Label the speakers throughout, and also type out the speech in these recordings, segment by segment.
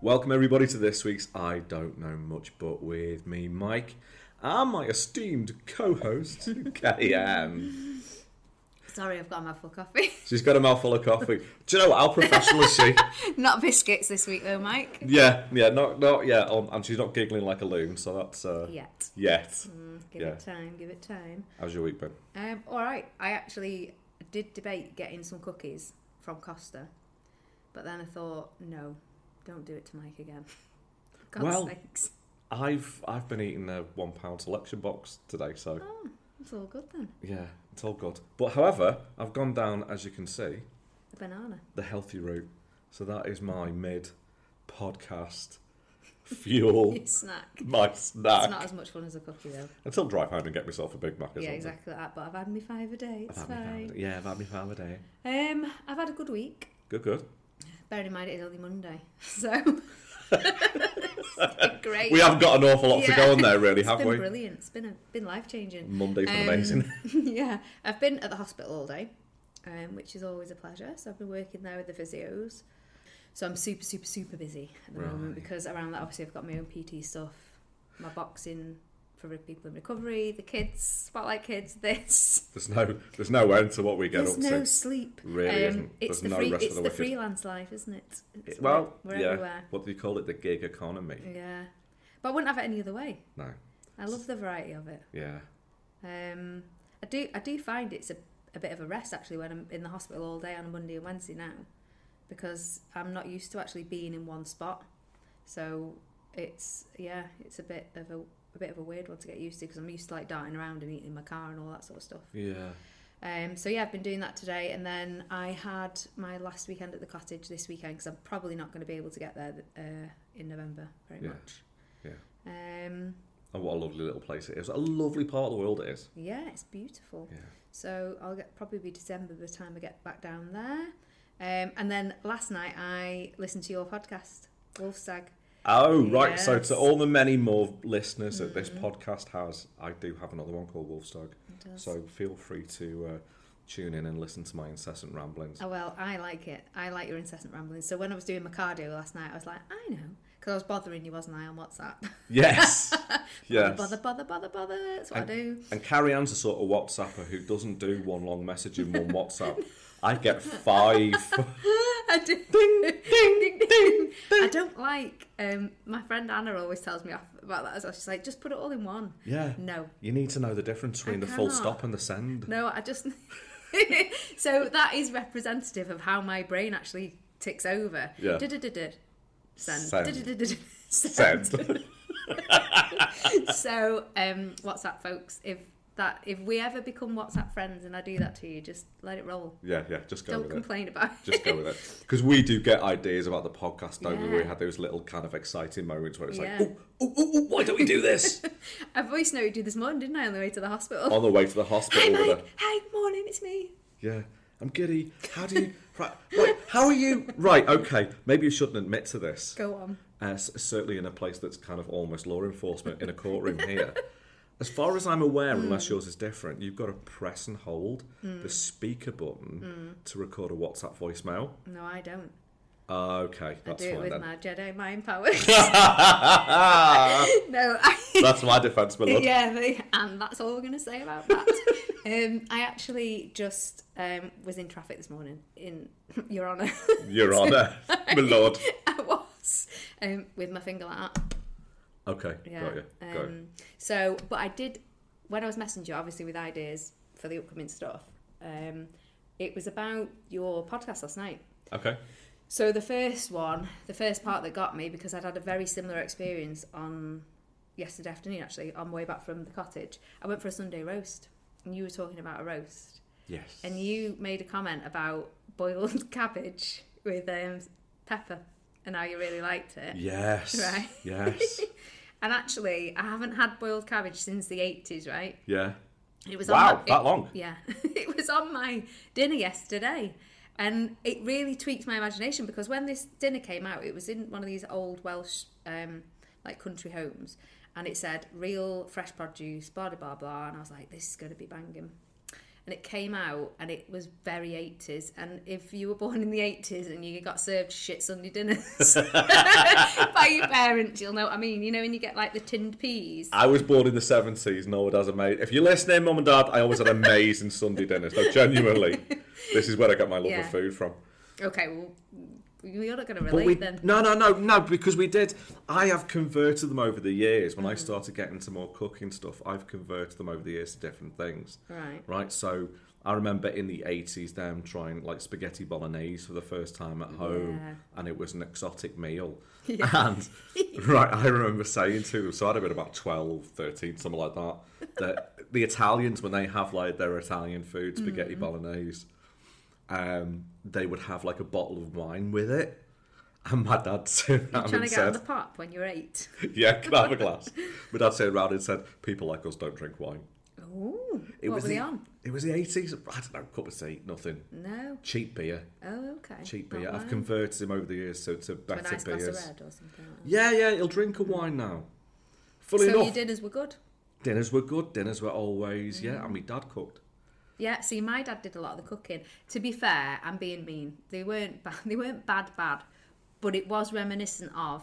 Speaker 1: Welcome, everybody, to this week's I Don't Know Much But with me, Mike, and my esteemed co host, KM.
Speaker 2: Sorry, I've got a mouthful of coffee.
Speaker 1: She's got a mouthful of coffee. Do you know how professional is she?
Speaker 2: Not biscuits this week though, Mike.
Speaker 1: Yeah, yeah, not, not, yeah, um, and she's not giggling like a loon, so that's, uh,
Speaker 2: Yet. Mm,
Speaker 1: yes.
Speaker 2: Give
Speaker 1: Yeah.
Speaker 2: it time, give it time.
Speaker 1: How's your week been?
Speaker 2: Um, all right, I actually did debate getting some cookies from Costa, but then I thought, no, don't do it to Mike again. For God's
Speaker 1: Well-
Speaker 2: sakes.
Speaker 1: I've, I've been eating a one pound selection box today, so
Speaker 2: Oh, it's all good then.
Speaker 1: yeah, it's all good. But however, I've gone down, as you can see,
Speaker 2: A banana.
Speaker 1: the healthy route. So that is my mid podcast fuel,
Speaker 2: Your snack.
Speaker 1: my
Speaker 2: It's
Speaker 1: snack.
Speaker 2: not as much fun as a cookie though.
Speaker 1: Until drive home and get myself a Big Mac or
Speaker 2: yeah,
Speaker 1: something.
Speaker 2: exactly that. But I've had me five a day.
Speaker 1: I've
Speaker 2: It's
Speaker 1: had me five a
Speaker 2: fine.
Speaker 1: day. Yeah, I've had me five a day.
Speaker 2: Um, I've had a good week.
Speaker 1: Good, good.
Speaker 2: Bearing in mind it is only Monday, so It's been great.
Speaker 1: We have got an awful lot to
Speaker 2: Yeah.
Speaker 1: go on there, really,
Speaker 2: It's
Speaker 1: have
Speaker 2: been
Speaker 1: we?
Speaker 2: brilliant. Um, It's been a, been life changing.
Speaker 1: Monday's been amazing.
Speaker 2: yeah, I've been at the hospital all day, um, which is always a pleasure. So I've been working there with the physios. So I'm super, super, super busy at the moment
Speaker 1: Right.
Speaker 2: because around that, obviously, I've got my own PT stuff, my boxing for re- people in recovery, the kids, spotlight kids, this.
Speaker 1: There's no, there's no end to what we get
Speaker 2: There's
Speaker 1: up
Speaker 2: no
Speaker 1: to.
Speaker 2: sleep. Um,
Speaker 1: Really isn't. There's
Speaker 2: It's the
Speaker 1: no
Speaker 2: free,
Speaker 1: rest of
Speaker 2: it's
Speaker 1: the
Speaker 2: the
Speaker 1: wicked.
Speaker 2: freelance life, isn't it? It's-
Speaker 1: It- well,
Speaker 2: we're, we're
Speaker 1: yeah.
Speaker 2: everywhere.
Speaker 1: What do you call it? The gig economy?
Speaker 2: Yeah, but I wouldn't have it any other way.
Speaker 1: No.
Speaker 2: I love the variety of it.
Speaker 1: Yeah.
Speaker 2: Um, I do I do find it's a, a bit of a rest actually when I'm in the hospital all day on a Monday and Wednesday now, because I'm not used to actually being in one spot. So it's yeah, it's a bit of a, a bit of a weird one to get used to because I'm used to like darting around and eating in my car and all that sort of stuff.
Speaker 1: Yeah.
Speaker 2: Um, so yeah, I've been doing that today, and then I had my last weekend at the cottage this weekend because I'm probably not going to be able to get there uh, in November very
Speaker 1: Yeah.
Speaker 2: much.
Speaker 1: Yeah.
Speaker 2: Um,
Speaker 1: And what a lovely little place it is. A lovely part of the world it is.
Speaker 2: yeah, it's beautiful.
Speaker 1: Yeah.
Speaker 2: So I'll get probably be December by the time I get back down there. Um, and then last night I listened to your podcast, Wolfstag.
Speaker 1: Oh, right. So,
Speaker 2: Yes. Mm.
Speaker 1: to all the many more listeners that this podcast has, I do have another one called Wolfstag. So, feel free to uh, tune in and listen to my incessant ramblings.
Speaker 2: Oh well, I like it. I like your incessant ramblings. So when I was doing my cardio last night, I was like, I know, because I was bothering you, wasn't I, on WhatsApp?
Speaker 1: Yes. yes.
Speaker 2: bother, bother, bother, bother. That's what I, do.
Speaker 1: And Carrie Ann's the sort of WhatsApper who doesn't do one long message in one WhatsApp. I get five.
Speaker 2: I do. Ding, ding, ding, ding. I don't like. Um, my friend Anna always tells me off about that as well. She's like, just put it all in one.
Speaker 1: Yeah.
Speaker 2: No,
Speaker 1: You need to know the difference between the full
Speaker 2: cannot.
Speaker 1: stop and the send.
Speaker 2: No, I just. so that is representative of how my brain actually ticks over.
Speaker 1: Yeah.
Speaker 2: Du-du-du-du. Send.
Speaker 1: Send.
Speaker 2: Du-du-du-du-du. Send.
Speaker 1: Send.
Speaker 2: So, um, WhatsApp folks, if that if we ever become WhatsApp friends and I do that to you, just let it roll.
Speaker 1: yeah, yeah. Just go
Speaker 2: Don't
Speaker 1: with it.
Speaker 2: complain about it.
Speaker 1: Just go with it. Because we do get ideas about the podcast, don't we? We
Speaker 2: Yeah.
Speaker 1: had those little kind of exciting moments where it's
Speaker 2: Yeah.
Speaker 1: like, oh, oh, oh, why don't we do this?
Speaker 2: I voice noted you this morning, didn't I, on the way to the hospital?
Speaker 1: On the way to the
Speaker 2: Hey,
Speaker 1: hospital with her.
Speaker 2: Mike. Hey, morning, it's me.
Speaker 1: Yeah, I'm giddy. How do you. Right, right, how are you? Right, okay. Maybe you shouldn't admit to this.
Speaker 2: Go on.
Speaker 1: Uh, s- certainly in a place that's kind of almost law enforcement, in a courtroom here. As far as I'm aware,
Speaker 2: Hmm.
Speaker 1: unless yours is different, you've got to press and hold the speaker button
Speaker 2: Hmm.
Speaker 1: to record a WhatsApp voicemail.
Speaker 2: No, I don't.
Speaker 1: Okay,
Speaker 2: I
Speaker 1: that's
Speaker 2: do it
Speaker 1: fine
Speaker 2: with
Speaker 1: then.
Speaker 2: my Jedi mind power.
Speaker 1: Ah,
Speaker 2: no, I.
Speaker 1: that's my defence, my lord.
Speaker 2: yeah, they, and that's all we're going to say about that. um, I actually just um, was in traffic this morning, in Your Honour.
Speaker 1: Your Honour, my lord.
Speaker 2: I was um, with my finger like that.
Speaker 1: Okay,
Speaker 2: Yeah.
Speaker 1: got you. Got you.
Speaker 2: Um, so, but I did when I was messaging you, obviously with ideas for the upcoming stuff. Um, it was about your podcast last night.
Speaker 1: Okay.
Speaker 2: So the first one, the first part that got me because I'd had a very similar experience on yesterday afternoon actually on my way back from the cottage. I went for a Sunday roast and you were talking about a roast
Speaker 1: Yes.
Speaker 2: and you made a comment about boiled cabbage with um, pepper and how you really liked it.
Speaker 1: Yes.
Speaker 2: Right.
Speaker 1: Yes.
Speaker 2: And actually, I haven't had boiled cabbage since the 80s, right?
Speaker 1: Yeah.
Speaker 2: It was
Speaker 1: Wow,
Speaker 2: on my, it-
Speaker 1: that long.
Speaker 2: Yeah, it was on my dinner yesterday, and it really tweaked my imagination because when this dinner came out, it was in one of these old Welsh um, like country homes, and it said real fresh produce, blah blah blah, blah and I was like, this is going to be banging. and it came out and it was very 80s and if you were born in the 80s and you got served shit sunday dinners by your parents you'll know what i mean you know when you get like the tinned peas
Speaker 1: I was born in the 70s. No one has a mate. If you're listening, mum and dad, I always had amazing Sunday dinners. No, genuinely, this is where I got my love
Speaker 2: Yeah.
Speaker 1: of food from.
Speaker 2: okay well you're not going to
Speaker 1: But
Speaker 2: relate
Speaker 1: we,
Speaker 2: then
Speaker 1: no, no, no, no, because we did. I have converted them over the years.
Speaker 2: Mm.
Speaker 1: When I started getting to more cooking stuff, I've converted them over the years to different things.
Speaker 2: right
Speaker 1: Right, so I remember in the 80s them trying like spaghetti bolognese for the first time at home,
Speaker 2: Yeah.
Speaker 1: and it was an exotic meal.
Speaker 2: Yeah.
Speaker 1: And right, I remember saying to them, so I'd have been about 12, 13, something like that, that the Italians, when they have like their Italian food,
Speaker 2: Mm-hmm.
Speaker 1: spaghetti bolognese, um, they would have like a bottle of wine with it. And my dad turned
Speaker 2: you're
Speaker 1: around
Speaker 2: trying to
Speaker 1: and
Speaker 2: get out
Speaker 1: said,
Speaker 2: of the pot when you're eight
Speaker 1: Yeah, can I have a glass? my dad turned around and said, People like us don't drink wine.
Speaker 2: Ooh,
Speaker 1: It
Speaker 2: what
Speaker 1: was
Speaker 2: were they
Speaker 1: the-
Speaker 2: on
Speaker 1: It was the 80s. I don't know, cup of tea, nothing.
Speaker 2: no
Speaker 1: Cheap beer,
Speaker 2: oh okay
Speaker 1: cheap
Speaker 2: Not
Speaker 1: beer. I've
Speaker 2: mine.
Speaker 1: converted him over the years to, to
Speaker 2: To a
Speaker 1: better
Speaker 2: nice glass of
Speaker 1: beers.
Speaker 2: red or something like that.
Speaker 1: Yeah, yeah, he'll drink a wine now. Fully
Speaker 2: so
Speaker 1: enough,
Speaker 2: your dinners were good
Speaker 1: dinners were good. Dinners were always,
Speaker 2: Mm.
Speaker 1: yeah, and my dad cooked.
Speaker 2: Yeah, see, my dad did a lot of the cooking. To be fair, I'm being mean. They weren't bad. They weren't bad, bad, but it was reminiscent of.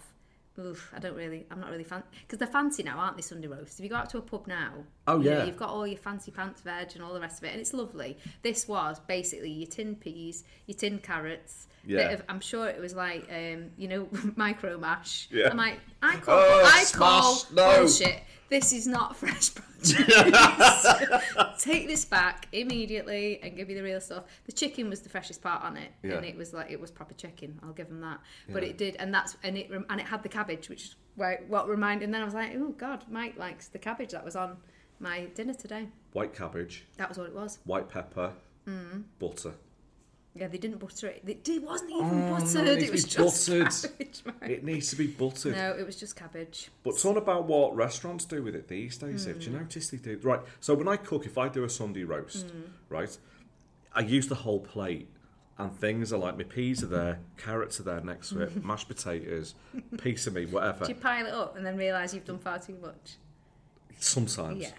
Speaker 2: Oof, I don't really. I'm not really fan because they're fancy now, aren't they? Sunday roast. If you go out to a pub now,
Speaker 1: Oh,
Speaker 2: you know,
Speaker 1: yeah.
Speaker 2: you've got all your fancy pants veg and all the rest of it, and it's lovely. This was basically your tin peas, your tin carrots. bit
Speaker 1: Yeah.
Speaker 2: of- I'm sure it was like um, you know micro mash.
Speaker 1: Yeah.
Speaker 2: I'm like, I call,
Speaker 1: Oh,
Speaker 2: I call
Speaker 1: smash, no.
Speaker 2: bullshit. This is not fresh produce. Take this back immediately and give you the real stuff. The chicken was the freshest part on it,
Speaker 1: Yeah.
Speaker 2: and it was like it was proper chicken. I'll give them that. But
Speaker 1: Yeah.
Speaker 2: it did, and that's and it rem- and it had the cabbage, which is where what reminded. And then I was like, oh god, Mike likes the cabbage that was on my dinner today.
Speaker 1: White cabbage,
Speaker 2: That was all it was.
Speaker 1: white pepper,
Speaker 2: Mm.
Speaker 1: butter.
Speaker 2: Yeah, they didn't butter it. It, it wasn't even
Speaker 1: Oh, no,
Speaker 2: buttered.
Speaker 1: it needs
Speaker 2: it
Speaker 1: to
Speaker 2: was
Speaker 1: be
Speaker 2: just
Speaker 1: buttered.
Speaker 2: cabbage. Mike.
Speaker 1: It needs to be buttered.
Speaker 2: No, it was just cabbage.
Speaker 1: But talking about what restaurants do with it these days, If do
Speaker 2: Mm.
Speaker 1: you notice they do? Right, so when I cook, if I do a Sunday roast,
Speaker 2: Mm.
Speaker 1: right, I use the whole plate. And things are like my peas are there, carrots are there next to it, mashed potatoes, piece of meat, whatever.
Speaker 2: Do you pile it up and then realise you've done far too much?
Speaker 1: Sometimes.
Speaker 2: Yeah.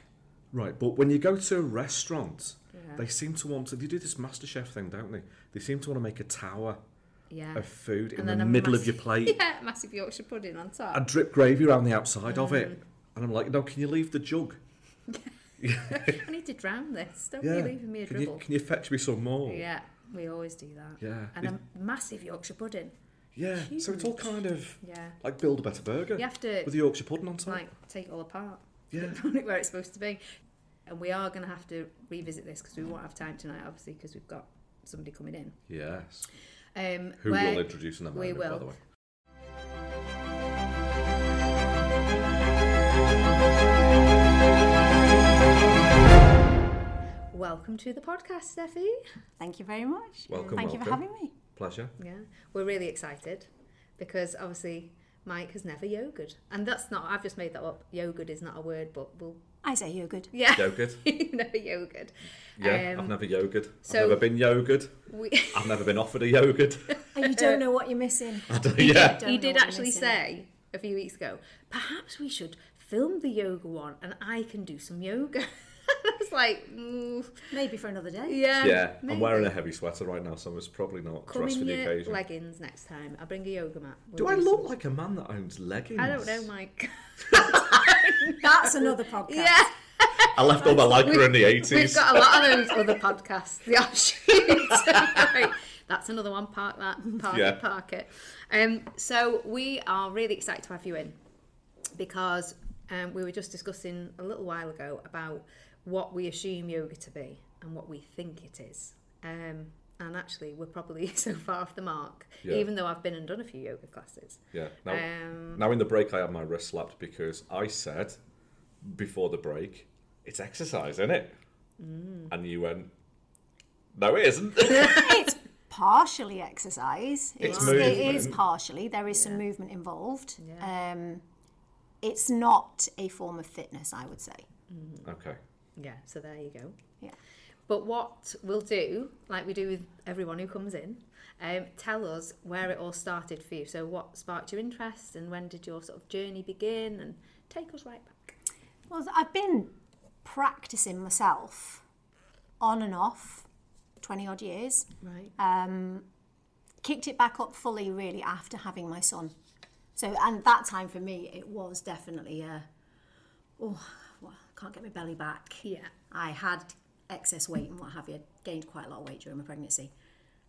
Speaker 1: Right, but when you go to a restaurant,
Speaker 2: Yeah.
Speaker 1: they seem to want to. They do this MasterChef thing, don't they? They seem to want to make a tower
Speaker 2: Yeah.
Speaker 1: of food in
Speaker 2: And
Speaker 1: the
Speaker 2: then a
Speaker 1: middle of
Speaker 2: massive-
Speaker 1: your plate
Speaker 2: Yeah, massive Yorkshire pudding on top.
Speaker 1: and drip gravy around the outside of it.
Speaker 2: Mm.
Speaker 1: And I'm like, no, can you leave the jug?
Speaker 2: I need to drown this. Don't
Speaker 1: Yeah.
Speaker 2: be leaving me a
Speaker 1: Can you,
Speaker 2: dribble.
Speaker 1: can you fetch me some more?
Speaker 2: Yeah, we always do that.
Speaker 1: Yeah.
Speaker 2: And a massive Yorkshire pudding.
Speaker 1: yeah. So it's all kind of
Speaker 2: Yeah.
Speaker 1: like build a better burger
Speaker 2: You have to
Speaker 1: with the Yorkshire pudding on top.
Speaker 2: like take it all apart.
Speaker 1: yeah.
Speaker 2: Put it where it's supposed to be. And we are going to have to revisit this because we won't have time tonight, obviously, because we've got somebody coming in.
Speaker 1: Yes.
Speaker 2: Um,
Speaker 1: Who
Speaker 2: where-
Speaker 1: will introduce in a
Speaker 2: we
Speaker 1: moment, by
Speaker 2: will.
Speaker 1: the way.
Speaker 2: Welcome to the podcast, Steffi.
Speaker 3: Thank you very much.
Speaker 1: Welcome,
Speaker 3: Thank you for
Speaker 1: welcome.
Speaker 3: having me.
Speaker 1: Pleasure.
Speaker 2: Yeah, we're really excited because obviously Mike has never yogured, and that's not. I've just made that up. Yogured is not a word, but we'll.
Speaker 3: I say you're good.
Speaker 2: Yeah.
Speaker 1: Yogurt.
Speaker 2: You've never yogured.
Speaker 1: Yeah.
Speaker 2: Um,
Speaker 1: I've never yogurt.
Speaker 2: so-
Speaker 1: I've never been yogurt.
Speaker 2: We,
Speaker 1: I've never been offered a yogurt.
Speaker 3: And you don't know what you're missing.
Speaker 1: I don't- yeah.
Speaker 3: don't
Speaker 2: he
Speaker 3: know
Speaker 2: did
Speaker 3: what I'm
Speaker 2: actually
Speaker 3: missing.
Speaker 2: say a few weeks ago, perhaps we should film the yoga one, and I can do some yoga. I was like, mm,
Speaker 3: Maybe for another day.
Speaker 2: yeah,
Speaker 1: yeah,
Speaker 2: maybe.
Speaker 1: I'm wearing a heavy sweater right now, so it's probably not
Speaker 2: Come
Speaker 1: dressed for
Speaker 2: in
Speaker 1: the
Speaker 2: your
Speaker 1: occasion.
Speaker 2: leggings next time. I'll bring a yoga mat.
Speaker 1: Do
Speaker 2: We'll
Speaker 1: I
Speaker 2: some-
Speaker 1: look like a man that owns leggings?
Speaker 2: I don't know, Mike.
Speaker 3: That's another podcast.
Speaker 2: yeah.
Speaker 1: I left all my lager in the 80s.
Speaker 2: We've got a lot of those other podcasts. The offshoot. right. That's another one. Park that. Park
Speaker 1: Yeah.
Speaker 2: it. Park it. Um, so we are really excited to have you in because um, we were just discussing a little while ago about what we assume yoga to be and what we think it is. Um, and actually, we're probably so far off the mark,
Speaker 1: Yeah.
Speaker 2: even though I've been and done a few yoga classes.
Speaker 1: Yeah. Now,
Speaker 2: Um,
Speaker 1: now in the break, I had my wrist slapped because I said before the break, it's exercise, isn't it?
Speaker 3: Mm.
Speaker 1: And you went, no, it isn't.
Speaker 3: It's partially exercise. It's, it is
Speaker 1: movement.
Speaker 3: partially. There is some movement involved.
Speaker 2: Yeah.
Speaker 3: Um, it's not a form of fitness, I would say.
Speaker 1: okay.
Speaker 2: Yeah, so there you go.
Speaker 3: Yeah.
Speaker 2: But what we'll do, like we do with everyone who comes in, um, tell us where it all started for you. So, what sparked your interest, and when did your sort of journey begin? And take us right back.
Speaker 3: Well, I've been practicing myself on and off, 20 odd years.
Speaker 2: Right.
Speaker 3: Um, kicked it back up fully really after having my son. So, and that time for me, it was definitely a, oh, well, I can't get my belly back.
Speaker 2: Yeah.
Speaker 3: I had excess weight and what have you, gained quite a lot of weight during my pregnancy.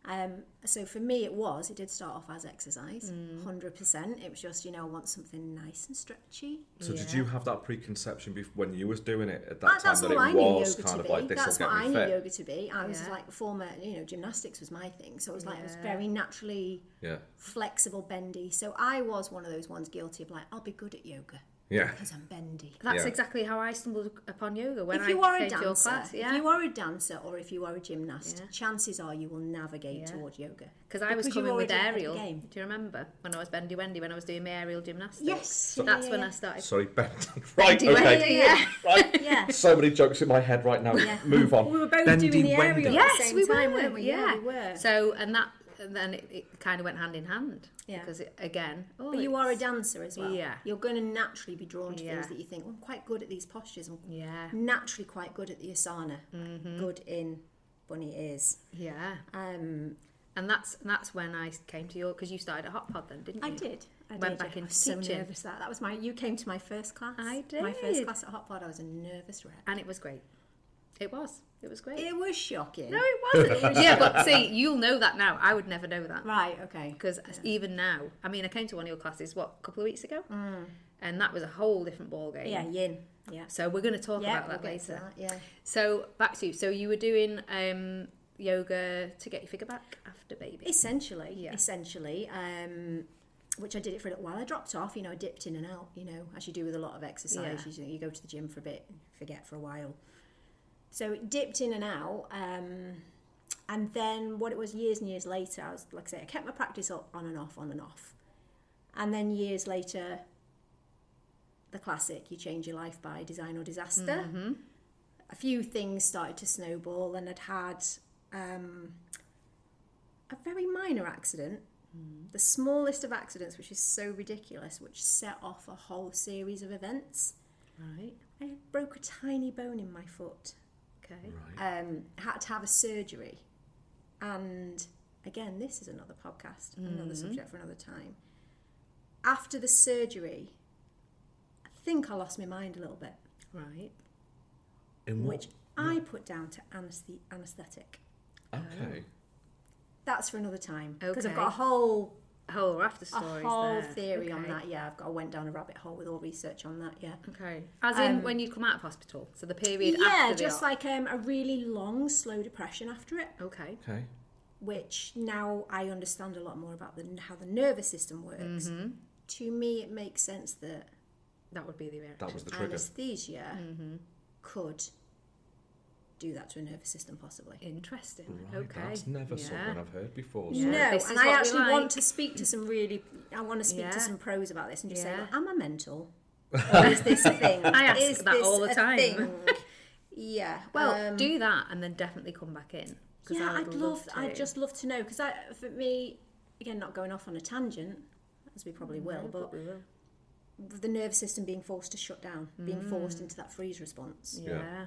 Speaker 3: Um, so for me, it was, it did start off as exercise,
Speaker 1: Mm.
Speaker 3: 100%. It was just, you know, I want something nice and stretchy.
Speaker 1: So did
Speaker 2: Yeah.
Speaker 1: you have that preconception bef- when you was doing it at that
Speaker 3: That-
Speaker 1: time
Speaker 3: Ah, that's
Speaker 1: that it
Speaker 3: all I knew
Speaker 1: was
Speaker 3: yoga
Speaker 1: kind
Speaker 3: to
Speaker 1: of
Speaker 3: be.
Speaker 1: like this will
Speaker 3: that's what
Speaker 1: get
Speaker 3: I
Speaker 1: me
Speaker 3: knew
Speaker 1: fit?
Speaker 3: yoga to be. I was
Speaker 2: Yeah.
Speaker 3: like former, you know, gymnastics was my thing. So it was like I was
Speaker 2: Yeah.
Speaker 3: very naturally
Speaker 1: Yeah,
Speaker 3: flexible, bendy. So I was one of those ones guilty of like, I'll be good at yoga
Speaker 1: yeah.
Speaker 3: because I'm bendy.
Speaker 2: That's
Speaker 1: Yeah.
Speaker 2: exactly how I stumbled upon yoga when
Speaker 3: if you
Speaker 2: I
Speaker 3: are a
Speaker 2: came to your
Speaker 3: dancer,
Speaker 2: class.
Speaker 3: if
Speaker 2: Yeah,
Speaker 3: you are a dancer or if you are a gymnast,
Speaker 2: Yeah.
Speaker 3: chances are you will navigate
Speaker 2: Yeah.
Speaker 3: toward yoga.
Speaker 2: because I was
Speaker 3: because you
Speaker 2: coming with
Speaker 3: already had the
Speaker 2: aerial.
Speaker 3: game.
Speaker 2: Do you remember when I was Bendy Wendy when I was doing my aerial gymnastics?
Speaker 3: Yes. yeah,
Speaker 2: that's
Speaker 3: yeah,
Speaker 2: when
Speaker 3: yeah.
Speaker 2: I started.
Speaker 1: Sorry, Ben. right,
Speaker 2: Bendy
Speaker 1: okay.
Speaker 2: Wendy, yeah.
Speaker 1: Right.
Speaker 3: Yeah.
Speaker 1: So many jokes in my head right now.
Speaker 3: Yeah.
Speaker 1: Move on.
Speaker 3: We were both
Speaker 1: Bendy
Speaker 3: doing the
Speaker 1: Wendy.
Speaker 3: aerial
Speaker 2: Yes,
Speaker 3: at the same
Speaker 2: we
Speaker 3: time,
Speaker 2: were.
Speaker 3: weren't we?
Speaker 2: Yeah.
Speaker 3: we were.
Speaker 2: So and that and then it, it kind of went hand in hand.
Speaker 3: Yeah.
Speaker 2: Because it, again, oh,
Speaker 3: But you are a
Speaker 2: it's-
Speaker 3: dancer as well.
Speaker 2: Yeah.
Speaker 3: You're going to naturally be drawn to
Speaker 2: Yeah.
Speaker 3: things that you think, well, I'm quite good at these postures. I'm
Speaker 2: Yeah,
Speaker 3: naturally quite good at the asana. Good in bunny ears.
Speaker 2: yeah.
Speaker 3: Um,
Speaker 2: And that's that's when I came to your because you started at Hot Pod then, didn't you?
Speaker 3: I did. I
Speaker 2: Went
Speaker 3: did,
Speaker 2: back
Speaker 3: yeah. I
Speaker 2: into
Speaker 3: was so
Speaker 2: teaching.
Speaker 3: nervous that that was my. You came to my first class.
Speaker 2: I
Speaker 3: My
Speaker 2: did.
Speaker 3: first class at Hot Pod. I was a nervous wreck.
Speaker 2: and it was great. It was. It was great.
Speaker 3: It was shocking.
Speaker 2: no, it wasn't. yeah, but see, you'll know that now. I would never know that
Speaker 3: Right. Okay.
Speaker 2: because even now, I mean, I came to one of your classes what a couple of weeks ago, and that was a whole different ball game.
Speaker 3: Mm. Yeah. Yin. Yeah.
Speaker 2: So we're going to talk
Speaker 3: yeah.
Speaker 2: about that
Speaker 3: we'll get to
Speaker 2: later.
Speaker 3: that, Yeah.
Speaker 2: So back to you. So you were doing um, yoga to get your figure back after baby.
Speaker 3: Essentially.
Speaker 2: Yeah.
Speaker 3: Essentially. Um, which I did it for a little while. I dropped off. You know, I dipped in and out. You know, as you do with a lot of exercise.
Speaker 2: Yeah.
Speaker 3: You, you go to the gym for a bit, and forget for a while. So it dipped in and out. Um, and then what it was years and years later, I was like I say, I kept my practice up on and off, on and off. And then years later, the classic, you change your life by design or disaster.
Speaker 2: Mm. Mm-hmm.
Speaker 3: A few things started to snowball, and I'd had um, a very minor accident, the smallest of accidents, which is so ridiculous, which set off a whole series of events.
Speaker 2: Right.
Speaker 3: I broke a tiny bone in my foot
Speaker 2: Okay.
Speaker 1: Right.
Speaker 3: um, had to have a surgery. And again, this is another podcast, another subject for another time. After the surgery, I think I lost my mind a little bit,
Speaker 2: Right.
Speaker 1: In what?
Speaker 3: which I put down to anesthe- anaesthetic.
Speaker 1: Okay.
Speaker 3: That's for another time because I've
Speaker 2: Okay.
Speaker 3: got a whole
Speaker 2: Whole after
Speaker 3: a
Speaker 2: stories.
Speaker 3: whole
Speaker 2: there.
Speaker 3: theory on
Speaker 2: Okay.
Speaker 3: that. Yeah, I've got I went down a rabbit hole with all research on that. Yeah.
Speaker 2: Okay. As in
Speaker 3: Um,
Speaker 2: when you come out of hospital. So the period after
Speaker 3: yeah,
Speaker 2: the
Speaker 3: just
Speaker 2: op-
Speaker 3: like um, a really long, slow depression after it.
Speaker 2: Okay.
Speaker 1: Okay.
Speaker 3: which now I understand a lot more about the, how the nervous system works.
Speaker 2: Mm-hmm.
Speaker 3: To me, it makes sense that
Speaker 2: That would be the reaction.
Speaker 1: That was the trigger.
Speaker 3: anesthesia
Speaker 2: Mm-hmm.
Speaker 3: could do that to a nervous system, possibly.
Speaker 2: Interesting.
Speaker 1: Right.
Speaker 2: okay.
Speaker 1: That's never
Speaker 2: yeah.
Speaker 1: something I've heard before.
Speaker 2: Yeah.
Speaker 1: So.
Speaker 3: No,
Speaker 2: This is
Speaker 3: and
Speaker 2: what
Speaker 3: I
Speaker 2: we
Speaker 3: actually
Speaker 2: like.
Speaker 3: want to speak to some really. I want to speak
Speaker 2: Yeah.
Speaker 3: to some pros about this and just say,
Speaker 2: Yeah.
Speaker 3: well, am I mental? Or is this a thing?
Speaker 2: I ask
Speaker 3: Is
Speaker 2: that
Speaker 3: this
Speaker 2: all the
Speaker 3: a
Speaker 2: time.
Speaker 3: thing? yeah.
Speaker 2: Well,
Speaker 3: um,
Speaker 2: do that and then definitely come back in. 'cause
Speaker 3: Yeah,
Speaker 2: I
Speaker 3: I'd
Speaker 2: would
Speaker 3: love.
Speaker 2: to.
Speaker 3: I'd just love to know because I, for me, again, not going off on a tangent, as we probably will, but
Speaker 2: we will.
Speaker 3: the nervous system being forced to shut down, being forced into that freeze response.
Speaker 2: Mm. Yeah.
Speaker 1: Yeah.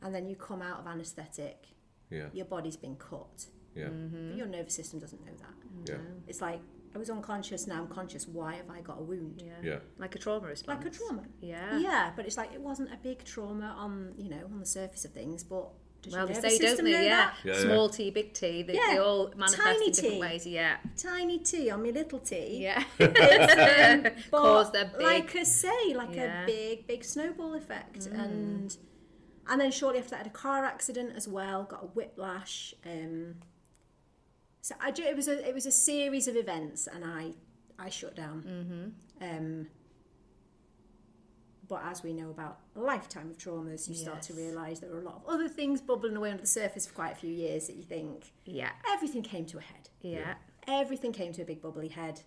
Speaker 3: And then you come out of anaesthetic,
Speaker 1: Yeah.
Speaker 3: your body's been cut,
Speaker 1: Yeah.
Speaker 2: Mm-hmm.
Speaker 3: but your nervous system doesn't know that.
Speaker 1: Yeah.
Speaker 3: It's like, I was unconscious, now I'm conscious, why have I got a wound?
Speaker 2: Yeah.
Speaker 1: Yeah.
Speaker 2: Like a trauma response.
Speaker 3: Like a trauma.
Speaker 2: Yeah.
Speaker 3: Yeah, but it's like, it wasn't a big trauma on, you know, on the surface of things, but does
Speaker 2: Well,
Speaker 3: your
Speaker 2: they
Speaker 3: nervous
Speaker 2: say, don't
Speaker 3: system
Speaker 2: they?
Speaker 3: know
Speaker 2: Yeah.
Speaker 1: Yeah, yeah.
Speaker 2: Small t, big t. They, they
Speaker 3: Yeah.
Speaker 2: all manifest
Speaker 3: Tiny
Speaker 2: in different
Speaker 3: T.
Speaker 2: ways. Yeah.
Speaker 3: that? Tiny T on my little T.
Speaker 2: Yeah.
Speaker 3: um, But
Speaker 2: Cause their big.
Speaker 3: like I say, like
Speaker 2: Yeah. Mm.
Speaker 3: a big, big snowball effect, and and then shortly after that, I had a car accident as well. Got a whiplash. Um, so I ju- it was a it was a series of events, and I I shut down. Mm-hmm. Um, but as we know about a lifetime of traumas, you start to
Speaker 2: Yes.
Speaker 3: realise there were a lot of other things bubbling away under the surface for quite a few years that you think
Speaker 2: yeah.
Speaker 3: everything came to a head
Speaker 2: Yeah.
Speaker 3: everything came to a big bubbly head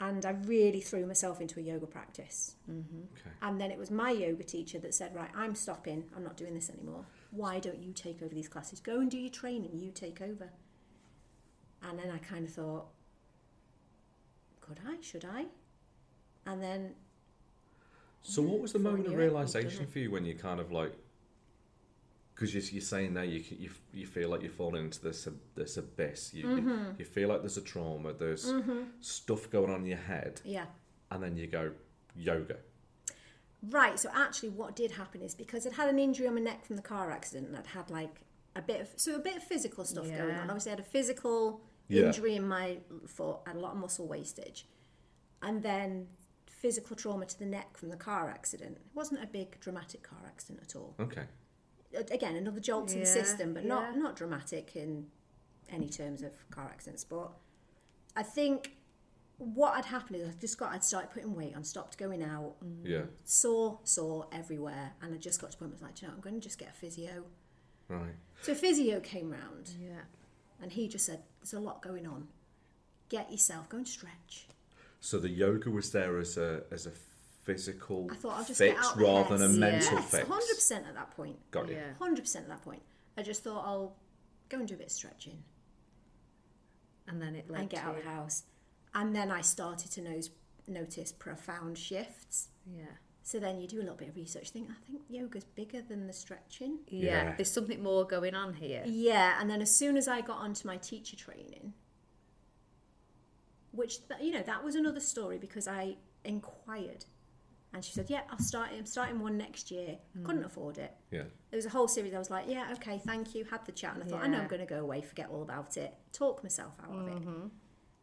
Speaker 3: and i really threw myself into a yoga practice
Speaker 1: Okay.
Speaker 3: and then it was my yoga teacher that said right i'm stopping i'm not doing this anymore why don't you take over these classes go and do your training you take over and then i kind of thought could i should i and then
Speaker 1: So what was the
Speaker 2: Before
Speaker 1: moment
Speaker 2: I
Speaker 1: of
Speaker 2: knew it, I'd done
Speaker 1: realization
Speaker 2: it.
Speaker 1: for you when you kind of like because you're, you're saying now you, c- you f- you feel like you're falling into this ab- this abyss. You, you
Speaker 3: Mm-hmm.
Speaker 1: you feel like there's a trauma. There's stuff going on in your head,
Speaker 3: Yeah.
Speaker 1: and then you go yoga.
Speaker 3: Right. So actually, what did happen is because I'd had an injury on my neck from the car accident, and I'd had like a bit of so a bit of physical stuff going
Speaker 2: Yeah.
Speaker 3: on. Obviously, I had a physical
Speaker 1: Yeah.
Speaker 3: injury in my foot, I had a lot of muscle wastage, and then physical trauma to the neck from the car accident. It wasn't a big dramatic car accident at all.
Speaker 1: Okay,
Speaker 3: Again, another jolt in the
Speaker 2: Yeah,
Speaker 3: system, but not
Speaker 2: yeah.
Speaker 3: not dramatic in any terms of car accidents. But I think what had happened is I just got I'd started putting weight on, stopped going out
Speaker 1: yeah,
Speaker 3: sore, sore everywhere. And I just got to the point where I was like, "Do you know, what, I'm going to just get a physio.
Speaker 1: right.
Speaker 3: So a physio came round
Speaker 2: Yeah.
Speaker 3: and he just said, there's a lot going on. Get yourself, go and stretch.
Speaker 1: So the yoga was there as a as a physical
Speaker 3: I thought I'll just
Speaker 1: fix
Speaker 3: get out of
Speaker 1: rather than a
Speaker 3: this."
Speaker 1: mental
Speaker 3: yes,
Speaker 1: fix.
Speaker 3: 100% at that point.
Speaker 1: Got you.
Speaker 2: Yeah.
Speaker 3: 100% at that point. I just thought I'll go and do a bit of stretching
Speaker 2: And then it led
Speaker 3: and get
Speaker 2: to,
Speaker 3: out of the house. And then I started to nose, notice profound shifts.
Speaker 2: Yeah.
Speaker 3: So then you do a little bit of research, think, I think yoga's bigger than the stretching.
Speaker 2: yeah.
Speaker 1: Yeah.
Speaker 2: There's something more going on here.
Speaker 3: Yeah, and then as soon as I got onto my teacher training, which th- you know that was another story because I inquired, and she said, "Yeah, I'll start. I'm starting one next year. Couldn't afford it.
Speaker 1: Yeah,
Speaker 3: There was a whole series. I was like, "Yeah, okay, thank you." Had the chat, and I thought, "I know
Speaker 2: Yeah.
Speaker 3: I'm going to go away, forget all about it, talk myself out of it."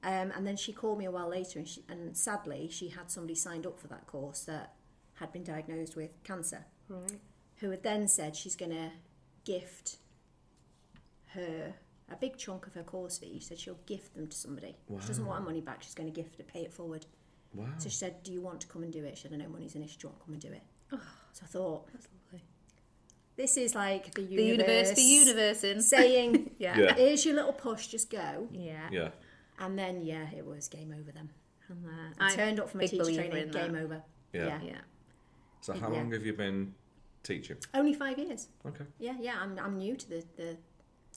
Speaker 3: Um, and then she called me a while later, and, she, and sadly, she had somebody signed up for that course that had been diagnosed with cancer
Speaker 2: Right.
Speaker 3: who had then said she's going to gift her a big chunk of her course fee. She said she'll gift them to somebody. She doesn't want her money back. She's going to gift it, pay it forward.
Speaker 1: wow.
Speaker 3: So she said, "Do you want to come and do it?" She said, "I know money's an issue. Do you want to come and do it?" So I thought
Speaker 2: That's lovely.
Speaker 3: this is like the
Speaker 2: The universe,
Speaker 3: universe,
Speaker 2: the universe in.
Speaker 3: saying,
Speaker 2: Yeah.
Speaker 1: Yeah.
Speaker 3: "Here's your little push. Just go."
Speaker 2: Yeah. uh,
Speaker 1: Yeah,
Speaker 3: And then yeah, it was game over. Then
Speaker 2: And that.
Speaker 3: I,
Speaker 2: I-
Speaker 3: turned up for my
Speaker 2: big
Speaker 3: teacher
Speaker 2: believer
Speaker 3: training.
Speaker 2: in that.
Speaker 3: Game over.
Speaker 1: Yeah.
Speaker 3: yeah.
Speaker 2: Yeah.
Speaker 1: So how
Speaker 3: Yeah.
Speaker 1: long have you been teaching?
Speaker 3: Only five years.
Speaker 1: Okay.
Speaker 3: Yeah, yeah. I'm I'm new to the the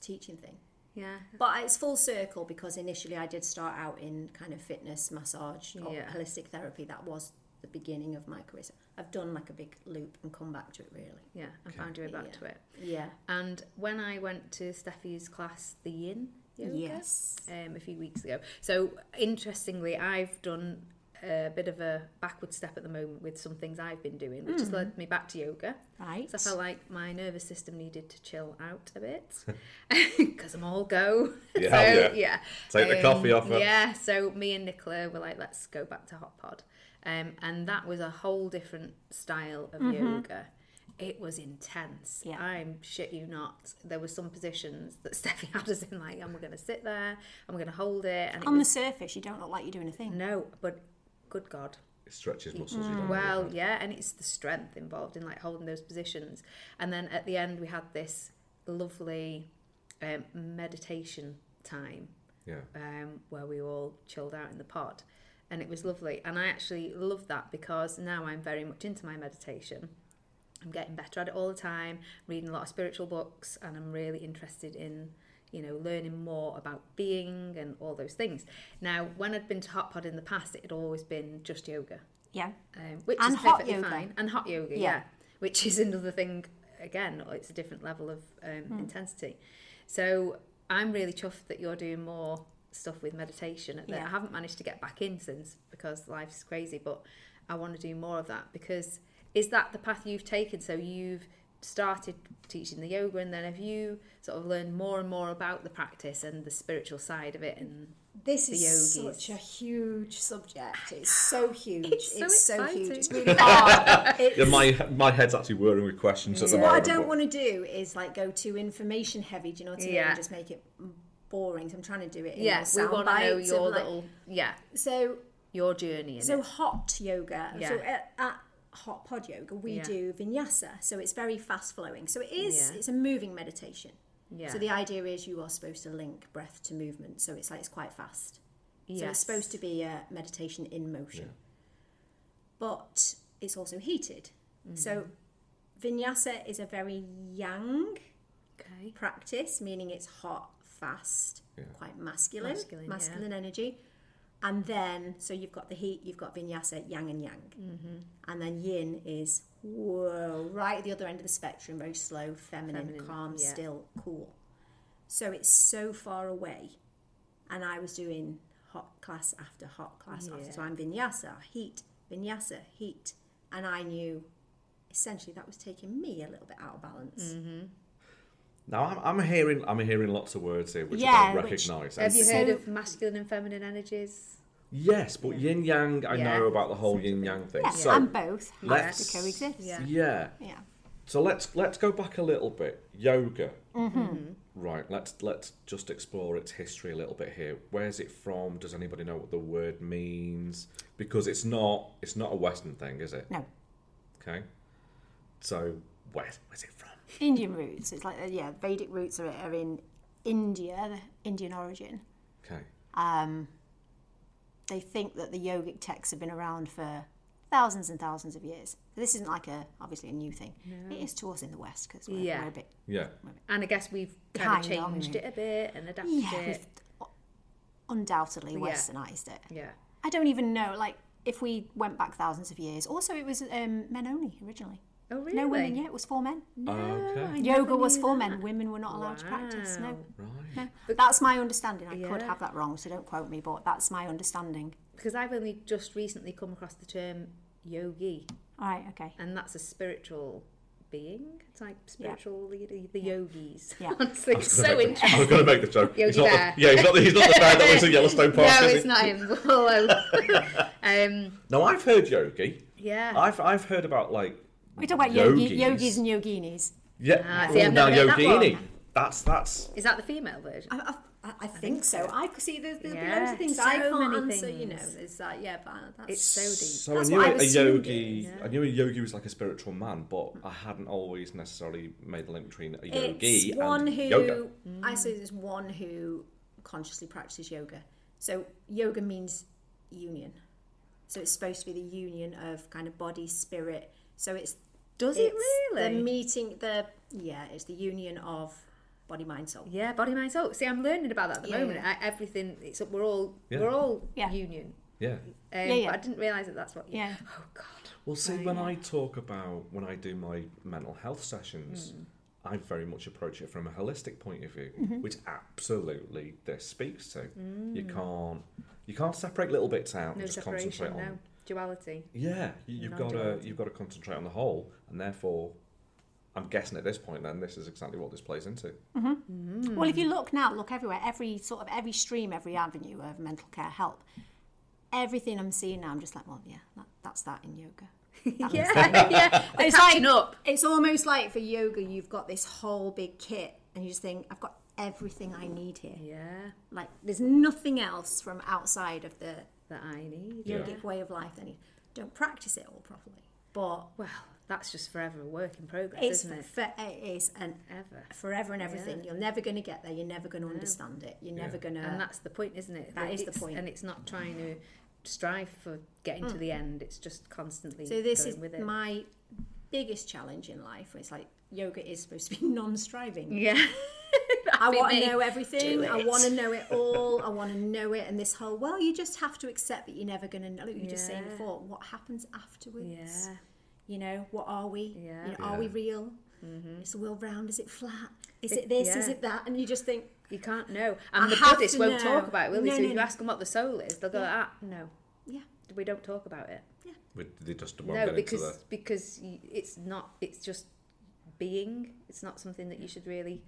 Speaker 3: teaching thing.
Speaker 2: Yeah.
Speaker 3: But it's full circle because initially I did start out in kind of fitness, massage, or
Speaker 2: Yeah.
Speaker 3: holistic therapy. That was the beginning of my career. So I've done like a big loop and come back to it really.
Speaker 2: Yeah. I
Speaker 1: Okay.
Speaker 2: found your way back
Speaker 3: Yeah.
Speaker 2: to it.
Speaker 3: Yeah.
Speaker 2: And when I went to Steffi's class, the Yin Yoga,
Speaker 3: Yes.
Speaker 2: um, a few weeks ago. So interestingly, I've done a bit of a backward step at the moment with some things I've been doing, which has led me back to yoga.
Speaker 3: Right.
Speaker 2: So I felt like my nervous system needed to chill out a bit because I'm all go.
Speaker 1: Yeah,
Speaker 2: so,
Speaker 1: yeah.
Speaker 2: yeah.
Speaker 1: Take
Speaker 3: Um,
Speaker 1: the coffee off her.
Speaker 2: Um, Yeah, so me and Nicola were like, let's go back to Hot Pod. Um, and that was a whole different style of yoga. It was intense.
Speaker 3: Mm-hmm. Yeah.
Speaker 2: I'm shit you not. There were some positions that Steffi had us in, like, and we're going to sit there, and we're going to hold it. And it
Speaker 3: On the
Speaker 2: was,
Speaker 3: surface, you don't look like you're doing a thing.
Speaker 2: no, but good God.
Speaker 1: It stretches muscles.
Speaker 3: Mm,
Speaker 1: You don't
Speaker 2: Well,
Speaker 3: Mm-hmm.
Speaker 1: really
Speaker 2: yeah, and it's the strength involved in like holding those positions. And then at the end, we had this lovely um, meditation time
Speaker 1: have.
Speaker 2: um, where we all chilled out in the pod, and it was lovely. And I actually love that because now I'm very much into my meditation. I'm getting better at it all the time, reading a lot of spiritual books, and I'm really interested in, you know, learning more about being and all those things. Now, when I'd been to Hot Pod in the past, it had always been just yoga
Speaker 3: Yeah.
Speaker 2: um, which
Speaker 3: And
Speaker 2: is
Speaker 3: hot
Speaker 2: perfectly
Speaker 3: yoga.
Speaker 2: fine, and hot yoga, yeah.
Speaker 3: Yeah.
Speaker 2: which is another thing. Again, it's a different level of um,
Speaker 3: Hmm.
Speaker 2: intensity. So I'm really chuffed that you're doing more stuff with meditation. That
Speaker 3: Yeah.
Speaker 2: I haven't managed to get back in since because life's crazy, but I want to do more of that because is that the path you've taken? So you've started teaching the yoga, and then have you sort of learned more and more about the practice and the spiritual side of it? And
Speaker 3: This
Speaker 2: The
Speaker 3: is
Speaker 2: yogis.
Speaker 3: such a huge subject. It's so huge.
Speaker 2: It's so
Speaker 3: huge.
Speaker 2: exciting.
Speaker 3: It's really hard. It's-
Speaker 1: Yeah. my my head's actually whirring with questions at the
Speaker 3: So what I
Speaker 1: moment.
Speaker 3: don't
Speaker 1: but-
Speaker 3: want to do is like go too information heavy. Do you know what I mean?
Speaker 2: Yeah.
Speaker 3: And just make it boring. So I'm trying to do it. In
Speaker 2: yes, we
Speaker 3: sound
Speaker 2: want to know
Speaker 3: bites of,
Speaker 2: your
Speaker 3: like-
Speaker 2: little yeah
Speaker 3: So
Speaker 2: your journey. In
Speaker 3: so
Speaker 2: it.
Speaker 3: hot yoga.
Speaker 2: Yeah.
Speaker 3: So at, at hot pod yoga, we
Speaker 2: Yeah.
Speaker 3: do vinyasa. So it's very fast flowing. So it is.
Speaker 2: Yeah.
Speaker 3: It's a moving meditation.
Speaker 2: yeah.
Speaker 3: So the idea is you are supposed to link breath to movement. So it's like it's quite fast. So it's supposed to be a meditation in motion. But it's also heated. So
Speaker 2: Mm.
Speaker 3: vinyasa is a very yang
Speaker 2: Okay.
Speaker 3: practice, meaning it's hot, fast,
Speaker 1: Yeah.
Speaker 3: quite masculine,
Speaker 2: Masculine,
Speaker 3: masculine,
Speaker 2: yeah.
Speaker 3: energy.
Speaker 2: Mm-hmm.
Speaker 3: And then, so you've got the heat, you've got vinyasa, yang and yang. And then yin is whoa, right at the other end of the spectrum, very slow, feminine,
Speaker 2: Feminine,
Speaker 3: calm,
Speaker 2: yeah.
Speaker 3: still, cool. So it's so far away. And I was doing hot class after hot class after.
Speaker 2: Yeah.
Speaker 3: So I'm vinyasa, heat, vinyasa, heat. And I knew essentially that was taking me a little bit out of balance.
Speaker 1: Now I'm, I'm hearing I'm hearing lots of words here which I
Speaker 3: Yeah,
Speaker 1: don't
Speaker 3: which-
Speaker 1: recognise.
Speaker 2: Have you
Speaker 1: And-
Speaker 2: heard of masculine and feminine energies?
Speaker 1: Yes, but yin yang. I
Speaker 2: Yeah.
Speaker 1: know about the whole yin yang thing.
Speaker 3: Yeah,
Speaker 1: so
Speaker 3: and both have
Speaker 1: let's-
Speaker 3: to coexist.
Speaker 2: Yeah.
Speaker 1: yeah.
Speaker 3: yeah.
Speaker 1: So let's let's go back a little bit. Yoga.
Speaker 2: Mm-hmm.
Speaker 1: Right. Let's let's just explore its history a little bit here. Where's it from? Does anybody know what the word means? Because it's not it's not a Western thing, is it?
Speaker 3: No.
Speaker 1: Okay. So where where's it from?
Speaker 3: Indian roots. It's like uh, yeah, Vedic roots are, are in India, Indian origin.
Speaker 1: Okay.
Speaker 3: Um, they think that the yogic texts have been around for thousands and thousands of years. So this isn't like a obviously a new thing. It is to us in the West because we're,
Speaker 2: Yeah.
Speaker 3: we're a bit
Speaker 1: Yeah.
Speaker 2: And I guess we've kind of
Speaker 3: Kind of,
Speaker 2: changed
Speaker 3: yeah.
Speaker 2: it a bit and adapted
Speaker 3: yeah,
Speaker 2: it.
Speaker 3: we've undoubtedly
Speaker 2: Yeah.
Speaker 3: westernized it.
Speaker 2: Yeah.
Speaker 3: I don't even know like if we went back thousands of years. Also, it was um, men only originally.
Speaker 2: Oh, really?
Speaker 3: No women. Yeah, it was for men.
Speaker 1: Okay.
Speaker 2: never
Speaker 3: Yoga was
Speaker 2: knew
Speaker 3: for
Speaker 2: that.
Speaker 3: men. Women were not allowed to practice. No.
Speaker 2: Wow.
Speaker 1: Right.
Speaker 3: That's my understanding. I could
Speaker 2: Yeah.
Speaker 3: have that wrong, so don't quote me, but that's my understanding.
Speaker 2: Because I've only just recently come across the term yogi,
Speaker 3: All right, okay.
Speaker 2: and that's a spiritual being type spiritual leader, the yogis.
Speaker 3: Yeah.
Speaker 2: Honestly, it's so
Speaker 1: I
Speaker 2: interesting.
Speaker 1: was going to make the joke.
Speaker 2: Yogi
Speaker 1: he's not
Speaker 2: Bear.
Speaker 1: The, yeah, he's not the, he's not the bear that lives in Yellowstone Park.
Speaker 2: no,
Speaker 1: is
Speaker 2: it's
Speaker 1: he?
Speaker 2: not him. Hello. um,
Speaker 1: No, I've heard yogi.
Speaker 2: yeah.
Speaker 1: I've I've heard about like
Speaker 3: We talk about
Speaker 1: yogis,
Speaker 3: yogi, yogis and yoginis.
Speaker 1: Yeah,
Speaker 2: Ah,
Speaker 1: oh,
Speaker 2: see, I've
Speaker 1: now
Speaker 2: never heard that
Speaker 1: yogini.
Speaker 2: one.
Speaker 1: That's that's
Speaker 2: Is that the female version?
Speaker 3: I, I, I think so. I could see there's, there's
Speaker 2: Yeah,
Speaker 3: loads of things
Speaker 2: so
Speaker 3: I can't
Speaker 2: many
Speaker 3: answer. You know,
Speaker 2: things.
Speaker 3: it's like yeah, but that's
Speaker 2: It's so deep.
Speaker 1: so.
Speaker 3: That's
Speaker 1: I knew
Speaker 3: what I
Speaker 1: a
Speaker 3: was thinking,
Speaker 1: yogi.
Speaker 2: yeah.
Speaker 1: I knew a yogi was like a spiritual man, but I hadn't always necessarily made the link between a yogi
Speaker 3: it's one
Speaker 1: and
Speaker 3: who
Speaker 1: yoga.
Speaker 2: Mm.
Speaker 3: I say there's one who consciously practices yoga. So yoga means union. So it's supposed to be the union of kind of body, spirit. So it's
Speaker 2: Does it
Speaker 3: it's
Speaker 2: really?
Speaker 3: the meeting the yeah, it's the union of body, mind, soul.
Speaker 2: yeah, body, mind, soul. See, I'm learning about that at the
Speaker 3: Yeah.
Speaker 2: moment. I, everything, it's we're all
Speaker 1: Yeah.
Speaker 2: we're all
Speaker 3: Yeah.
Speaker 2: union.
Speaker 1: Yeah.
Speaker 2: Um,
Speaker 3: Yeah, yeah.
Speaker 2: But I didn't realise that that's what.
Speaker 3: Yeah.
Speaker 2: Oh God.
Speaker 1: Well, see, when I talk about when I do my mental health sessions,
Speaker 3: Hmm.
Speaker 1: I very much approach it from a holistic point of view,
Speaker 3: Mm-hmm.
Speaker 1: which absolutely this speaks to. You
Speaker 3: Mm.
Speaker 1: can't you can't separate little bits out
Speaker 2: No
Speaker 1: and just concentrate
Speaker 2: separation.
Speaker 1: on
Speaker 2: No duality.
Speaker 1: Yeah, you, you've got to you've got to concentrate on the whole, and therefore, I'm guessing at this point, then this is exactly what this plays into.
Speaker 2: Hmm.
Speaker 3: Well, if you look now, look everywhere, every sort of every stream, every avenue of mental care help, everything I'm seeing now, I'm just like, well, yeah, that, that's that in yoga.
Speaker 2: yeah, yeah. They're
Speaker 3: It's
Speaker 2: catching
Speaker 3: like-
Speaker 2: up.
Speaker 3: It's almost like for yoga, you've got this whole big kit, and you just think, I've got everything I need here.
Speaker 2: Yeah,
Speaker 3: Like, there's nothing else from outside of the
Speaker 2: that I need.
Speaker 1: Yeah.
Speaker 3: yogic way of life. Then you don't practice it all properly, but
Speaker 2: Well, that's just forever a work in progress,
Speaker 3: it's
Speaker 2: isn't it?
Speaker 3: for, it is an
Speaker 2: Ever.
Speaker 3: forever and everything. You're never going to get there. You're never going to understand it. You're never going
Speaker 2: And
Speaker 3: to.
Speaker 2: that's the point, isn't it?
Speaker 3: That
Speaker 2: Like,
Speaker 3: is the
Speaker 2: it's-
Speaker 3: point. Hmm.
Speaker 2: And it's not trying to strive for getting to the end. It's just constantly
Speaker 3: So this
Speaker 2: going
Speaker 3: is
Speaker 2: with it.
Speaker 3: my biggest challenge in life. It's like yoga is supposed to be non-striving.
Speaker 2: yeah.
Speaker 3: I want
Speaker 2: me.
Speaker 3: to know everything.
Speaker 2: Do
Speaker 3: I
Speaker 2: it.
Speaker 3: want to know it all. I want to know it. And this whole, well, you just have to accept that you're never going to know. Like you were just saying
Speaker 2: Yeah.
Speaker 3: before, what happens afterwards?
Speaker 2: Yeah.
Speaker 3: You know, what are we?
Speaker 2: Yeah.
Speaker 3: You know, Are we
Speaker 1: Yeah.
Speaker 3: real? Is the world round? Is it flat? Is
Speaker 2: It-
Speaker 3: it this? Is
Speaker 2: yeah.
Speaker 3: it that? And you just think,
Speaker 2: You can't know. And
Speaker 3: I
Speaker 2: the
Speaker 3: have
Speaker 2: Buddhists
Speaker 3: to
Speaker 2: won't
Speaker 3: know.
Speaker 2: talk about it, will they?
Speaker 3: No,
Speaker 2: so
Speaker 3: no,
Speaker 2: if you
Speaker 3: no.
Speaker 2: ask them what the soul is, they'll go, ah, no.
Speaker 3: Yeah.
Speaker 2: We don't talk about it.
Speaker 1: We, they just won't
Speaker 2: no,
Speaker 1: get
Speaker 2: because
Speaker 1: into
Speaker 2: because y- it's not. It's just being. It's not something that you should really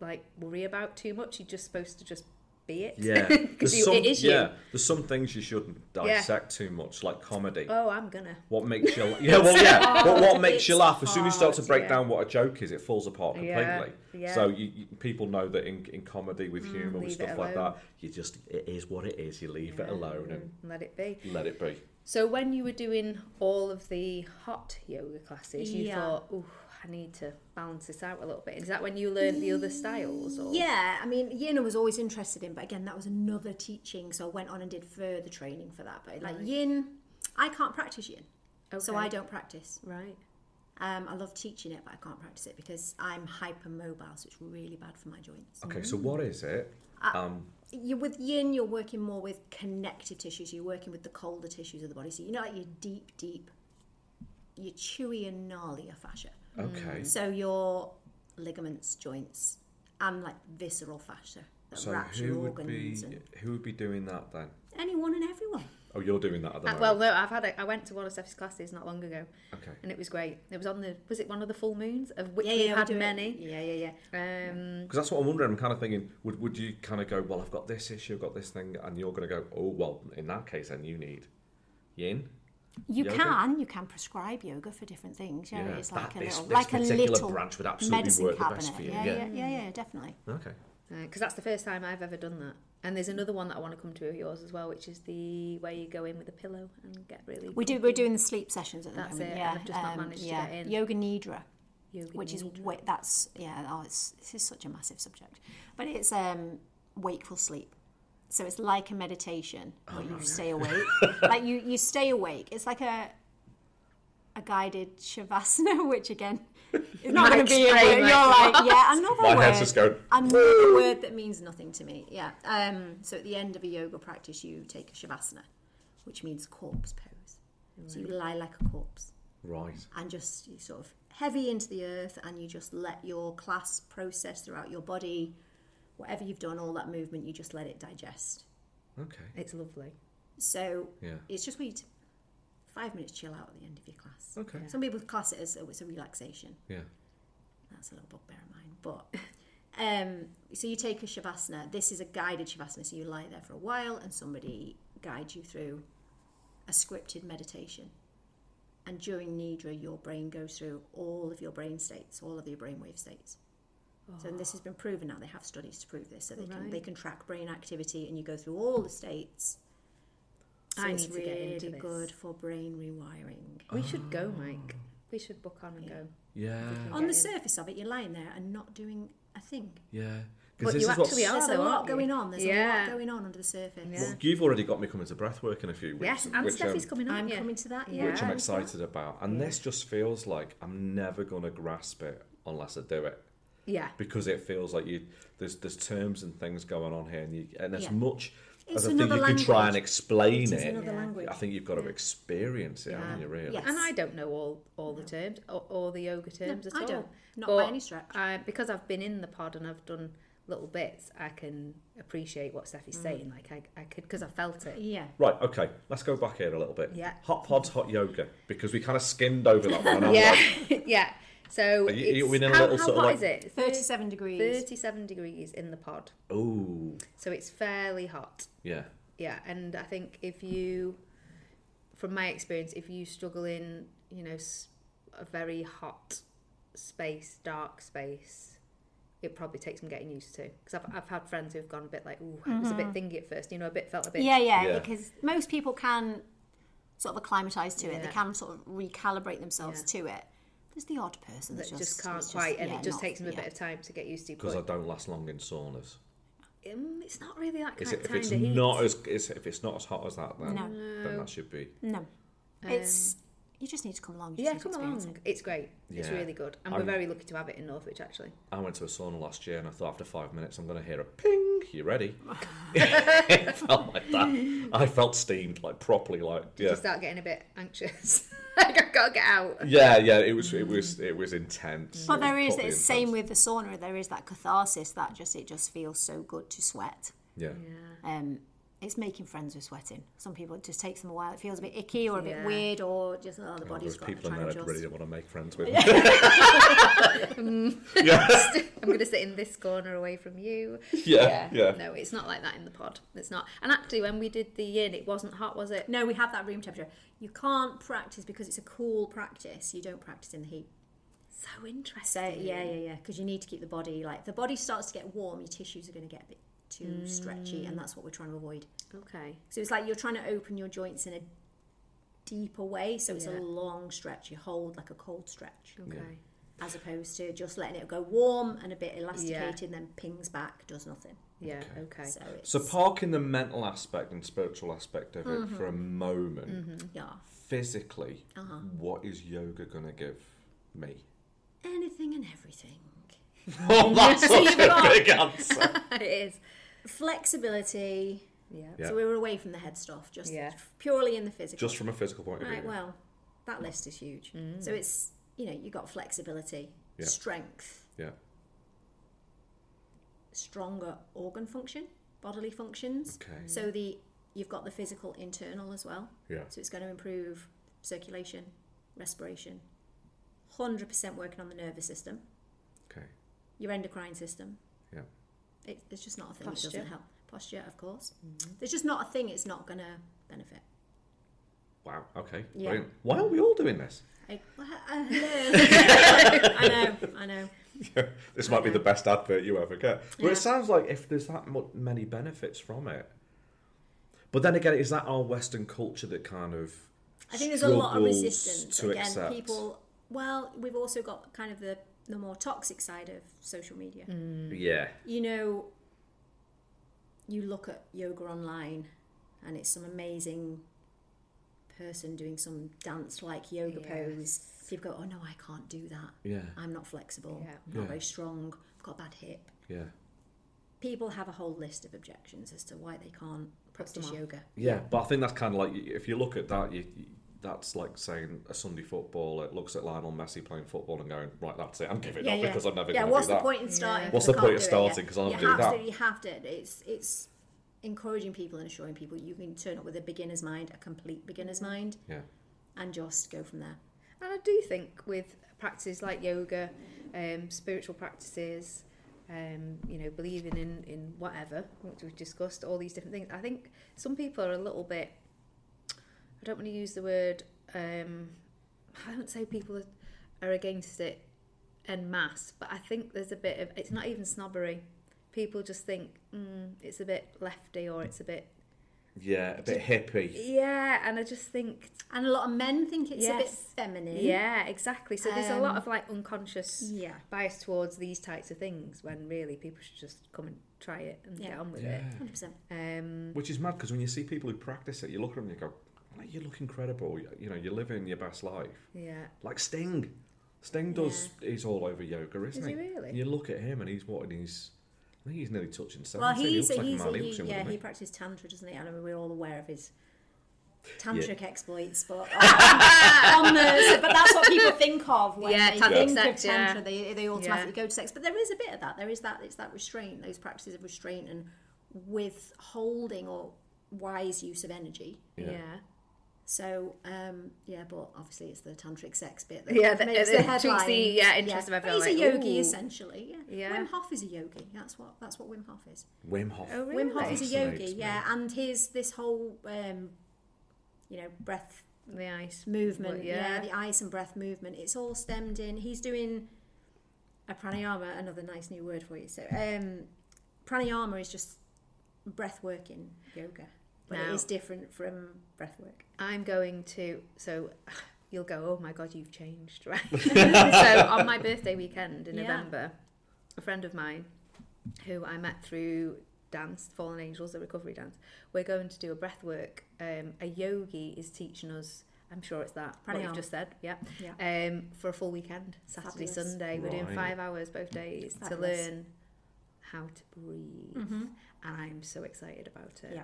Speaker 2: like worry about too much. You're just supposed to just be it.
Speaker 1: the yeah.
Speaker 2: because
Speaker 1: there's
Speaker 2: you
Speaker 1: some,
Speaker 2: it is
Speaker 1: yeah,
Speaker 2: you.
Speaker 1: there's some things you shouldn't dissect too much, like comedy.
Speaker 2: Oh, I'm gonna.
Speaker 1: What makes you? Yeah, well, yeah. But what makes you
Speaker 3: It's
Speaker 1: laugh? As soon as you start to
Speaker 3: hard,
Speaker 1: break
Speaker 2: yeah.
Speaker 1: down what a joke is, it falls apart
Speaker 2: Yeah,
Speaker 1: completely.
Speaker 2: yeah. Mm,
Speaker 1: So you, you, people know that in, in comedy with humour with
Speaker 2: leave it
Speaker 1: stuff like
Speaker 2: alone.
Speaker 1: that, you just it is what it is. You leave it alone and
Speaker 2: Let it be.
Speaker 1: let it be.
Speaker 2: So when you were doing all of the hot yoga classes, you
Speaker 3: Yeah.
Speaker 2: thought, "Ooh, I need to balance this out a little bit." Is that when you learned the other styles? Or?
Speaker 3: Yeah, I mean, yin I was always interested in, but again, that was another teaching. So I went on and did further training for that. But like yin, I can't practice yin. So
Speaker 2: Okay.
Speaker 3: I don't practice.
Speaker 2: Right.
Speaker 3: Um, I love teaching it, but I can't practice it because I'm hypermobile, so it's really bad for my joints.
Speaker 1: Okay, so what is it? um,
Speaker 3: You with yin, you're working more with connective tissues. You're working with the colder tissues of the body. So you know, like your deep, deep your chewy and gnarly fascia.
Speaker 1: Mm-hmm.
Speaker 2: Mm.
Speaker 1: Okay.
Speaker 3: So your ligaments, joints, and like visceral fascia that
Speaker 1: So
Speaker 3: wraps
Speaker 1: who
Speaker 3: your
Speaker 1: would be
Speaker 3: organs and
Speaker 1: who would be doing that then?
Speaker 3: anyone and everyone.
Speaker 1: Oh, you're doing that at the
Speaker 2: Uh,
Speaker 1: moment.
Speaker 2: well, no, I've had. A, I went to one of Steph's classes not long ago,
Speaker 1: okay.
Speaker 2: and it was great. It was on the. Was it one of the full moons of which
Speaker 3: Yeah,
Speaker 2: we've
Speaker 3: yeah, we
Speaker 2: had
Speaker 3: do it.
Speaker 2: many?
Speaker 3: Yeah, yeah, yeah.
Speaker 2: Um,
Speaker 1: Because that's what I'm wondering. I'm kind of thinking, would would you kind of go, well, I've got this issue, I've got this thing, and you're going to go, oh, well, in that case, then you need yin.
Speaker 3: You
Speaker 1: Yoga?
Speaker 3: can you can prescribe yoga for different things. Yeah,
Speaker 1: Yeah,
Speaker 3: it's like
Speaker 1: that-
Speaker 3: a
Speaker 1: this-
Speaker 3: little
Speaker 1: this
Speaker 3: like a
Speaker 1: particular
Speaker 3: little
Speaker 1: branch would absolutely
Speaker 3: medicine
Speaker 1: work the
Speaker 3: cabinet.
Speaker 1: best for you,
Speaker 3: Yeah,
Speaker 1: yeah.
Speaker 3: yeah, yeah, yeah, definitely.
Speaker 1: Okay.
Speaker 2: because uh, that's the first time I've ever done that. And there's another one that I want to come to of yours as well, which is the where you go in with a pillow and get really.
Speaker 3: We do. We're doing the sleep sessions at the
Speaker 2: That's
Speaker 3: moment.
Speaker 2: it,
Speaker 3: Yeah, um,
Speaker 2: I've just not managed to
Speaker 3: yeah.
Speaker 2: get in.
Speaker 3: Yoga nidra,
Speaker 2: yoga
Speaker 3: which is
Speaker 2: nidra.
Speaker 3: wa- that's yeah. Oh, it's this is such a massive subject, but it's um wakeful sleep. So it's like a meditation, but you stay awake. like you you stay awake. It's like a a guided shavasana, which again is not
Speaker 2: Might
Speaker 3: going to be. A,
Speaker 2: explain
Speaker 3: word. you're
Speaker 2: myself.
Speaker 3: like yeah, another
Speaker 1: My
Speaker 3: word.
Speaker 1: head's just going.
Speaker 3: Another word that means nothing to me. Yeah. Um, so at the end of a yoga practice, you take a shavasana, which means corpse pose. So you lie like a corpse
Speaker 1: Right.
Speaker 3: and just you sort of heavy into the earth, and you just let your class process throughout your body, whatever you've done, all that movement, you just let it digest.
Speaker 1: Okay.
Speaker 2: It's lovely.
Speaker 3: So
Speaker 1: Yeah.
Speaker 3: it's just wait five minutes chill out at the end of your class.
Speaker 1: Okay.
Speaker 3: Some people class it as a, it's a relaxation.
Speaker 1: Yeah.
Speaker 3: That's a little bugbear of mine. But um, so you take a shavasana. This is a guided shavasana. So you lie there for a while, and somebody guides you through a scripted meditation. And during nidra, your brain goes through all of your brain states, all of your brainwave states. So and this has been proven now. They have studies to prove this, so they can they
Speaker 2: Right.
Speaker 3: can track brain activity, and you go through all the states. So
Speaker 2: I
Speaker 3: it's
Speaker 2: need to
Speaker 3: really
Speaker 2: get into this.
Speaker 3: good for brain rewiring.
Speaker 2: We should
Speaker 1: Ah.
Speaker 2: go, Mike. We should book on and go.
Speaker 1: Yeah.
Speaker 2: can
Speaker 3: On the
Speaker 2: Get in.
Speaker 3: surface of it, you're lying there and not doing a thing.
Speaker 1: Yeah.
Speaker 2: But
Speaker 1: Because this
Speaker 2: you
Speaker 1: is what
Speaker 2: actually are,
Speaker 3: There's a
Speaker 2: though,
Speaker 3: lot
Speaker 2: aren't you?
Speaker 3: going on. There's
Speaker 2: Yeah.
Speaker 3: a lot going on under the surface.
Speaker 2: Yeah.
Speaker 1: well, you've already got me coming to breathwork in a few weeks.
Speaker 2: Yes, and
Speaker 1: which, um,
Speaker 2: Steffi's coming on.
Speaker 3: I'm
Speaker 2: yeah.
Speaker 3: coming to that.
Speaker 2: Yeah.
Speaker 1: which I'm
Speaker 2: Yeah.
Speaker 1: excited about. And this just feels like I'm never going to grasp it unless I do it
Speaker 2: Yeah.
Speaker 1: because it feels like you there's there's terms and things going on here, and you and as
Speaker 3: Yeah.
Speaker 1: much
Speaker 3: It's
Speaker 1: as I think you
Speaker 3: another
Speaker 1: can try and
Speaker 3: language.
Speaker 1: explain
Speaker 3: It is
Speaker 1: it,
Speaker 3: another
Speaker 2: Yeah.
Speaker 3: language.
Speaker 1: I think you've got to experience it,
Speaker 2: Yeah.
Speaker 1: haven't you? Really?
Speaker 3: Yeah.
Speaker 2: And I don't know all, all the terms or, or the yoga
Speaker 3: No,
Speaker 2: terms at
Speaker 3: I
Speaker 2: all.
Speaker 3: don't. Not
Speaker 2: But
Speaker 3: by any stretch.
Speaker 2: I, because I've been in the pod and I've done little bits, I can appreciate what Steph is
Speaker 3: Mm.
Speaker 2: saying. Like I, I could because I felt it.
Speaker 3: Yeah.
Speaker 1: Right. Okay. Let's go back here a little bit.
Speaker 2: Yeah.
Speaker 1: Hot pods, hot yoga, because we kind of skimmed over that one. and I'm
Speaker 2: Yeah,
Speaker 1: like,
Speaker 2: yeah. So
Speaker 1: Are you- are you
Speaker 2: it's-
Speaker 1: within a
Speaker 2: how,
Speaker 1: little
Speaker 2: how
Speaker 1: sort of
Speaker 2: hot
Speaker 1: like-
Speaker 2: is it?
Speaker 3: 37 degrees.
Speaker 2: Thirty-seven degrees in the pod,
Speaker 1: oh,
Speaker 2: so it's fairly hot.
Speaker 1: yeah.
Speaker 2: Yeah, and I think if you, from my experience, if you struggle in, you know, s- a very hot space, dark space, it probably takes some getting used to. Because I've, I've had friends who've gone a bit like, ooh, it was a bit thingy at first, you know, a bit felt a bit.
Speaker 3: Yeah, yeah,
Speaker 1: Yeah.
Speaker 3: Because most people can sort of acclimatise to it. They
Speaker 2: Yeah.
Speaker 3: can sort of recalibrate themselves to it. There's the odd person
Speaker 2: That
Speaker 3: that's
Speaker 2: just,
Speaker 3: just
Speaker 2: can't
Speaker 3: that's
Speaker 2: quite, and
Speaker 3: yeah,
Speaker 2: it just
Speaker 3: not-
Speaker 2: takes them a
Speaker 3: yeah.
Speaker 2: bit of time to get used to.
Speaker 1: Because
Speaker 2: But
Speaker 1: I don't last long in saunas.
Speaker 2: um, it's not really that
Speaker 1: Is it,
Speaker 2: kind of
Speaker 1: if
Speaker 2: time
Speaker 1: it's
Speaker 2: to heat.
Speaker 1: not as is, if it's not as hot as that, then
Speaker 3: No.
Speaker 1: then that should be.
Speaker 3: No,
Speaker 2: Um,
Speaker 3: it's you just need to come along. You
Speaker 2: yeah,
Speaker 3: just
Speaker 2: come
Speaker 3: need to experience
Speaker 2: along. It's great. It's
Speaker 1: Yeah.
Speaker 2: really good, and
Speaker 1: I'm-
Speaker 2: we're very lucky to have it in Northwich actually.
Speaker 1: I went to a sauna last year and I thought after five minutes I'm going to hear a ping. You ready? it felt like that. I felt steamed, like properly, like
Speaker 2: Did
Speaker 1: yeah,
Speaker 2: you start getting a bit anxious? like I've got to get out.
Speaker 1: yeah, yeah. It was, it was, it was intense.
Speaker 3: It.
Speaker 1: It
Speaker 3: But
Speaker 1: was
Speaker 3: there is
Speaker 1: properly
Speaker 3: it's same
Speaker 1: intense.
Speaker 3: with the sauna. There is that catharsis that just it just feels so good to sweat.
Speaker 1: yeah.
Speaker 3: um, it's making friends with sweating. Some people it just takes them a while. It feels a bit icky or a bit
Speaker 2: Yeah.
Speaker 3: weird or just oh, the
Speaker 1: Oh, there's
Speaker 3: body's got to
Speaker 1: people
Speaker 3: try
Speaker 1: in there
Speaker 3: and
Speaker 1: I really
Speaker 3: adjust.
Speaker 1: don't want to make friends with.
Speaker 2: I'm going to sit in this corner away from you.
Speaker 1: Yeah, yeah.
Speaker 2: No, it's not like that in the pod. It's not. And actually, when we did the yin, it wasn't hot, was it?
Speaker 3: No, we have that room temperature. You can't practice because it's a cool practice. You don't practice in the heat.
Speaker 2: So interesting.
Speaker 3: So yeah, yeah, yeah. Because you need to keep the body like the body starts to get warm. Your tissues are going to get a bit too stretchy, and that's what we're trying to avoid.
Speaker 2: Okay.
Speaker 3: So it's like you're trying to open your joints in a deeper way. So it's
Speaker 2: Yeah.
Speaker 3: a long stretch. You hold like a cold stretch,
Speaker 2: Okay.
Speaker 3: as opposed to just letting it go warm and a bit elasticated, and then pings back, does nothing.
Speaker 2: Yeah. Okay.
Speaker 3: So it's
Speaker 1: So parking the mental aspect and spiritual aspect of it
Speaker 3: Mm-hmm.
Speaker 1: for a moment.
Speaker 3: yeah.
Speaker 1: Physically,
Speaker 3: Uh-huh.
Speaker 1: what is yoga going to give me?
Speaker 3: Anything and everything.
Speaker 1: Oh, that's such a big answer.
Speaker 2: it is.
Speaker 3: Flexibility.
Speaker 2: Yeah.
Speaker 1: Yeah.
Speaker 3: So we were away from the head stuff, just
Speaker 2: Yeah.
Speaker 3: purely in the physical.
Speaker 1: Just from a physical point of view.
Speaker 3: right, well, That list is huge. So it's you know you've got flexibility,
Speaker 1: Yeah.
Speaker 3: strength,
Speaker 1: Yeah.
Speaker 3: stronger organ function, bodily functions.
Speaker 1: Okay.
Speaker 3: So the you've got the physical internal as well.
Speaker 1: Yeah.
Speaker 3: So it's going to improve circulation, respiration. 100% working on the nervous system,
Speaker 1: Okay.
Speaker 3: your endocrine system.
Speaker 1: Yeah.
Speaker 3: It, it's just not a thing that
Speaker 2: Posture.
Speaker 3: doesn't help. Posture, of course. There's just not a thing it's not going to benefit.
Speaker 1: Wow. Okay.
Speaker 3: Yeah.
Speaker 1: Brilliant. Why are we all doing this?
Speaker 3: I, well, I, I know. I know, I know.
Speaker 1: This might be the best advert you ever get. But
Speaker 3: Yeah.
Speaker 1: it sounds like if there's that mu- many benefits from it. But then again, is that our Western culture that kind of
Speaker 3: I think there's a lot of
Speaker 1: struggles
Speaker 3: resistance.
Speaker 1: to
Speaker 3: Again,
Speaker 1: accept?
Speaker 3: people. Well, we've also got kind of the the more toxic side of social media.
Speaker 2: Mm.
Speaker 1: Mm. Yeah.
Speaker 3: You know, you look at yoga online, and it's some amazing person doing some dance like yoga
Speaker 2: Yes.
Speaker 3: pose. People go, "Oh no, I can't do that.
Speaker 1: Yeah.
Speaker 3: I'm not flexible.
Speaker 2: Yeah.
Speaker 3: I'm not
Speaker 1: Yeah.
Speaker 3: very strong. I've got a bad hip."
Speaker 1: Yeah.
Speaker 3: People have a whole list of objections as to why they can't practice
Speaker 2: off.
Speaker 3: yoga.
Speaker 1: Yeah, but I think that's kind of like if you look at that, you, you- that's like saying a Sunday football. It looks at Lionel Messi playing football and going, right, that's it. I'm giving up because I'm never
Speaker 3: yeah,
Speaker 1: going to
Speaker 3: what's
Speaker 1: do
Speaker 3: the
Speaker 1: that.
Speaker 3: point in starting?
Speaker 2: Yeah.
Speaker 1: What's
Speaker 3: 'Cause
Speaker 1: the
Speaker 3: I
Speaker 1: point of
Speaker 3: can't do it,
Speaker 1: starting?
Speaker 3: yeah.
Speaker 1: 'Cause I don't
Speaker 3: you
Speaker 1: do that.
Speaker 3: absolutely have to. It's it's encouraging people and assuring people you can turn up with a beginner's mind, a complete beginner's mind,
Speaker 1: Yeah,
Speaker 3: and just go from there.
Speaker 2: And I do think with practices like yoga, um, spiritual practices, um, you know, believing in, in whatever, which we've discussed, all these different things, I think some people are a little bit, I don't want to use the word, um, I don't say people are, are against it en masse, but I think there's a bit of, it's not even snobbery. People just think mm, it's a bit lefty or it's a bit,
Speaker 1: yeah, a bit hippie.
Speaker 2: yeah, and I just think
Speaker 3: And a lot of men think it's a bit
Speaker 2: Yes.
Speaker 3: feminine.
Speaker 2: Yeah, exactly. So there's a lot
Speaker 3: Um,
Speaker 2: of like unconscious
Speaker 3: Yeah.
Speaker 2: bias towards these types of things when really people should just come and try it and
Speaker 3: Yeah.
Speaker 2: get on with
Speaker 1: Yeah,
Speaker 2: it.
Speaker 3: Hundred percent.
Speaker 2: Um,
Speaker 1: which is mad because when you see people who practice it, you look at them and you go, like, you look incredible. You, you know, you're living your best life.
Speaker 2: yeah.
Speaker 1: Like Sting, Sting does. He's all over yoga, isn't
Speaker 2: Is he really?
Speaker 1: You look at him and he's what? And he's, I think he's nearly touching seventy.
Speaker 3: Well,
Speaker 1: he
Speaker 3: he's
Speaker 1: looks
Speaker 3: a,
Speaker 1: like a
Speaker 3: he's a,
Speaker 1: man. He looks
Speaker 3: he,
Speaker 1: younger
Speaker 3: yeah,
Speaker 1: than
Speaker 3: he
Speaker 1: me.
Speaker 3: practices tantra, doesn't he? I know we're all aware of his tantric exploits, but on the, but that's what people think of when
Speaker 2: Yeah,
Speaker 3: they
Speaker 2: tantric
Speaker 3: think
Speaker 2: sex,
Speaker 3: of
Speaker 2: yeah.
Speaker 3: tantra. They, they automatically go to sex, but there is a bit of that. There is that it's that restraint, those practices of restraint and withholding or wise use of energy.
Speaker 2: Yeah.
Speaker 3: So um, yeah, but obviously it's the tantric sex bit that
Speaker 2: Yeah, that-
Speaker 3: makes
Speaker 2: that
Speaker 3: the headline.
Speaker 2: tweaks the, yeah, interest of
Speaker 3: But
Speaker 2: everyone,
Speaker 3: He's a
Speaker 2: like,
Speaker 3: yogi
Speaker 2: ooh.
Speaker 3: essentially. Yeah.
Speaker 2: Yeah.
Speaker 3: Wim Hof is a yogi. That's what that's what Wim Hof is.
Speaker 1: Wim Hof.
Speaker 2: Oh, really?
Speaker 3: Wim Hof is a
Speaker 1: Fascinates
Speaker 3: yogi,
Speaker 1: me.
Speaker 3: yeah, and his this whole um, you know breath
Speaker 2: The ice
Speaker 3: movement,
Speaker 2: Well,
Speaker 3: yeah.
Speaker 2: yeah.
Speaker 3: the ice and breath movement. It's all stemmed in. He's doing a pranayama, another nice new word for you. So um, pranayama is just breath working yoga, but
Speaker 2: Now-
Speaker 3: it is different from breath work.
Speaker 2: I'm going to. So you'll go. Oh my god, you've changed, right? so on my birthday weekend in
Speaker 3: Yeah.
Speaker 2: November, a friend of mine, who I met through dance, Fallen Angels, the recovery dance, we're going to do a breath work. Um, a yogi is teaching us. I'm sure it's that what
Speaker 3: Pranayama.
Speaker 2: you've just said. Yeah.
Speaker 3: Yeah.
Speaker 2: Um, for a full weekend, Saturday,
Speaker 3: Fabulous.
Speaker 2: Sunday, we're doing
Speaker 1: Right.
Speaker 2: five hours both days to
Speaker 3: Fabulous. Mm-hmm.
Speaker 2: learn how to breathe, and I'm so excited about it.
Speaker 3: Yeah.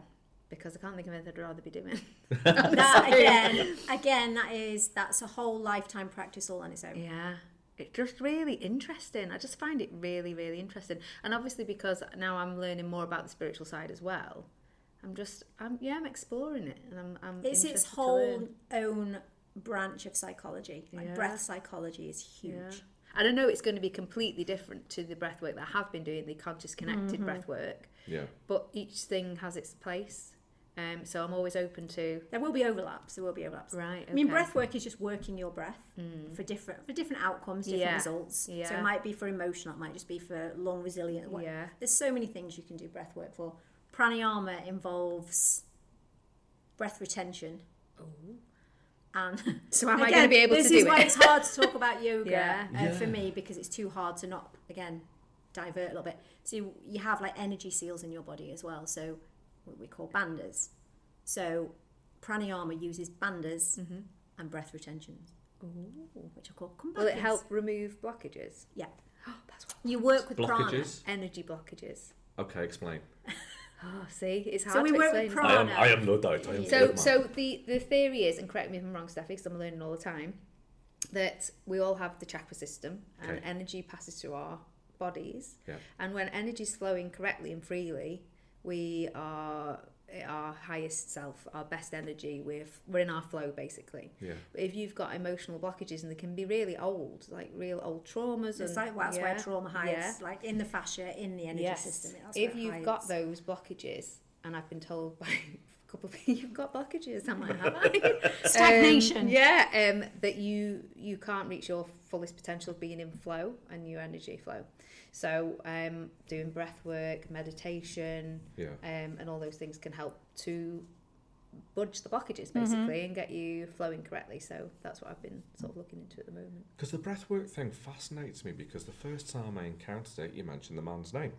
Speaker 2: Because I can't think of anything I'd rather be doing.
Speaker 3: that again, again, that is that's a whole lifetime practice all on its own.
Speaker 2: Yeah. It's just really interesting. I just find it really, really interesting. And obviously because now I'm learning more about the spiritual side as well. I'm just I'm yeah, I'm exploring it and I'm I'm
Speaker 3: It's its
Speaker 2: interested to
Speaker 3: whole
Speaker 2: learn.
Speaker 3: own branch of psychology. Like
Speaker 2: Yeah.
Speaker 3: breath psychology is huge.
Speaker 2: Yeah. And I know it's going to be completely different to the breath work that I have been doing, the conscious connected
Speaker 3: Mm-hmm.
Speaker 2: breath work.
Speaker 1: Yeah.
Speaker 2: But each thing has its place. Um so I'm always open to
Speaker 3: There will be overlaps. There will be overlaps.
Speaker 2: Right.
Speaker 3: I mean,
Speaker 2: okay. Hmm.
Speaker 3: breath work is just working your breath for different for different outcomes, different
Speaker 2: Yeah.
Speaker 3: results. So
Speaker 2: Yeah.
Speaker 3: it might be for emotional, it might just be for long resilient. work.
Speaker 2: Yeah.
Speaker 3: There's so many things you can do breath work for. Pranayama involves breath retention. And
Speaker 2: So am I going to be able to
Speaker 3: Um, this
Speaker 2: do
Speaker 3: is why
Speaker 2: it?
Speaker 3: it's hard to talk about yoga
Speaker 2: Yeah.
Speaker 3: uh, for
Speaker 1: Yeah.
Speaker 3: me because it's too hard to not again divert a little bit. So you, you have like energy seals in your body as well. So what we call bandas. So pranayama uses bandas
Speaker 2: Mm-hmm.
Speaker 3: and breath retentions, which are called combatants.
Speaker 2: Will it help remove blockages?
Speaker 3: Yeah.
Speaker 2: Oh, that's what
Speaker 3: You work with prana.
Speaker 1: Blockages.
Speaker 2: energy blockages.
Speaker 1: Okay, explain.
Speaker 2: Oh, see, it's
Speaker 3: So
Speaker 2: hard
Speaker 3: we
Speaker 2: to
Speaker 3: weren't
Speaker 2: explain.
Speaker 3: Oh,
Speaker 1: I am.
Speaker 3: no.
Speaker 1: I am no doubt. I am
Speaker 3: Yeah.
Speaker 2: So,
Speaker 1: good, man.
Speaker 2: so the, the theory is, and correct me if I'm wrong, Steffi, because I'm learning all the time, that we all have the chakra system and
Speaker 1: Okay.
Speaker 2: energy passes through our bodies.
Speaker 1: Yeah.
Speaker 2: And when energy's flowing correctly and freely, we are at our highest self, our best energy. We're, f- we're in our flow, basically.
Speaker 1: yeah.
Speaker 2: But if you've got emotional blockages, and they can be really old, like real old traumas.
Speaker 3: It's
Speaker 2: and,
Speaker 3: like that's where
Speaker 2: yeah,
Speaker 3: trauma
Speaker 2: yeah.
Speaker 3: hides, like in the fascia, in the energy
Speaker 2: Yes.
Speaker 3: system. That's
Speaker 2: if
Speaker 3: where it
Speaker 2: you've
Speaker 3: hides.
Speaker 2: got those blockages, and I've been told by a couple of people, you've got blockages, am I? Have I?
Speaker 3: Stagnation.
Speaker 2: Um, yeah, um, that you you can't reach your fullest potential of being in flow and your energy flow. So um, doing breath work, meditation,
Speaker 1: Yeah.
Speaker 2: um, and all those things can help to budge the blockages basically and get you flowing correctly. So that's what I've been sort of looking into at the moment.
Speaker 1: Because the breathwork thing fascinates me because the first time I encountered it, you mentioned the man's name,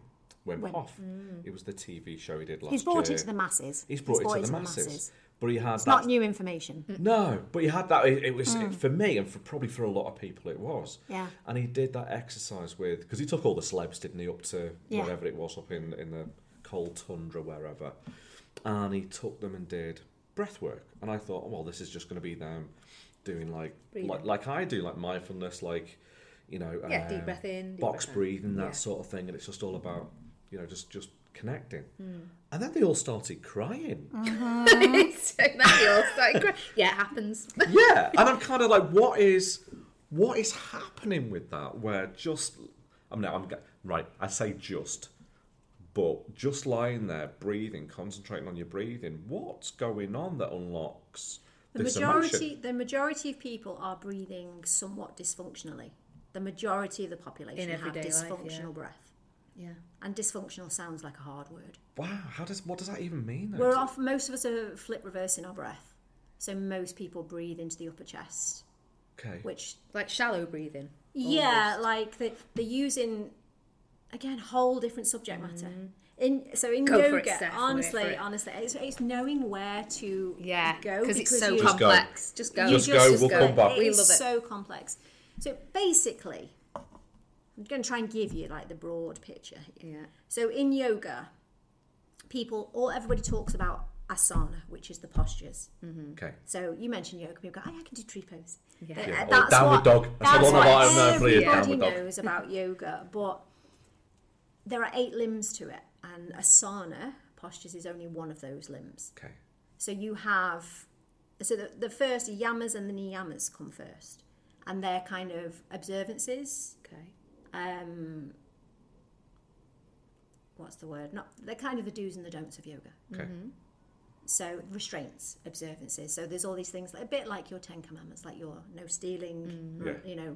Speaker 1: Wim,
Speaker 3: Wim.
Speaker 1: Hof. It was the TV show he did last
Speaker 3: He's brought
Speaker 1: year.
Speaker 3: it to the masses.
Speaker 1: He's brought, it to the masses. But he had
Speaker 3: It's
Speaker 1: that.
Speaker 3: not new information.
Speaker 1: No, but he had that. It, it was
Speaker 2: Hmm.
Speaker 1: for me, and for probably for a lot of people, it was.
Speaker 3: Yeah.
Speaker 1: And he did that exercise with because he took all the celebs, didn't he, up to
Speaker 3: Yeah.
Speaker 1: wherever it was, up in in the cold tundra, wherever. And he took them and did breath work, and I thought, well, this is just going to be them doing like
Speaker 2: Breathing.
Speaker 1: like like I do, like mindfulness, like you know,
Speaker 2: Yeah, deep
Speaker 1: um,
Speaker 2: breath in, deep
Speaker 1: box
Speaker 2: breath out.
Speaker 1: breathing, that
Speaker 2: Yeah.
Speaker 1: sort of thing, and it's just all about you know just just connecting.
Speaker 2: Hmm.
Speaker 1: And then they all started crying.
Speaker 2: so that you all started crying. Yeah, it happens.
Speaker 1: yeah and i'm kind of like what is what is happening with that where just i mean i'm g- right i say just but just lying there breathing concentrating on your breathing what's going on that unlocks
Speaker 3: The
Speaker 1: this
Speaker 3: majority,
Speaker 1: emotion
Speaker 3: the majority of people are breathing somewhat dysfunctionally. The majority of the population
Speaker 2: In
Speaker 3: have
Speaker 2: everyday life,
Speaker 3: dysfunctional
Speaker 2: yeah.
Speaker 3: breath,
Speaker 2: Yeah.
Speaker 3: and dysfunctional sounds like a hard word.
Speaker 1: wow how does what does that even mean though?
Speaker 3: We're off. Most of us are flip reversing our breath, so most people breathe into the upper chest,
Speaker 1: okay
Speaker 3: which
Speaker 2: Like shallow breathing.
Speaker 3: yeah, like the the using again whole different subject matter. In so in
Speaker 2: Mm-hmm. Go for it,
Speaker 3: yoga,
Speaker 2: Steph, go
Speaker 3: honestly,
Speaker 2: for it.
Speaker 3: honestly, it's, it's knowing where to
Speaker 2: Yeah,
Speaker 3: go
Speaker 2: because it's so
Speaker 3: you-
Speaker 1: Just go.
Speaker 2: complex. Just go.
Speaker 1: You Just go, we'll come back.
Speaker 2: We
Speaker 3: It is
Speaker 2: love it.
Speaker 3: so complex. So basically, I'm going to try and give you like the broad picture. here.
Speaker 2: Yeah.
Speaker 3: So in yoga, people, all everybody talks about asana, which is the postures.
Speaker 2: Mm.
Speaker 1: okay
Speaker 3: So you mentioned yoga, people go, "Oh, I can do tree pose.
Speaker 2: Yeah.
Speaker 3: Th-
Speaker 1: Yeah, or
Speaker 3: that's
Speaker 1: downward
Speaker 3: what,
Speaker 1: dog. That's
Speaker 3: That's
Speaker 1: the one
Speaker 3: what
Speaker 1: that I know for you,
Speaker 3: everybody
Speaker 1: downward dog.
Speaker 3: knows about yoga, but there are eight limbs to it, and asana postures is only one of those limbs.
Speaker 1: okay
Speaker 3: So you have, so the, the first yamas and the niyamas come first, and they're kind of observances.
Speaker 2: Okay.
Speaker 3: Um, what's the word? Not they're kind of the do's and the don'ts of yoga.
Speaker 1: okay
Speaker 3: So restraints, observances. So there's all these things, a bit like your Ten Commandments, like your no stealing,
Speaker 1: Yeah.
Speaker 3: you know.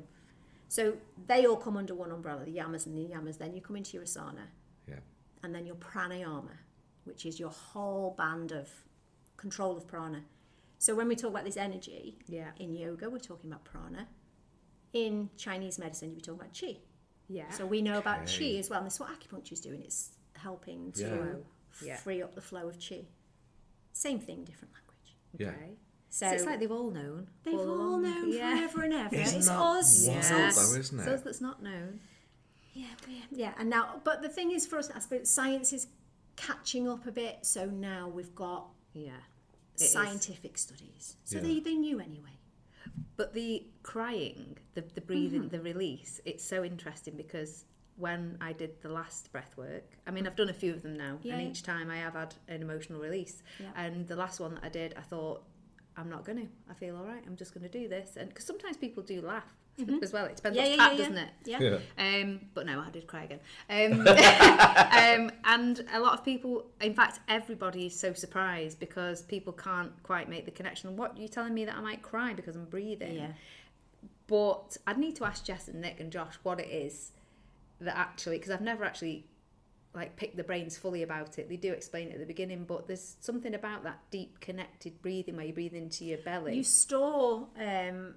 Speaker 3: So they all come under one umbrella, the yamas and the yamas. Then you come into your asana,
Speaker 1: yeah
Speaker 3: and then your pranayama, which is your whole band of control of prana. So when we talk about this energy
Speaker 2: Yeah.
Speaker 3: in yoga, we're talking about prana. In Chinese medicine, you'd be talking about qi.
Speaker 2: Yeah.
Speaker 3: So we know about
Speaker 1: Okay.
Speaker 3: qi as well, and that's what acupuncture is doing. It's helping to
Speaker 1: Yeah.
Speaker 2: Yeah.
Speaker 3: free up the flow of qi. Same thing, different language.
Speaker 1: yeah
Speaker 2: Okay.
Speaker 3: So,
Speaker 2: so it's like they've all known.
Speaker 3: they've all
Speaker 2: along.
Speaker 3: known
Speaker 2: Yeah.
Speaker 3: forever and ever.
Speaker 1: Isn't
Speaker 3: it's
Speaker 1: that
Speaker 3: us.
Speaker 1: wild,
Speaker 3: It's
Speaker 1: though,
Speaker 3: us.
Speaker 1: isn't it?
Speaker 2: So that's not known.
Speaker 3: Yeah, we- yeah, and now, but the thing is, for us, I suppose science is catching up a bit. So now we've got
Speaker 2: Yeah. It is.
Speaker 3: scientific studies. So
Speaker 1: Yeah.
Speaker 3: they, they knew anyway.
Speaker 2: But the crying, the, the breathing,
Speaker 3: Mm-hmm.
Speaker 2: the release, it's so interesting because when I did the last breath work, I mean, I've done a few of them now,
Speaker 3: Yeah.
Speaker 2: and each time I have had an emotional release.
Speaker 3: Yeah.
Speaker 2: And the last one that I did, I thought, I'm not going to. I feel all right. I'm just going to do this. And because sometimes people do laugh as well. It depends
Speaker 3: Mm-hmm. Yeah,
Speaker 2: on
Speaker 3: yeah,
Speaker 2: tap,
Speaker 3: yeah, yeah.
Speaker 2: doesn't it?
Speaker 3: Yeah.
Speaker 1: yeah
Speaker 2: Um, but no, I did cry again. Um, um, and a lot of people, in fact, everybody is so surprised because people can't quite make the connection. What you're telling me that I might cry because I'm breathing?
Speaker 3: Yeah.
Speaker 2: But I'd need to ask Jess and Nick and Josh what it is that actually, because I've never actually like picked the brains fully about it. They do explain it at the beginning, but there's something about that deep connected breathing where you breathe into your belly.
Speaker 3: You store, um,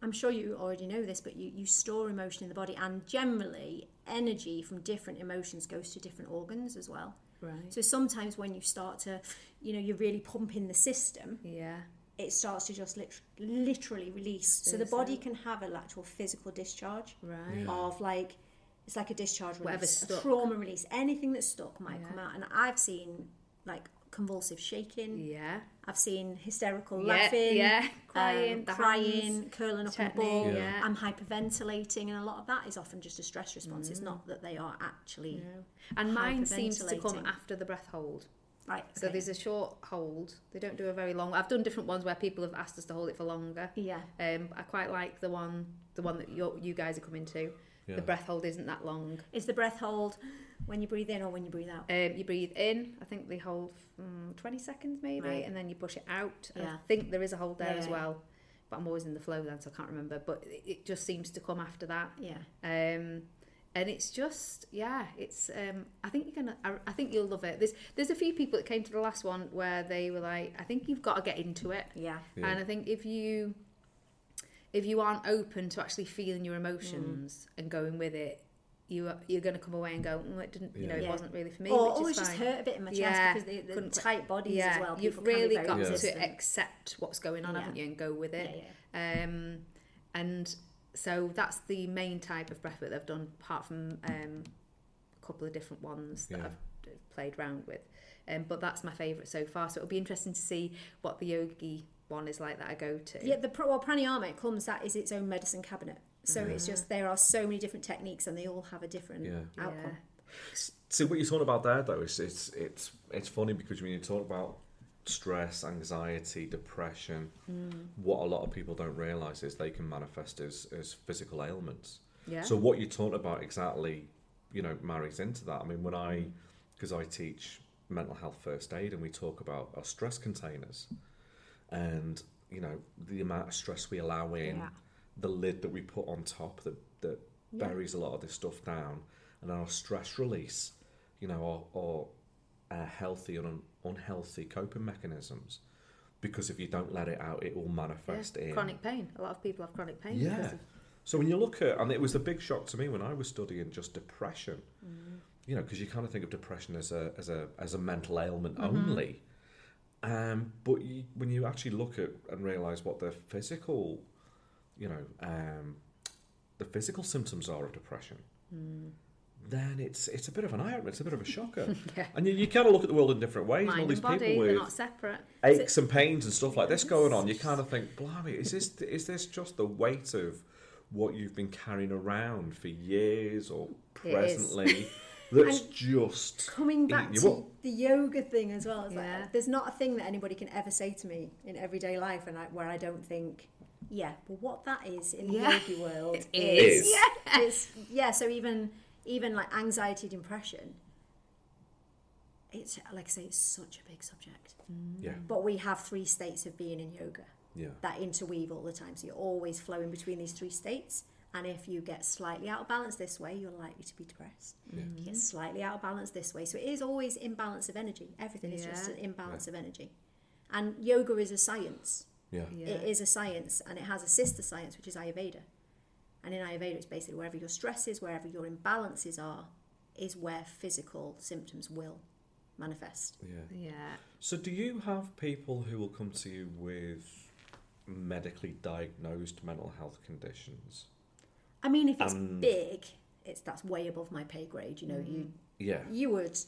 Speaker 3: I'm sure you already know this, but you, you store emotion in the body, and generally, energy from different emotions goes to different organs as well.
Speaker 2: right.
Speaker 3: So sometimes when you start to, you know, you're really pumping the system,
Speaker 2: Yeah.
Speaker 3: it starts to just lit- literally release. So the
Speaker 2: Release
Speaker 3: body
Speaker 2: out.
Speaker 3: can have a lateral physical discharge
Speaker 2: Right.
Speaker 3: of like It's like a discharge
Speaker 2: Whatever's
Speaker 3: release, a
Speaker 2: stuck.
Speaker 3: trauma release. Anything that's stuck might
Speaker 2: Yeah.
Speaker 3: come out. And I've seen like convulsive shaking.
Speaker 2: Yeah.
Speaker 3: I've seen hysterical
Speaker 2: Yeah,
Speaker 3: Mm. laughing.
Speaker 2: yeah.
Speaker 3: um,
Speaker 2: Crying, the
Speaker 3: crying,
Speaker 2: hands,
Speaker 3: curling up in a
Speaker 2: technique,
Speaker 3: ball.
Speaker 2: yeah.
Speaker 3: I'm hyperventilating, and a lot of that is often just a stress response.
Speaker 2: Mm.
Speaker 3: It's not that they are actually
Speaker 2: And mine seems to come
Speaker 3: Hyperventilating.
Speaker 2: after the breath hold.
Speaker 3: right.
Speaker 2: So
Speaker 3: okay.
Speaker 2: there's a short hold. They don't do a very long. I've done different ones where people have asked us to hold it for longer.
Speaker 3: yeah,
Speaker 2: Um, I quite like the one, the one that you you guys are coming to.
Speaker 1: Yeah.
Speaker 2: The breath hold isn't that long.
Speaker 3: is the breath hold when you breathe in or when you breathe out?
Speaker 2: Um, you breathe in. I think they hold mm, 20 seconds maybe,
Speaker 3: Right.
Speaker 2: and then you push it out. And I
Speaker 3: Yeah.
Speaker 2: think there is a hold there
Speaker 3: Yeah,
Speaker 2: as
Speaker 3: yeah.
Speaker 2: well, but I'm always in the flow then, so I can't remember. But it, it just seems to come after that.
Speaker 3: Yeah,
Speaker 2: um and it's just yeah it's um i think you're gonna I, I think you'll love it there's there's a few people that came to the last one where they were like i think you've got to get into it
Speaker 3: yeah,
Speaker 1: Yeah.
Speaker 2: and i think if you if you aren't open to actually feeling your emotions
Speaker 1: Mm.
Speaker 2: and going with it you are, you're going to come away and go mm, it didn't you know
Speaker 1: Yeah.
Speaker 2: it
Speaker 3: Yeah.
Speaker 2: wasn't really for me
Speaker 3: or
Speaker 2: which
Speaker 3: always
Speaker 2: is
Speaker 3: just
Speaker 2: fine.
Speaker 3: hurt a bit in my chest
Speaker 2: Yeah,
Speaker 3: because they, they're
Speaker 2: couldn't-
Speaker 3: tight bodies
Speaker 2: yeah
Speaker 3: as well.
Speaker 2: you've
Speaker 3: people can be
Speaker 2: really
Speaker 3: very
Speaker 2: got
Speaker 3: resistant.
Speaker 2: to accept what's going on
Speaker 3: Yeah.
Speaker 2: haven't you and go with
Speaker 3: Yeah,
Speaker 2: it
Speaker 3: yeah.
Speaker 2: um, and so that's the main type of breathwork they've done, apart from um, a couple of different ones that
Speaker 1: Yeah.
Speaker 2: I've d- played round with. Um, but that's my favourite so far. So it'll be interesting to see what the yogi one is like that I go to.
Speaker 3: Yeah, the pr- well pranayama it comes that is its own medicine cabinet. So
Speaker 2: Mm-hmm.
Speaker 3: it's just there are so many different techniques and they all have a different
Speaker 1: Yeah.
Speaker 3: outcome.
Speaker 1: See what you're talking about there, though. It's it's it's it's funny because when you talk about stress, anxiety, depression, what a lot of people don't realise is they can manifest as as physical ailments.
Speaker 2: Yeah.
Speaker 1: So what you talked about exactly, you know, marries into that. I mean, when I, because I teach mental health first aid, and we talk about our stress containers, and you know the amount of stress we allow in,
Speaker 3: Yeah.
Speaker 1: the lid that we put on top that that buries a lot of this stuff down, and our stress release, you know, or or uh, healthy and un- unhealthy coping mechanisms, because if you don't let it out, it will manifest
Speaker 2: Yeah.
Speaker 1: in
Speaker 2: Chronic pain. A lot of people have chronic pain.
Speaker 1: yeah.
Speaker 2: Because of,
Speaker 1: So when you look at, and it was a big shock to me when I was studying just depression,
Speaker 2: Mm.
Speaker 1: you know, because you kind of think of depression as a as a as a mental ailment
Speaker 2: Mm-hmm.
Speaker 1: only, um, but you, when you actually look at and realise what the physical, you know, um, the physical symptoms are of depression,
Speaker 2: Mm.
Speaker 1: then it's it's a bit of an eye opener, it's a bit of a shocker,
Speaker 2: Yeah.
Speaker 1: and you, you kind of look at the world in different ways. and all
Speaker 2: mind
Speaker 1: these
Speaker 2: and body,
Speaker 1: people
Speaker 2: they're
Speaker 1: with
Speaker 2: not separate.
Speaker 1: aches and pains and stuff like this going on, you kind of think, blimey, is this is this just the weight of what you've been carrying around for years or
Speaker 2: is.
Speaker 1: presently? That's just
Speaker 3: Coming back
Speaker 1: eating you
Speaker 3: to
Speaker 1: up?
Speaker 3: the yoga thing as well, it's
Speaker 2: Yeah.
Speaker 3: like, there's not a thing that anybody can ever say to me in everyday life and I, where I don't think, yeah, but what that is in
Speaker 2: Yeah.
Speaker 3: the yogi world
Speaker 2: It is.
Speaker 1: Is.
Speaker 3: Yeah. It's, yeah, so even even like anxiety, depression, it's like I say, it's such a big subject.
Speaker 1: yeah,
Speaker 3: But we have three states of being in yoga.
Speaker 1: yeah,
Speaker 3: that interweave all the time. So you're always flowing between these three states. And if you get slightly out of balance this way, you're likely to be depressed.
Speaker 1: Yeah.
Speaker 3: If you
Speaker 2: Mm-hmm.
Speaker 3: get slightly out of balance this way. So it is always imbalance of energy. Everything is just
Speaker 2: Yeah.
Speaker 3: an imbalance of energy. And yoga is a science.
Speaker 1: yeah,
Speaker 2: Yeah.
Speaker 3: It is a science and it has a sister science, which is Ayurveda. And in Ayurveda, it's basically wherever your stresses, wherever your imbalances are, is where physical symptoms will manifest.
Speaker 1: yeah.
Speaker 2: Yeah.
Speaker 1: So, do you have people who will come to you with medically diagnosed mental health conditions?
Speaker 3: I mean, if it's
Speaker 1: And-
Speaker 3: big, it's that's way above my pay grade. You know, you
Speaker 1: Yeah,
Speaker 3: you would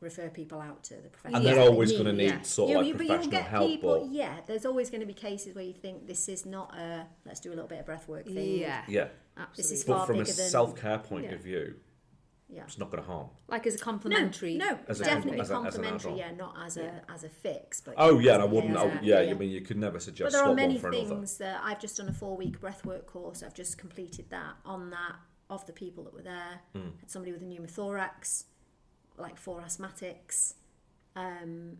Speaker 3: refer people out to the professional.
Speaker 1: Mm-hmm. and
Speaker 2: Yeah.
Speaker 1: they're always going to need
Speaker 2: Yeah.
Speaker 1: sort of like professional help,
Speaker 3: people. Yeah, there's always going to be cases where you think this is not a let's do a little bit of breath work thing.
Speaker 2: Yeah.
Speaker 1: but yeah,
Speaker 2: Absolutely.
Speaker 3: This is
Speaker 1: but
Speaker 3: far
Speaker 1: from a
Speaker 3: bigger than-
Speaker 1: self care point
Speaker 2: Yeah.
Speaker 1: of view,
Speaker 3: yeah.
Speaker 1: it's not going to harm.
Speaker 2: like as a
Speaker 3: No,
Speaker 2: complimentary.
Speaker 3: no,
Speaker 1: As a-
Speaker 3: definitely
Speaker 1: as a- as an
Speaker 3: complementary.
Speaker 1: add-on.
Speaker 3: yeah, not as a as a fix. But
Speaker 1: Oh yeah, and I
Speaker 3: Yeah,
Speaker 1: wouldn't. I,
Speaker 3: exactly,
Speaker 1: yeah,
Speaker 3: yeah.
Speaker 1: I mean, you could never suggest
Speaker 3: But there are
Speaker 1: swap
Speaker 3: many
Speaker 1: one for another.
Speaker 3: things that I've just done a four week breathwork course. I've just completed that. On that, of the people that were there,
Speaker 1: Mm.
Speaker 3: had somebody with a pneumothorax, like four asthmatics, um,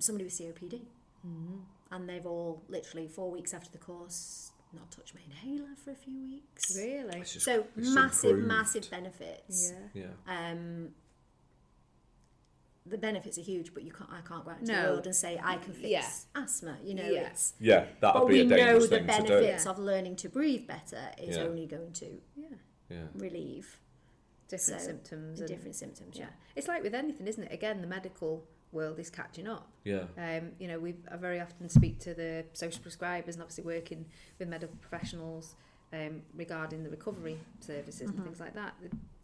Speaker 3: somebody with COPD,
Speaker 2: Mm-hmm.
Speaker 3: and they've all literally four weeks after the course not touched my inhaler for a few weeks.
Speaker 2: Really?
Speaker 1: It's just-
Speaker 3: So
Speaker 1: it's
Speaker 3: massive,
Speaker 1: improved.
Speaker 3: massive benefits.
Speaker 2: Yeah.
Speaker 1: Yeah.
Speaker 3: Um, the benefits are huge, but you can't. I can't go out into
Speaker 2: No.
Speaker 3: the world and say I can fix
Speaker 2: Yeah.
Speaker 3: asthma. You know,
Speaker 2: Yeah.
Speaker 3: it's
Speaker 1: Yeah, that'd
Speaker 3: but
Speaker 1: be
Speaker 3: we
Speaker 1: a
Speaker 3: know
Speaker 1: dangerous
Speaker 3: the
Speaker 1: thing to do.
Speaker 3: benefits of learning to breathe better is
Speaker 1: Yeah.
Speaker 3: only going to
Speaker 2: Yeah.
Speaker 1: Yeah.
Speaker 3: relieve
Speaker 2: Different
Speaker 3: So,
Speaker 2: symptoms.
Speaker 3: the
Speaker 2: And,
Speaker 3: different symptoms.
Speaker 2: Yeah.
Speaker 3: Yeah.
Speaker 2: It's like with anything, isn't it? Again, the medical world is catching up.
Speaker 1: Yeah.
Speaker 2: Um, you know, we I very often speak to the social prescribers and obviously working
Speaker 3: Mm-hmm.
Speaker 2: with medical professionals um, regarding the recovery services and things like that.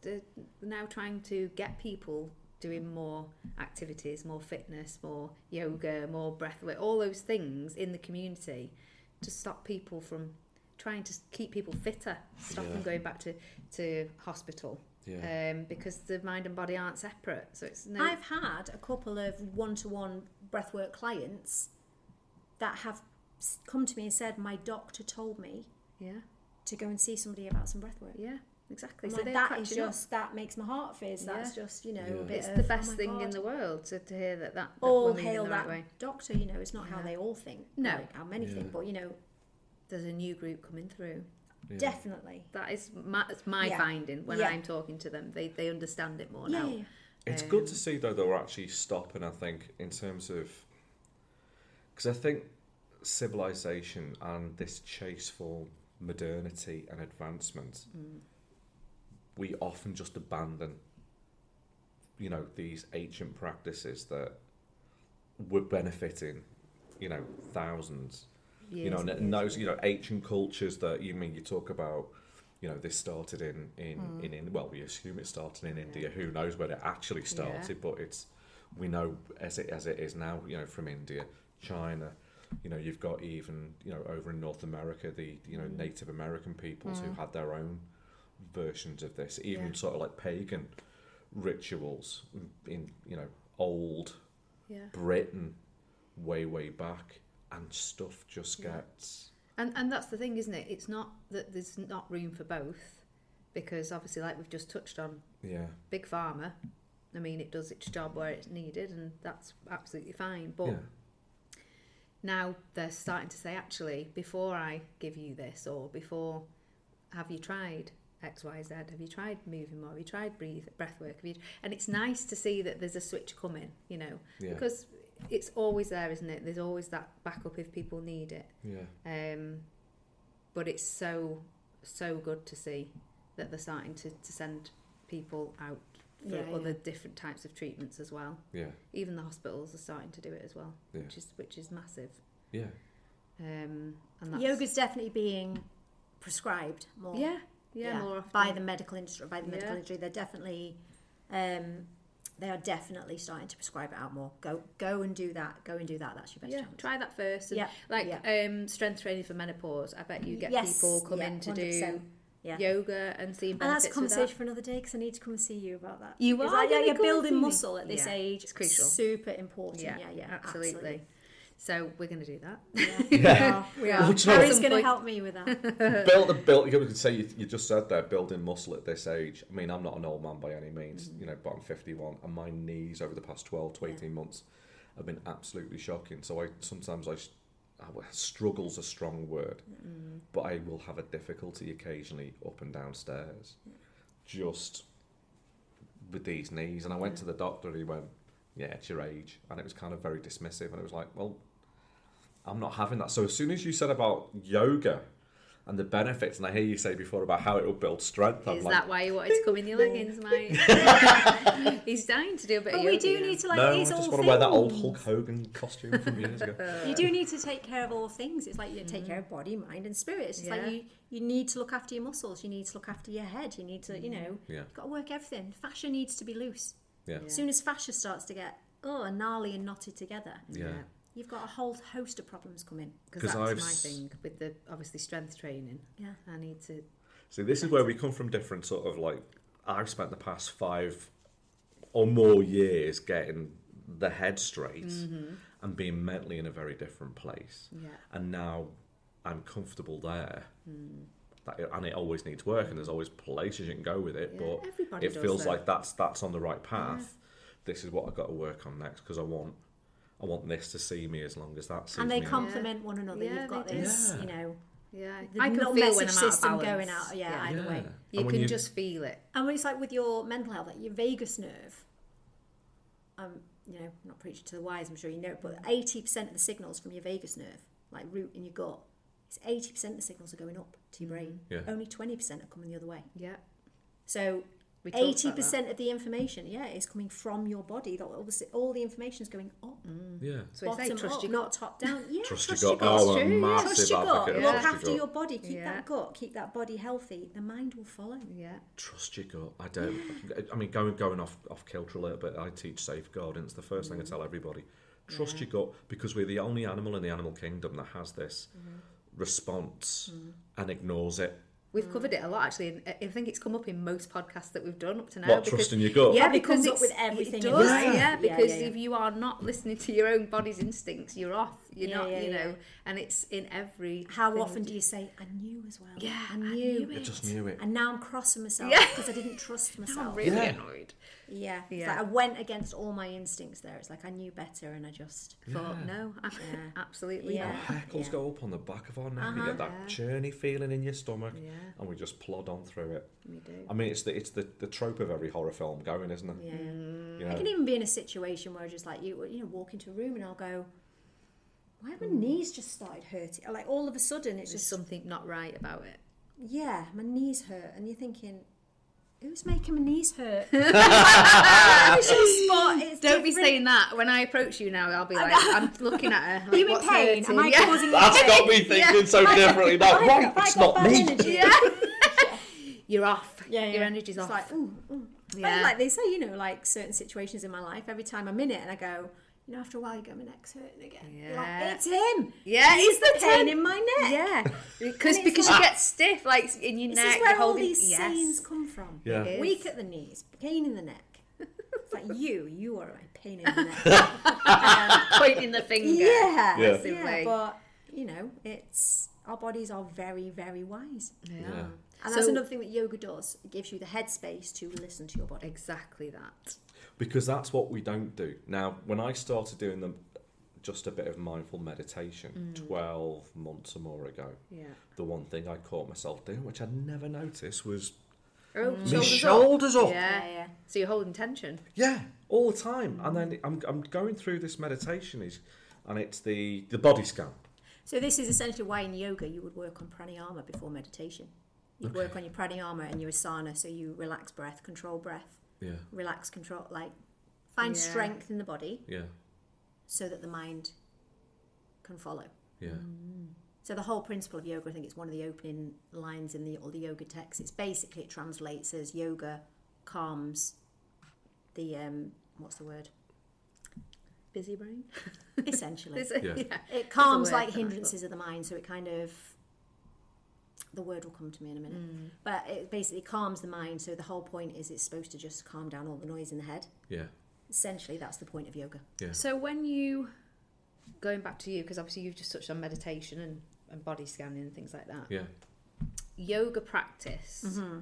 Speaker 2: they're now trying to get people doing more activities, more fitness, more yoga, more breath work, all those things in the community to stop people from trying to keep people fitter, stop
Speaker 1: Yeah.
Speaker 2: them going back to, to hospital
Speaker 1: Yeah.
Speaker 2: um, because the mind and body aren't separate. So it's no.
Speaker 3: I've had a couple of one-to-one breathwork clients that have s- come to me and said, "My doctor told me
Speaker 2: yeah,
Speaker 3: to go and see somebody about some breathwork."
Speaker 2: yeah, exactly.
Speaker 3: I'm
Speaker 2: so
Speaker 3: like,
Speaker 2: they're
Speaker 3: that
Speaker 2: catching
Speaker 3: is
Speaker 2: up.
Speaker 3: just that makes my heart fizz. That's just you know
Speaker 1: Yeah.
Speaker 3: a bit
Speaker 2: It's
Speaker 3: of,
Speaker 2: the
Speaker 3: oh
Speaker 2: best
Speaker 3: my
Speaker 2: thing in
Speaker 3: God.
Speaker 2: the world to, to hear that that, that
Speaker 3: all
Speaker 2: woman's in
Speaker 3: hail
Speaker 2: the
Speaker 3: that
Speaker 2: right way.
Speaker 3: doctor. You know, it's not how
Speaker 2: Yeah.
Speaker 3: they all think.
Speaker 2: No.
Speaker 3: like how many
Speaker 1: Yeah.
Speaker 3: think, but you know,
Speaker 2: There's a new group coming through.
Speaker 1: yeah.
Speaker 3: definitely.
Speaker 2: That is my, that's my
Speaker 3: Yeah.
Speaker 2: finding when
Speaker 3: Yeah.
Speaker 2: I'm talking to them. They they understand it more
Speaker 3: Yeah,
Speaker 2: now.
Speaker 3: yeah, yeah.
Speaker 1: It's good to see though that we're actually stopping. I think in terms of because I think civilization and this chase for modernity and advancement, we often just abandon. You know these ancient practices that were benefiting, you know, thousands
Speaker 2: Years
Speaker 1: you know, and,
Speaker 2: and
Speaker 1: and
Speaker 2: years.
Speaker 1: those you know ancient cultures that you mean you talk about. You know, this started in in in, in well, we assume it started in
Speaker 2: Mm. Yeah.
Speaker 1: India. Who knows where it actually started? But it's we know as it as it is now. You know, from India, China. You know, you've got even you know over in North America the you
Speaker 2: Mm.
Speaker 1: know Native American peoples who had their own versions of this, even
Speaker 2: Yeah.
Speaker 1: sort of like pagan rituals in you know old
Speaker 2: yeah.
Speaker 1: Britain, way way back, and stuff just
Speaker 2: Yeah.
Speaker 1: gets.
Speaker 2: And and that's the thing, isn't it? It's not that there's not room for both, because obviously, like we've just touched on,
Speaker 1: Yeah,
Speaker 2: big pharma. I mean, it does its job where it's needed, and that's absolutely fine. But
Speaker 1: yeah,
Speaker 2: now they're starting to say, actually, before I give you this, or before, have you tried X, Y, Z? Have you tried moving more? Have you tried breathe, breath work? Have you? And it's nice to see that there's a switch coming, you know,
Speaker 1: yeah,
Speaker 2: because it's always there, isn't it? There's always that backup if people need it.
Speaker 1: yeah,
Speaker 2: Um, but it's so so good to see that they're starting to, to send people out for
Speaker 3: Yeah,
Speaker 2: other
Speaker 3: yeah.
Speaker 2: different types of treatments as well.
Speaker 1: yeah,
Speaker 2: Even the hospitals are starting to do it as well,
Speaker 1: Yeah.
Speaker 2: which is which is massive.
Speaker 1: yeah,
Speaker 2: Um, and that's,
Speaker 3: Yoga's definitely being prescribed more.
Speaker 2: yeah, yeah, more often.
Speaker 3: by the medical industry. By the medical
Speaker 2: Yeah.
Speaker 3: industry, they're definitely, um, they are definitely starting to prescribe it out more. Go, go and do that. Go and do that. That's your best
Speaker 2: yeah,
Speaker 3: chance.
Speaker 2: try that first. And
Speaker 3: Yeah,
Speaker 2: like
Speaker 3: yeah.
Speaker 2: um, strength training for menopause. I bet you get
Speaker 3: Yes,
Speaker 2: people come
Speaker 3: yeah,
Speaker 2: in to
Speaker 3: 100%,
Speaker 2: do
Speaker 3: yeah.
Speaker 2: yoga and seeing
Speaker 3: And that's
Speaker 2: benefits
Speaker 3: a
Speaker 2: with that.
Speaker 3: conversation for another day because I need to come and see you about that.
Speaker 2: You
Speaker 3: It's
Speaker 2: are
Speaker 3: like, yeah,
Speaker 2: gonna
Speaker 3: you're
Speaker 2: come and see
Speaker 3: building
Speaker 2: me.
Speaker 3: muscle at this
Speaker 2: Yeah,
Speaker 3: age.
Speaker 2: it's crucial.
Speaker 3: Super important. Yeah, yeah,
Speaker 2: absolutely. So we're going to do that.
Speaker 3: absolutely. Yeah. we are.
Speaker 1: Well,
Speaker 3: We
Speaker 1: do you
Speaker 3: are.
Speaker 1: know
Speaker 3: Harry's
Speaker 2: what-
Speaker 3: going to help me with that.
Speaker 2: Uh-huh.
Speaker 1: build the build. You could say you, you just said there building muscle at this age. I mean, I'm not an old man by any means,
Speaker 2: Mm-hmm.
Speaker 1: you know, but I'm 51, and my knees over the past 12 to
Speaker 3: Yeah.
Speaker 1: 18 months have been absolutely shocking. So I sometimes I, s- I w- struggle's a strong word,
Speaker 2: Mm.
Speaker 1: but I will have a difficulty occasionally up and downstairs, just with these knees. And I went to the doctor, and he went, "Yeah, it's your age," and it was kind of very dismissive, and it was like, well. I'm not having that. So as soon as you said about yoga and the benefits, and I hear you say before about how it will build strength, I'm
Speaker 2: Is
Speaker 1: like,
Speaker 2: that why you wanted to come in your leggings, mate? He's dying to do a bit
Speaker 3: But
Speaker 2: of
Speaker 3: we
Speaker 2: yoga
Speaker 3: do
Speaker 2: now.
Speaker 3: need to like
Speaker 1: no, I
Speaker 3: these
Speaker 1: just
Speaker 3: all
Speaker 1: want
Speaker 3: things.
Speaker 1: to wear that old Hulk Hogan costume from years ago.
Speaker 3: You do need to take care of all things. It's like you take care of body, mind, and spirit. It's just
Speaker 2: Mm. Yeah.
Speaker 3: like you you need to look after your muscles. You need to look after your head. You need to, you
Speaker 2: Mm.
Speaker 3: know,
Speaker 1: Yeah.
Speaker 3: you've got to work everything. Fascia needs to be loose.
Speaker 1: Yeah,
Speaker 2: Yeah.
Speaker 3: As soon as fascia starts to get oh and gnarly and knotted together,
Speaker 1: yeah,
Speaker 3: you've got a whole host of problems coming.
Speaker 2: Because
Speaker 1: 'Cause
Speaker 2: that's
Speaker 1: I've
Speaker 2: my
Speaker 1: s-
Speaker 2: thing with the obviously strength training.
Speaker 3: Yeah.
Speaker 2: I need to.
Speaker 1: So this is where we come from different sort of like. I've spent the past five or more years getting the head straight
Speaker 2: Mm-hmm.
Speaker 1: and being mentally in a very different place.
Speaker 2: Yeah.
Speaker 1: and now I'm comfortable there.
Speaker 2: Mm.
Speaker 1: That, and it always needs work, and there's always places you can go with it,
Speaker 2: Yeah,
Speaker 1: but
Speaker 2: everybody
Speaker 1: it
Speaker 2: does
Speaker 1: feels
Speaker 2: that.
Speaker 1: like that's that's on the right path. This is what I've got to work on next because I want I want this to see me as long as that sees
Speaker 3: and they
Speaker 1: me.
Speaker 3: complement one another.
Speaker 2: Yeah,
Speaker 3: you've got
Speaker 2: they do.
Speaker 3: this,
Speaker 1: Yeah.
Speaker 3: you know,
Speaker 2: Yeah.
Speaker 3: the
Speaker 2: I can
Speaker 3: little
Speaker 2: feel
Speaker 3: message
Speaker 2: when I'm out of
Speaker 3: system
Speaker 2: balance.
Speaker 3: going out. Yeah,
Speaker 1: yeah.
Speaker 3: either way.
Speaker 2: You
Speaker 1: And when
Speaker 2: can
Speaker 1: you-
Speaker 2: just feel it.
Speaker 3: And when it's like with your mental health, like your vagus nerve, um, you know, not preaching to the wise, I'm sure you know, but 80% of the signals from your vagus nerve, like root in your gut, it's 80% of the signals are going up to your brain.
Speaker 1: Mm, Yeah.
Speaker 3: Only 20% are coming the other way.
Speaker 2: Yeah.
Speaker 3: So
Speaker 2: We talked about
Speaker 3: Eighty
Speaker 2: that.
Speaker 3: percent of the information, yeah, is coming from your body. That all the all the information is going up,
Speaker 1: Yeah.
Speaker 2: Mm. So it's
Speaker 3: bottom
Speaker 2: like trust
Speaker 3: up,
Speaker 2: your
Speaker 3: not top down. Yeah,
Speaker 1: Trust,
Speaker 3: your
Speaker 1: your gut. Oh, I'm a
Speaker 2: true, yeah.
Speaker 1: massive
Speaker 3: Trust your gut.
Speaker 1: advocate of
Speaker 2: Yeah.
Speaker 3: Look
Speaker 1: trust
Speaker 3: after
Speaker 1: your
Speaker 3: your
Speaker 1: gut.
Speaker 3: body. Keep
Speaker 2: Yeah.
Speaker 3: that gut. Keep that body healthy. The mind will follow.
Speaker 2: Yeah.
Speaker 1: Trust your gut. I don't. I mean, going going off off kilter a little bit. I teach safeguarding. It's the first thing I
Speaker 3: Mm.
Speaker 1: tell everybody. Trust your gut because we're the only animal in the animal kingdom that has this
Speaker 3: Mm-hmm.
Speaker 1: response
Speaker 3: Mm.
Speaker 1: and ignores it.
Speaker 2: We've covered it a lot actually, and I think it's come up in most podcasts that we've done up to now.
Speaker 1: What
Speaker 2: because-
Speaker 1: trust in your gut?
Speaker 2: Yeah,
Speaker 3: Probably
Speaker 2: because
Speaker 3: comes up
Speaker 2: it's,
Speaker 3: with everything
Speaker 2: It
Speaker 3: in
Speaker 2: does,
Speaker 1: life.
Speaker 2: yeah.
Speaker 3: Yeah,
Speaker 2: because
Speaker 3: yeah, yeah.
Speaker 2: if you are not listening to your own body's instincts, you're off. You're
Speaker 3: Yeah,
Speaker 2: not,
Speaker 3: yeah,
Speaker 2: you
Speaker 3: yeah.
Speaker 2: know. And it's in every.
Speaker 3: How
Speaker 2: thing
Speaker 3: often
Speaker 2: we
Speaker 3: do you say, "I knew" as well?
Speaker 2: Yeah,
Speaker 3: I
Speaker 2: I
Speaker 3: knew.
Speaker 2: knew
Speaker 1: I just knew it.
Speaker 3: And now I'm crossing myself
Speaker 2: Yeah.
Speaker 3: because I didn't trust
Speaker 2: I'm
Speaker 3: myself.
Speaker 2: really
Speaker 1: Yeah.
Speaker 2: annoyed.
Speaker 3: Yeah, It's
Speaker 2: Yeah.
Speaker 3: like I went against all my instincts there. It's like I knew better, and I just
Speaker 2: Thought
Speaker 1: Yeah.
Speaker 2: no, I'm
Speaker 3: Yeah.
Speaker 2: absolutely
Speaker 1: Our
Speaker 3: Yeah.
Speaker 2: not.
Speaker 1: hackles
Speaker 3: Yeah.
Speaker 1: go up on the back of our neck. You
Speaker 3: Uh-huh.
Speaker 1: get that churny feeling in your stomach,
Speaker 2: Yeah,
Speaker 1: and we just plod on through it.
Speaker 2: we do.
Speaker 1: I mean, it's the it's the, the trope of every horror film going, isn't it?
Speaker 3: yeah.
Speaker 2: Mm.
Speaker 1: You
Speaker 3: I
Speaker 1: know,
Speaker 3: can even be in a situation where I just like you, you know, walk into a room and I'll go, "Why
Speaker 2: Mm.
Speaker 3: have my knees just started hurting?" Like all of a sudden, it's
Speaker 2: There's
Speaker 3: just
Speaker 2: something not right about it.
Speaker 3: yeah, my knees hurt, and you're thinking, "Who's making my knees hurt?"
Speaker 1: Ah.
Speaker 3: It's your spot. It's
Speaker 2: Don't be
Speaker 3: different.
Speaker 2: saying that. When I approach you now, I'll be like, I'm looking at her.
Speaker 3: Are
Speaker 2: like,
Speaker 3: you in
Speaker 2: "What's
Speaker 3: pain? Am
Speaker 2: hurting?"
Speaker 3: I
Speaker 2: Yeah.
Speaker 3: causing you
Speaker 1: that's
Speaker 3: pain?
Speaker 1: got me thinking so differently now.
Speaker 3: Have I-
Speaker 1: Right,
Speaker 3: have I
Speaker 1: it's
Speaker 3: got
Speaker 1: not
Speaker 3: bad
Speaker 1: me.
Speaker 3: energy?
Speaker 2: Yeah. You're off.
Speaker 3: Yeah, yeah.
Speaker 2: Your energy's
Speaker 3: It's
Speaker 2: off.
Speaker 3: like, ooh, ooh. And
Speaker 2: Yeah.
Speaker 3: like they say, you know, like certain situations in my life, every time I'm in it and I go, you know, after a while you go, my neck's hurting again. You're
Speaker 2: Yeah.
Speaker 3: Like, it's him.
Speaker 2: yeah,
Speaker 3: It's the pain
Speaker 2: temp-
Speaker 3: in my neck.
Speaker 2: Yeah, because
Speaker 3: it's
Speaker 2: because
Speaker 3: like-
Speaker 2: you get stiff, like in your
Speaker 3: This
Speaker 2: neck.
Speaker 3: is where
Speaker 2: you're
Speaker 3: all
Speaker 2: holding-
Speaker 3: these
Speaker 2: yes.
Speaker 3: sayings come from.
Speaker 1: Yeah.
Speaker 2: It is.
Speaker 3: Weak at the knees, pain in the neck. It's like you, you are a pain in the neck. Um,
Speaker 2: pointing the finger.
Speaker 3: yeah.
Speaker 1: Yeah.
Speaker 3: Yeah.
Speaker 2: Massive way.
Speaker 3: But, you know, it's our bodies are very, very wise.
Speaker 2: They
Speaker 1: Yeah.
Speaker 2: are.
Speaker 3: And
Speaker 2: So-
Speaker 3: that's another thing that yoga does. It gives you the headspace to listen to your body.
Speaker 2: Exactly that.
Speaker 1: because that's what we don't do. Now, when I started doing them, just a bit of mindful meditation
Speaker 2: Mm.
Speaker 1: 12 months or more ago,
Speaker 2: Yeah.
Speaker 1: the one thing I caught myself doing, which I'd never noticed, was
Speaker 3: Mm.
Speaker 2: Oh,
Speaker 1: my
Speaker 2: shoulders up.
Speaker 1: shoulders up.
Speaker 2: Yeah.
Speaker 3: yeah.
Speaker 2: So you're holding tension.
Speaker 1: Yeah, all the time. And then
Speaker 2: Mm.
Speaker 1: I'm, I'm going through this meditation, is, and it's the, the body scan.
Speaker 3: So this is essentially why in yoga you would work on pranayama before meditation. You'd work
Speaker 1: Okay.
Speaker 3: on your pranayama and your asana, so you relax breath, control breath,
Speaker 1: Yeah,
Speaker 3: relax control, like find
Speaker 2: Yeah.
Speaker 3: strength in the body
Speaker 1: yeah,
Speaker 3: so that the mind can follow.
Speaker 1: yeah.
Speaker 2: Mm.
Speaker 3: So the whole principle of yoga, I think it's one of the opening lines in the all the yoga texts. It's basically it translates as yoga calms the um what's the word?
Speaker 2: Busy brain.
Speaker 3: Essentially.
Speaker 2: Is it?
Speaker 1: Yeah.
Speaker 3: it calms
Speaker 2: word
Speaker 3: like
Speaker 2: for that,
Speaker 3: hindrances of the mind so it kind of the word will come to me in a minute
Speaker 2: Mm.
Speaker 3: but it basically calms the mind so the whole point is it's supposed to just calm down all the noise in the head
Speaker 1: Yeah,
Speaker 3: essentially that's the point of yoga
Speaker 2: So when you going back to you, because obviously you've just touched on meditation and, and body scanning and things like that.
Speaker 1: yeah.
Speaker 2: yoga practice,
Speaker 3: Mm-hmm.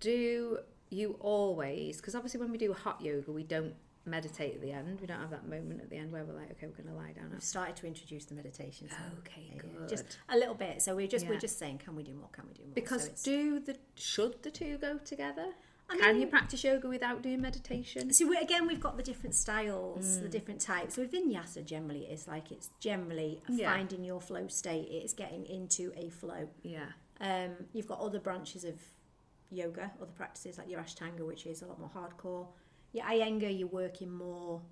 Speaker 2: do you always, because obviously when we do hot yoga, we don't meditate at the end. We don't have that moment at the end where we're like, okay, we're going to lie down.
Speaker 3: we've started to introduce the meditation so
Speaker 2: Oh. Okay,
Speaker 3: yeah, yeah,
Speaker 2: good.
Speaker 3: just a little bit so we're just we're
Speaker 2: Yeah.
Speaker 3: just saying can we do more can we do more
Speaker 2: because
Speaker 3: so it's-
Speaker 2: do the should the two go together?
Speaker 3: I
Speaker 2: Can
Speaker 3: mean-
Speaker 2: you practice yoga without doing meditation?
Speaker 3: So we, again, we've got the different styles,
Speaker 2: Mm.
Speaker 3: the different types. So with vinyasa, generally, it's like it's generally
Speaker 2: Yeah.
Speaker 3: finding your flow state. It's getting into a flow.
Speaker 2: Yeah,
Speaker 3: Um, you've got other branches of yoga, other practices like your Ashtanga, which is a lot more hardcore. Your Iyengar, you're working more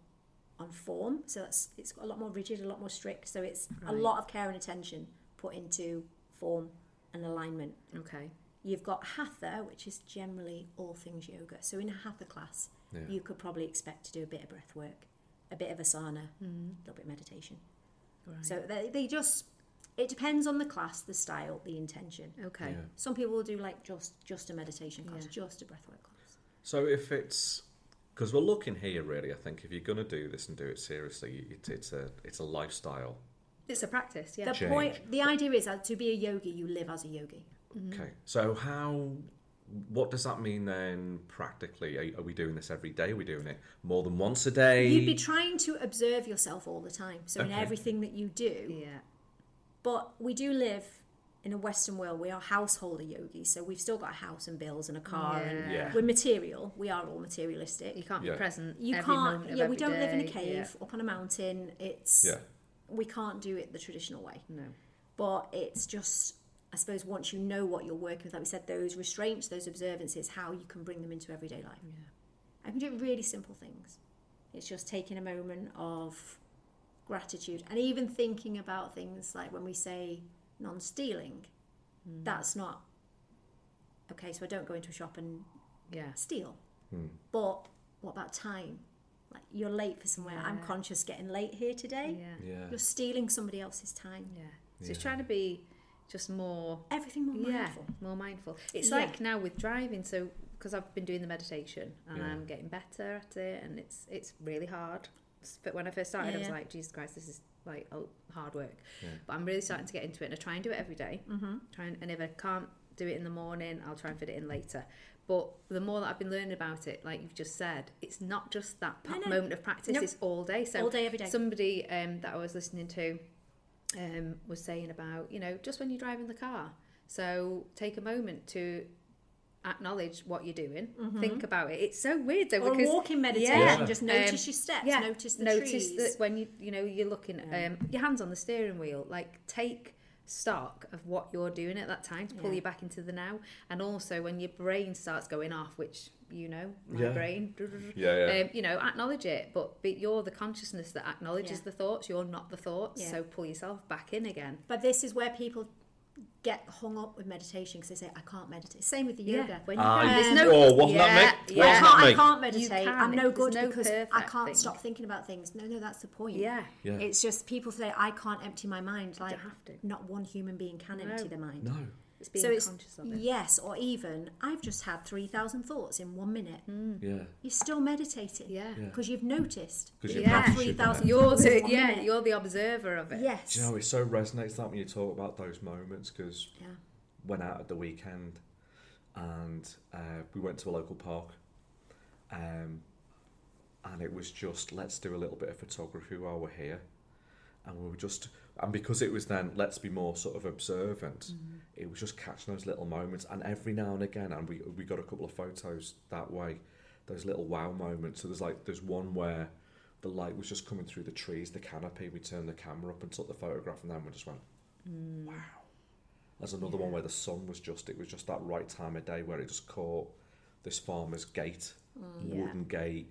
Speaker 3: on form, so that's it's a lot more rigid, a lot more strict. So it's a
Speaker 2: Right.
Speaker 3: lot of care and attention put into form and alignment.
Speaker 2: okay.
Speaker 3: You've got Hatha, which is generally all things yoga. So in a Hatha class,
Speaker 1: Yeah.
Speaker 3: you could probably expect to do a bit of breath work, a bit of asana, a little bit of meditation.
Speaker 2: Mm-hmm. Right.
Speaker 3: So they, they just it depends on the class, the style, the intention.
Speaker 2: okay.
Speaker 1: Yeah.
Speaker 3: Some people will do like just just a meditation class,
Speaker 2: Yeah.
Speaker 3: just a breathwork class.
Speaker 1: So if it's because we're looking here, really, I think if you're going to do this and do it seriously, it, it's a it's a lifestyle.
Speaker 2: It's a practice, yeah.
Speaker 3: The
Speaker 1: Change.
Speaker 3: point, the idea is that to be a yogi, you live as a yogi.
Speaker 1: Okay. So how? What does that mean then practically? Are, are we doing this every day? Are we doing it more than once a day?
Speaker 3: You'd be trying to observe yourself all the time, so in
Speaker 1: Okay.
Speaker 3: everything that you do.
Speaker 2: yeah.
Speaker 3: But we do live in a Western world. We are householder yogis, so we've still got a house and bills and a car, and
Speaker 1: Yeah.
Speaker 3: we're material. We are all materialistic.
Speaker 2: You can't
Speaker 1: Yeah.
Speaker 2: be present.
Speaker 3: You
Speaker 2: every moment of
Speaker 3: can't. Yeah, we
Speaker 2: every
Speaker 3: don't live in a
Speaker 2: day, yeah.
Speaker 3: cave up on a mountain. It's
Speaker 1: yeah.
Speaker 3: we can't do it the traditional way.
Speaker 2: No.
Speaker 3: but it's just I suppose once you know what you're working with, like we said, those restraints, those observances, how you can bring them into everyday life.
Speaker 2: Yeah.
Speaker 3: I can do really simple things. It's just taking a moment of gratitude and even thinking about things like when we say non stealing,
Speaker 2: Hmm.
Speaker 3: that's not okay, so I don't go into a shop and
Speaker 2: Yeah.
Speaker 3: steal. But what about time? Like you're late for somewhere. I'm
Speaker 2: Yeah.
Speaker 3: conscious getting late here today.
Speaker 2: Yeah.
Speaker 1: Yeah.
Speaker 3: You're stealing somebody else's time.
Speaker 2: Yeah. So it's
Speaker 1: Yeah.
Speaker 2: trying to be just more
Speaker 3: Everything more
Speaker 2: yeah,
Speaker 3: mindful.
Speaker 2: more mindful. It's
Speaker 3: Yeah.
Speaker 2: like now with driving, so because I've been doing the meditation and
Speaker 1: Yeah.
Speaker 2: I'm getting better at it, and it's it's really hard. S- But when I first started, I was
Speaker 3: Yeah.
Speaker 2: like, Jesus Christ, this is like oh, hard work.
Speaker 1: Yeah.
Speaker 2: But I'm really starting to get into it, and I try and do it every day.
Speaker 3: Mm-hmm.
Speaker 2: Try and, and if I can't do it in the morning, I'll try and fit it in later. But the more that I've been learning about it, like you've just said, it's not just that pa-
Speaker 3: No, no.
Speaker 2: moment of practice;
Speaker 3: Nope.
Speaker 2: it's all day. So
Speaker 3: All day, every day.
Speaker 2: somebody um, that I was listening to um, was saying about, you know, just when you're driving the car. So take a moment to acknowledge what you're doing, think about it. It's so weird though,
Speaker 3: Mm-hmm. or a
Speaker 2: because
Speaker 3: walking meditation.
Speaker 1: Yeah.
Speaker 3: Just
Speaker 2: Um,
Speaker 3: notice your steps.
Speaker 2: yeah,
Speaker 3: Notice the
Speaker 2: notice
Speaker 3: trees.
Speaker 2: that when you, you know, you're looking, um, your hands on the steering wheel, like take stock of what you're doing at that time to pull
Speaker 3: Yeah.
Speaker 2: you back into the now. And also when your brain starts going off, which, you know, my
Speaker 1: Yeah.
Speaker 2: brain,
Speaker 1: Yeah, yeah.
Speaker 2: um, you know, acknowledge it, but, but you're the consciousness that acknowledges
Speaker 3: Yeah.
Speaker 2: the thoughts. You're not the thoughts,
Speaker 3: Yeah.
Speaker 2: so pull yourself back in again.
Speaker 3: But this is where people get hung up with meditation because they say, I can't meditate. Same with the
Speaker 2: Yeah.
Speaker 3: yoga. When
Speaker 1: Ah,
Speaker 3: you
Speaker 1: yeah.
Speaker 3: can't,
Speaker 2: There's no-
Speaker 1: oh, wasn't
Speaker 2: Yeah,
Speaker 1: that me?
Speaker 2: yeah.
Speaker 3: I,
Speaker 1: Wasn't
Speaker 3: can't, I
Speaker 1: that me?
Speaker 3: can't meditate.
Speaker 2: can.
Speaker 3: I'm no
Speaker 2: There's
Speaker 3: good
Speaker 2: no
Speaker 3: because I
Speaker 2: perfect
Speaker 3: can't
Speaker 2: thing.
Speaker 3: stop thinking about things. No, no, that's the point.
Speaker 2: Yeah.
Speaker 1: Yeah.
Speaker 3: It's just people say, I can't empty my mind. Like,
Speaker 2: have to.
Speaker 3: not one human being can
Speaker 2: No.
Speaker 3: empty their mind.
Speaker 1: No.
Speaker 2: It's being
Speaker 3: so it's
Speaker 2: conscious of it.
Speaker 3: yes, or even I've just had three thousand thoughts in one minute.
Speaker 2: Hmm.
Speaker 1: Yeah.
Speaker 3: You're still meditating,
Speaker 2: Yeah. Yeah.
Speaker 3: because you've noticed.
Speaker 1: 'Cause you've
Speaker 3: You've had
Speaker 1: noticed
Speaker 3: three
Speaker 1: you've
Speaker 3: thousand.
Speaker 1: had-
Speaker 2: You're
Speaker 3: thoughts in
Speaker 2: the
Speaker 3: one
Speaker 2: yeah,
Speaker 3: minute.
Speaker 2: you're the observer of it.
Speaker 3: yes.
Speaker 1: Do you know, it so resonates that when you talk about those moments because
Speaker 3: yeah.
Speaker 1: went out at the weekend and uh, we went to a local park um, and it was just let's do a little bit of photography while we're here and we were just and because it was then let's be more sort of observant it was just catching those little moments and every now and again and we, we got a couple of photos that way those little wow moments so there's like there's one where the light was just coming through the trees the canopy we turned the camera up and took the photograph and then we just went
Speaker 2: Hmm.
Speaker 1: wow there's another one where the sun was just it was just that right time of day where it just caught this farmer's gate
Speaker 2: Mm. Yeah.
Speaker 1: wooden gate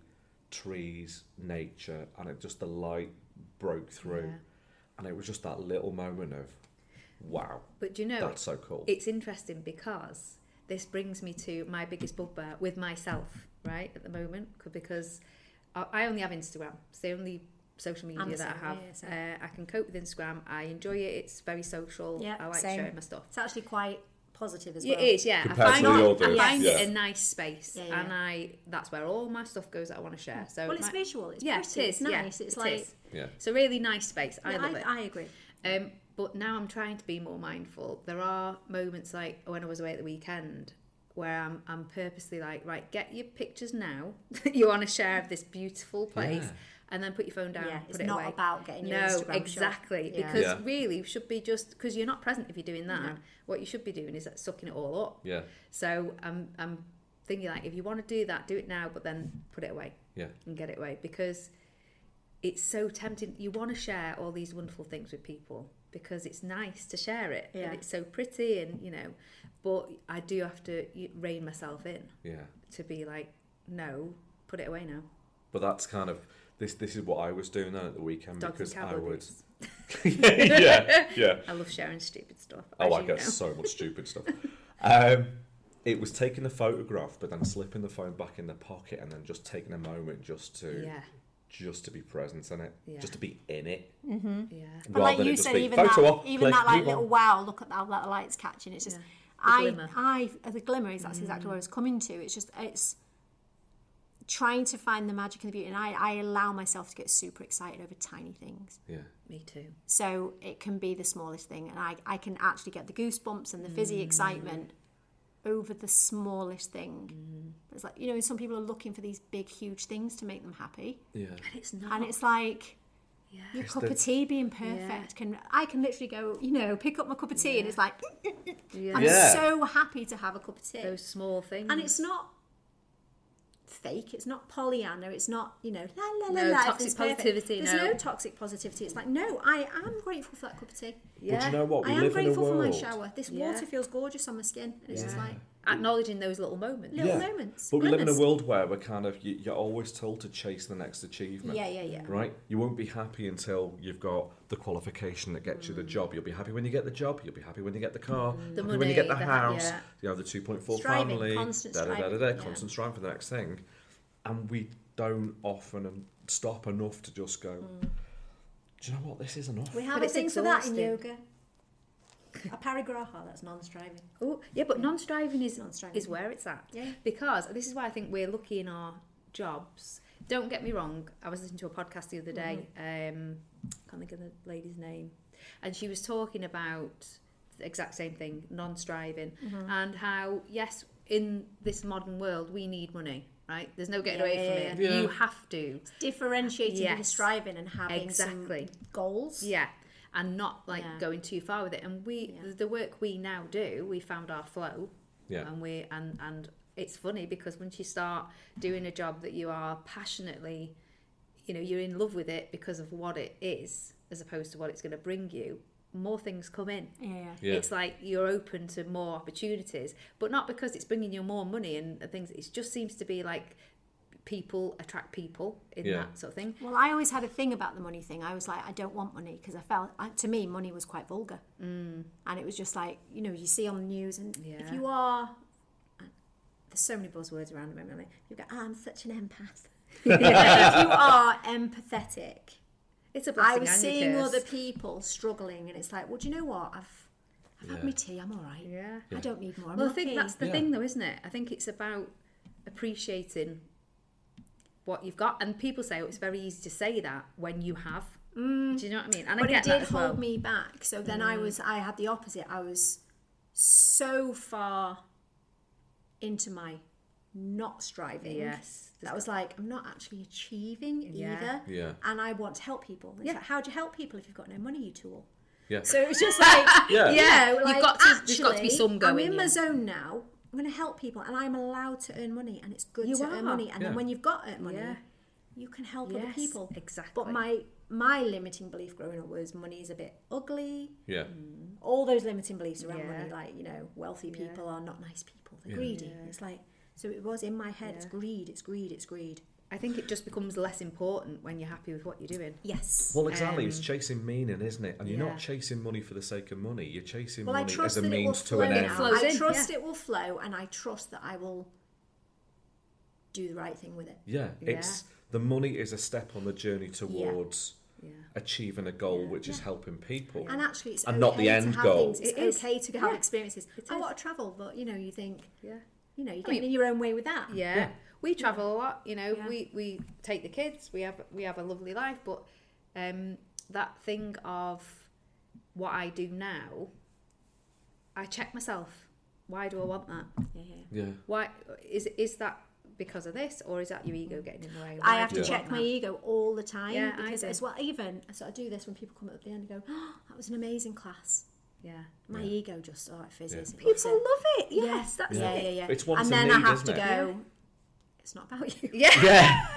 Speaker 1: trees nature and it just the light broke through
Speaker 2: Yeah.
Speaker 1: and it was just that little moment of wow
Speaker 2: But do you know
Speaker 1: that's so cool
Speaker 2: it's interesting because this brings me to my biggest bugbear with myself, right, at the moment, c- because I- I only have Instagram. It's the only social media
Speaker 3: I'm the
Speaker 2: that I
Speaker 3: same,
Speaker 2: have.
Speaker 3: yeah,
Speaker 2: uh, I can cope with Instagram. I enjoy it. It's very social.
Speaker 3: Yeah,
Speaker 2: I like
Speaker 3: same.
Speaker 2: sharing my stuff.
Speaker 3: It's actually quite positive as
Speaker 2: Yeah,
Speaker 3: well.
Speaker 2: It is, yeah.
Speaker 1: Compared
Speaker 2: I find,
Speaker 1: to the
Speaker 2: it,
Speaker 1: others,
Speaker 2: I find
Speaker 1: Yes.
Speaker 2: it a nice space,
Speaker 3: Yeah, yeah.
Speaker 2: and I that's where all my stuff goes that I want to share. So
Speaker 3: Well, it's
Speaker 2: my-
Speaker 3: visual. It's
Speaker 2: yeah,
Speaker 3: pretty.
Speaker 2: it
Speaker 3: it's
Speaker 2: is, yeah,
Speaker 3: nice. it's
Speaker 2: it
Speaker 3: like
Speaker 2: is.
Speaker 1: yeah
Speaker 2: It's a really nice space. I
Speaker 3: Yeah,
Speaker 2: love it.
Speaker 3: I agree.
Speaker 2: Um, but now I'm trying to be more mindful. There are moments like when I was away at the weekend where I'm, I'm purposely like, right, get your pictures now. you want to share of this beautiful place,
Speaker 1: Yeah.
Speaker 2: and then put your phone down.
Speaker 3: Yeah,
Speaker 2: put
Speaker 3: it's
Speaker 2: it
Speaker 3: not
Speaker 2: away.
Speaker 3: about getting your
Speaker 2: no,
Speaker 3: Instagram shot.
Speaker 2: exactly.
Speaker 3: Yeah.
Speaker 2: Because
Speaker 1: Yeah.
Speaker 2: really, you should be just because you're not present if you're doing that. What you should be doing is like, sucking it all up.
Speaker 1: yeah
Speaker 2: So I'm I'm thinking like, if you want to do that, do it now, but then put it away
Speaker 1: yeah
Speaker 2: and get it away because it's so tempting. You want to share all these wonderful things with people because it's nice to share it
Speaker 3: Yeah.
Speaker 2: and it's so pretty and you know. But I do have to y- rein myself in
Speaker 1: yeah
Speaker 2: to be like, no, put it away now.
Speaker 1: but that's kind of this this is what i was doing then at the weekend
Speaker 2: Dogs
Speaker 1: because
Speaker 2: and
Speaker 1: i
Speaker 2: cowboy
Speaker 1: would
Speaker 2: boots.
Speaker 1: yeah yeah
Speaker 2: I love sharing stupid stuff.
Speaker 1: Oh,
Speaker 2: as
Speaker 1: I
Speaker 2: you
Speaker 1: get
Speaker 2: know.
Speaker 1: so much stupid stuff. Um, it was taking the photograph, but then slipping the phone back in the pocket, and then just taking a moment just to
Speaker 2: Yeah,
Speaker 1: just to be present in it,
Speaker 2: Yeah.
Speaker 1: just to be in it.
Speaker 2: yeah,
Speaker 3: But like you said, even that, even that like little wow, look at that, that light's catching. It's just,
Speaker 2: Yeah.
Speaker 3: I,
Speaker 2: glimmer.
Speaker 3: I, the glimmer is that's exactly where I was coming to. It's just, it's trying to find the magic and the beauty, and I, I allow myself to get super excited over tiny things.
Speaker 1: Yeah,
Speaker 2: me too.
Speaker 3: So it can be the smallest thing, and I, I can actually get the goosebumps and the fizzy
Speaker 2: Mm.
Speaker 3: excitement over the smallest thing.
Speaker 2: Mm.
Speaker 3: It's like you know, some people are looking for these big, huge things to make them happy,
Speaker 1: yeah,
Speaker 2: And it's not.
Speaker 3: and it's
Speaker 2: Uh-huh.
Speaker 3: like.
Speaker 2: yeah.
Speaker 3: Your
Speaker 1: It's
Speaker 3: cup
Speaker 1: the-
Speaker 3: of tea being perfect can I can literally go, you know, pick up my cup of tea and it's like
Speaker 2: yeah.
Speaker 3: I'm
Speaker 1: Yeah.
Speaker 3: so happy to have a cup of tea.
Speaker 2: Those small things.
Speaker 3: And it's not fake. It's not Pollyanna. It's not you know la la la
Speaker 2: No
Speaker 3: la.
Speaker 2: toxic
Speaker 3: everything's perfect.
Speaker 2: positivity,
Speaker 3: There's
Speaker 2: no.
Speaker 3: no toxic positivity. It's like no, I am grateful for that cup of tea.
Speaker 2: Yeah.
Speaker 1: But do you know what? We
Speaker 3: I am
Speaker 1: live in a
Speaker 3: grateful for my
Speaker 1: world.
Speaker 3: shower. This
Speaker 2: Yeah.
Speaker 3: water feels gorgeous on my skin. And it's just
Speaker 1: Yeah.
Speaker 3: like
Speaker 2: Acknowledging those little moments.
Speaker 3: little moments.
Speaker 1: But we live in a
Speaker 3: glimmers.
Speaker 1: world where we're kind of you, you're always told to chase the next achievement.
Speaker 3: Yeah, yeah, yeah.
Speaker 1: Right? You won't be happy until you've got the qualification that gets you the job. You'll be happy when you get the job. You'll be happy when you get the car.
Speaker 2: The
Speaker 1: happy when you get the
Speaker 2: money, the ha-
Speaker 1: house.
Speaker 2: yeah.
Speaker 1: You have the two point four
Speaker 3: Striving,
Speaker 1: family.
Speaker 3: constant
Speaker 1: da, da, da, da, da,
Speaker 3: striving, yeah.
Speaker 1: Constant striving for the next thing, and we don't often um, stop enough to just go. Do you know what? This is enough.
Speaker 3: We have
Speaker 2: But
Speaker 3: a
Speaker 2: it's
Speaker 3: thing for that in
Speaker 2: exhausting.
Speaker 3: yoga. A parigraha, that's non-striving.
Speaker 2: Oh, yeah, but non-striving is
Speaker 3: Non-striving.
Speaker 2: is where it's at.
Speaker 3: Yeah.
Speaker 2: Because this is why I think we're lucky in our jobs. Don't get me wrong. I was listening to a podcast the other day. Um, can't think of the lady's name, and she was talking about the exact same thing, non-striving, and how yes, in this modern world, we need money. Right? There's no getting
Speaker 3: Yeah,
Speaker 2: away
Speaker 3: yeah,
Speaker 2: from it.
Speaker 1: yeah.
Speaker 2: You
Speaker 1: Yeah.
Speaker 2: have to.
Speaker 3: Differentiating your
Speaker 2: Yes.
Speaker 3: striving and having
Speaker 2: Exactly.
Speaker 3: some goals.
Speaker 2: Yeah. And not like
Speaker 3: Yeah.
Speaker 2: going too far with it. And we,
Speaker 3: Yeah.
Speaker 2: the work we now do, we found our flow.
Speaker 1: Yeah.
Speaker 2: and we and and it's funny because once you start doing a job that you are passionately you know you're in love with it because of what it is as opposed to what it's going to bring you more things come in
Speaker 3: Yeah.
Speaker 1: Yeah.
Speaker 2: it's like you're open to more opportunities but not because it's bringing you more money and things it just seems to be like people attract people in
Speaker 1: Yeah.
Speaker 2: that sort of thing
Speaker 3: Well, I always had a thing about the money thing. I was like, I don't want money because I felt, I, to me, money was quite vulgar. And it was just like, you know, you see on the news, and if
Speaker 2: Yeah.
Speaker 3: you are, there's so many buzzwords around at the moment. You've got, I'm such an empath. if you are empathetic,
Speaker 2: it's a blessing
Speaker 3: I was
Speaker 2: and a
Speaker 3: seeing
Speaker 2: curse.
Speaker 3: other people struggling, and it's like, well, do you know what? I've, I've
Speaker 1: Yeah.
Speaker 3: had my tea. I'm all right.
Speaker 2: yeah
Speaker 3: I don't need more. I'm
Speaker 2: Well, I
Speaker 3: lucky.
Speaker 2: think that's the
Speaker 1: Yeah.
Speaker 2: thing, though, isn't it? I think it's about appreciating what you've got. And people say, oh, it's very easy to say that when you have. Do you know what I mean? And
Speaker 3: Mm. but
Speaker 2: I get
Speaker 3: it did
Speaker 2: that as
Speaker 3: hold
Speaker 2: well. Mm.
Speaker 3: me back. So then I was, I had the opposite. I was so far into my not striving.
Speaker 2: Yes.
Speaker 3: That was like, I'm not actually achieving
Speaker 2: Yeah.
Speaker 3: either.
Speaker 1: Yeah.
Speaker 3: And I want to help people. It's
Speaker 2: Yeah.
Speaker 3: like, how do you help people if you've got no money, you tool?
Speaker 1: Yeah.
Speaker 3: So it was just like,
Speaker 1: Yeah.
Speaker 3: you
Speaker 2: Yeah,
Speaker 3: know,
Speaker 2: you've
Speaker 3: like,
Speaker 2: got to- there's got to be
Speaker 3: actually,
Speaker 2: some
Speaker 3: I'm
Speaker 2: going,
Speaker 3: in my
Speaker 2: yeah.
Speaker 3: zone now. I'm going to help people, and I'm allowed to earn money, and it's good
Speaker 2: You
Speaker 3: to
Speaker 2: are.
Speaker 3: earn money. And
Speaker 1: Yeah.
Speaker 3: then when you've got earned money,
Speaker 2: Yeah.
Speaker 3: you can help other
Speaker 2: Yes,
Speaker 3: people.
Speaker 2: exactly.
Speaker 3: But my my limiting belief growing up was money is a bit ugly.
Speaker 1: Yeah.
Speaker 3: All those limiting beliefs around
Speaker 2: Yeah.
Speaker 3: money, like you know, wealthy
Speaker 2: Yeah.
Speaker 3: people are not nice people. They're
Speaker 1: Yeah.
Speaker 3: greedy.
Speaker 2: Yeah.
Speaker 3: It's like so it was in my head. It's
Speaker 2: Yeah.
Speaker 3: greed. It's greed. It's greed.
Speaker 2: I think it just becomes less important when you're happy with what you're doing.
Speaker 3: Yes.
Speaker 1: Well, exactly.
Speaker 2: Um,
Speaker 1: it's chasing meaning, isn't it? And you're
Speaker 2: yeah.
Speaker 1: not chasing money for the sake of money. You're chasing
Speaker 3: Well, I
Speaker 1: money as
Speaker 3: trust
Speaker 1: a
Speaker 3: that it will
Speaker 1: means to
Speaker 3: flow.
Speaker 1: an
Speaker 2: It
Speaker 1: end.
Speaker 3: now.
Speaker 2: flows
Speaker 3: I
Speaker 2: in,
Speaker 3: trust
Speaker 2: yeah.
Speaker 3: it will flow, and I trust that I will do the right thing with it.
Speaker 1: Yeah,
Speaker 2: Yeah.
Speaker 1: it's the money is a step on the journey towards
Speaker 2: Yeah.
Speaker 1: achieving a goal,
Speaker 2: Yeah.
Speaker 1: which is
Speaker 3: Yeah.
Speaker 1: helping people.
Speaker 3: And actually, it's
Speaker 1: And
Speaker 3: okay
Speaker 1: not the end
Speaker 3: to have
Speaker 1: goal.
Speaker 3: Things. It's
Speaker 2: It is.
Speaker 3: okay to have
Speaker 2: Yeah.
Speaker 3: experiences.
Speaker 2: It
Speaker 3: I
Speaker 2: is.
Speaker 3: want to travel, but you know, you think,
Speaker 2: Yeah.
Speaker 3: you know, you're
Speaker 2: I mean-
Speaker 3: getting in your own way with that.
Speaker 2: Yeah.
Speaker 1: Yeah.
Speaker 2: We travel a lot, you know,
Speaker 3: Yeah.
Speaker 2: we, we take the kids, we have we have a lovely life, but um that thing of what I do now, I check myself. Why do I want that?
Speaker 3: Yeah, yeah.
Speaker 1: Yeah,
Speaker 2: Why is is that because of this, or is that your ego getting in the way?
Speaker 3: I
Speaker 2: Why
Speaker 3: have
Speaker 2: do
Speaker 3: to
Speaker 2: you
Speaker 3: check
Speaker 2: want
Speaker 3: my e-
Speaker 2: that?
Speaker 3: ego all the time
Speaker 2: Yeah, I
Speaker 3: because
Speaker 2: do.
Speaker 3: as well, even so, I do this when people come up at the end and go, oh, "That was an amazing class."
Speaker 2: Yeah,
Speaker 3: My
Speaker 1: Yeah.
Speaker 3: ego just oh, it fizzes. It loves
Speaker 2: people
Speaker 3: it.
Speaker 2: love it.
Speaker 3: Yeah.
Speaker 2: Yes, that's
Speaker 3: yeah,
Speaker 2: it.
Speaker 3: yeah, yeah.
Speaker 1: It's what
Speaker 3: and
Speaker 1: it's a
Speaker 3: then
Speaker 1: need,
Speaker 3: I have
Speaker 1: isn't
Speaker 3: to
Speaker 1: it?
Speaker 3: go.
Speaker 2: Yeah.
Speaker 3: It's not about you.
Speaker 2: Yeah,
Speaker 1: yeah,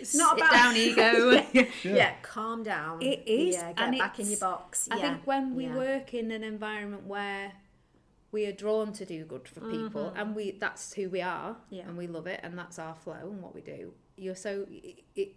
Speaker 2: it's
Speaker 3: not about-
Speaker 2: down ego.
Speaker 3: Yeah. calm down.
Speaker 2: It is,
Speaker 3: Yeah, get
Speaker 2: and
Speaker 3: back in
Speaker 2: it's-
Speaker 3: your box.
Speaker 2: I
Speaker 3: yeah.
Speaker 2: think when we
Speaker 3: yeah.
Speaker 2: work in an environment where we are drawn to do good for people, and we that's who we are,
Speaker 3: Mm-hmm. Yeah.
Speaker 2: and we love it, and that's our flow and what we do. You're so it. it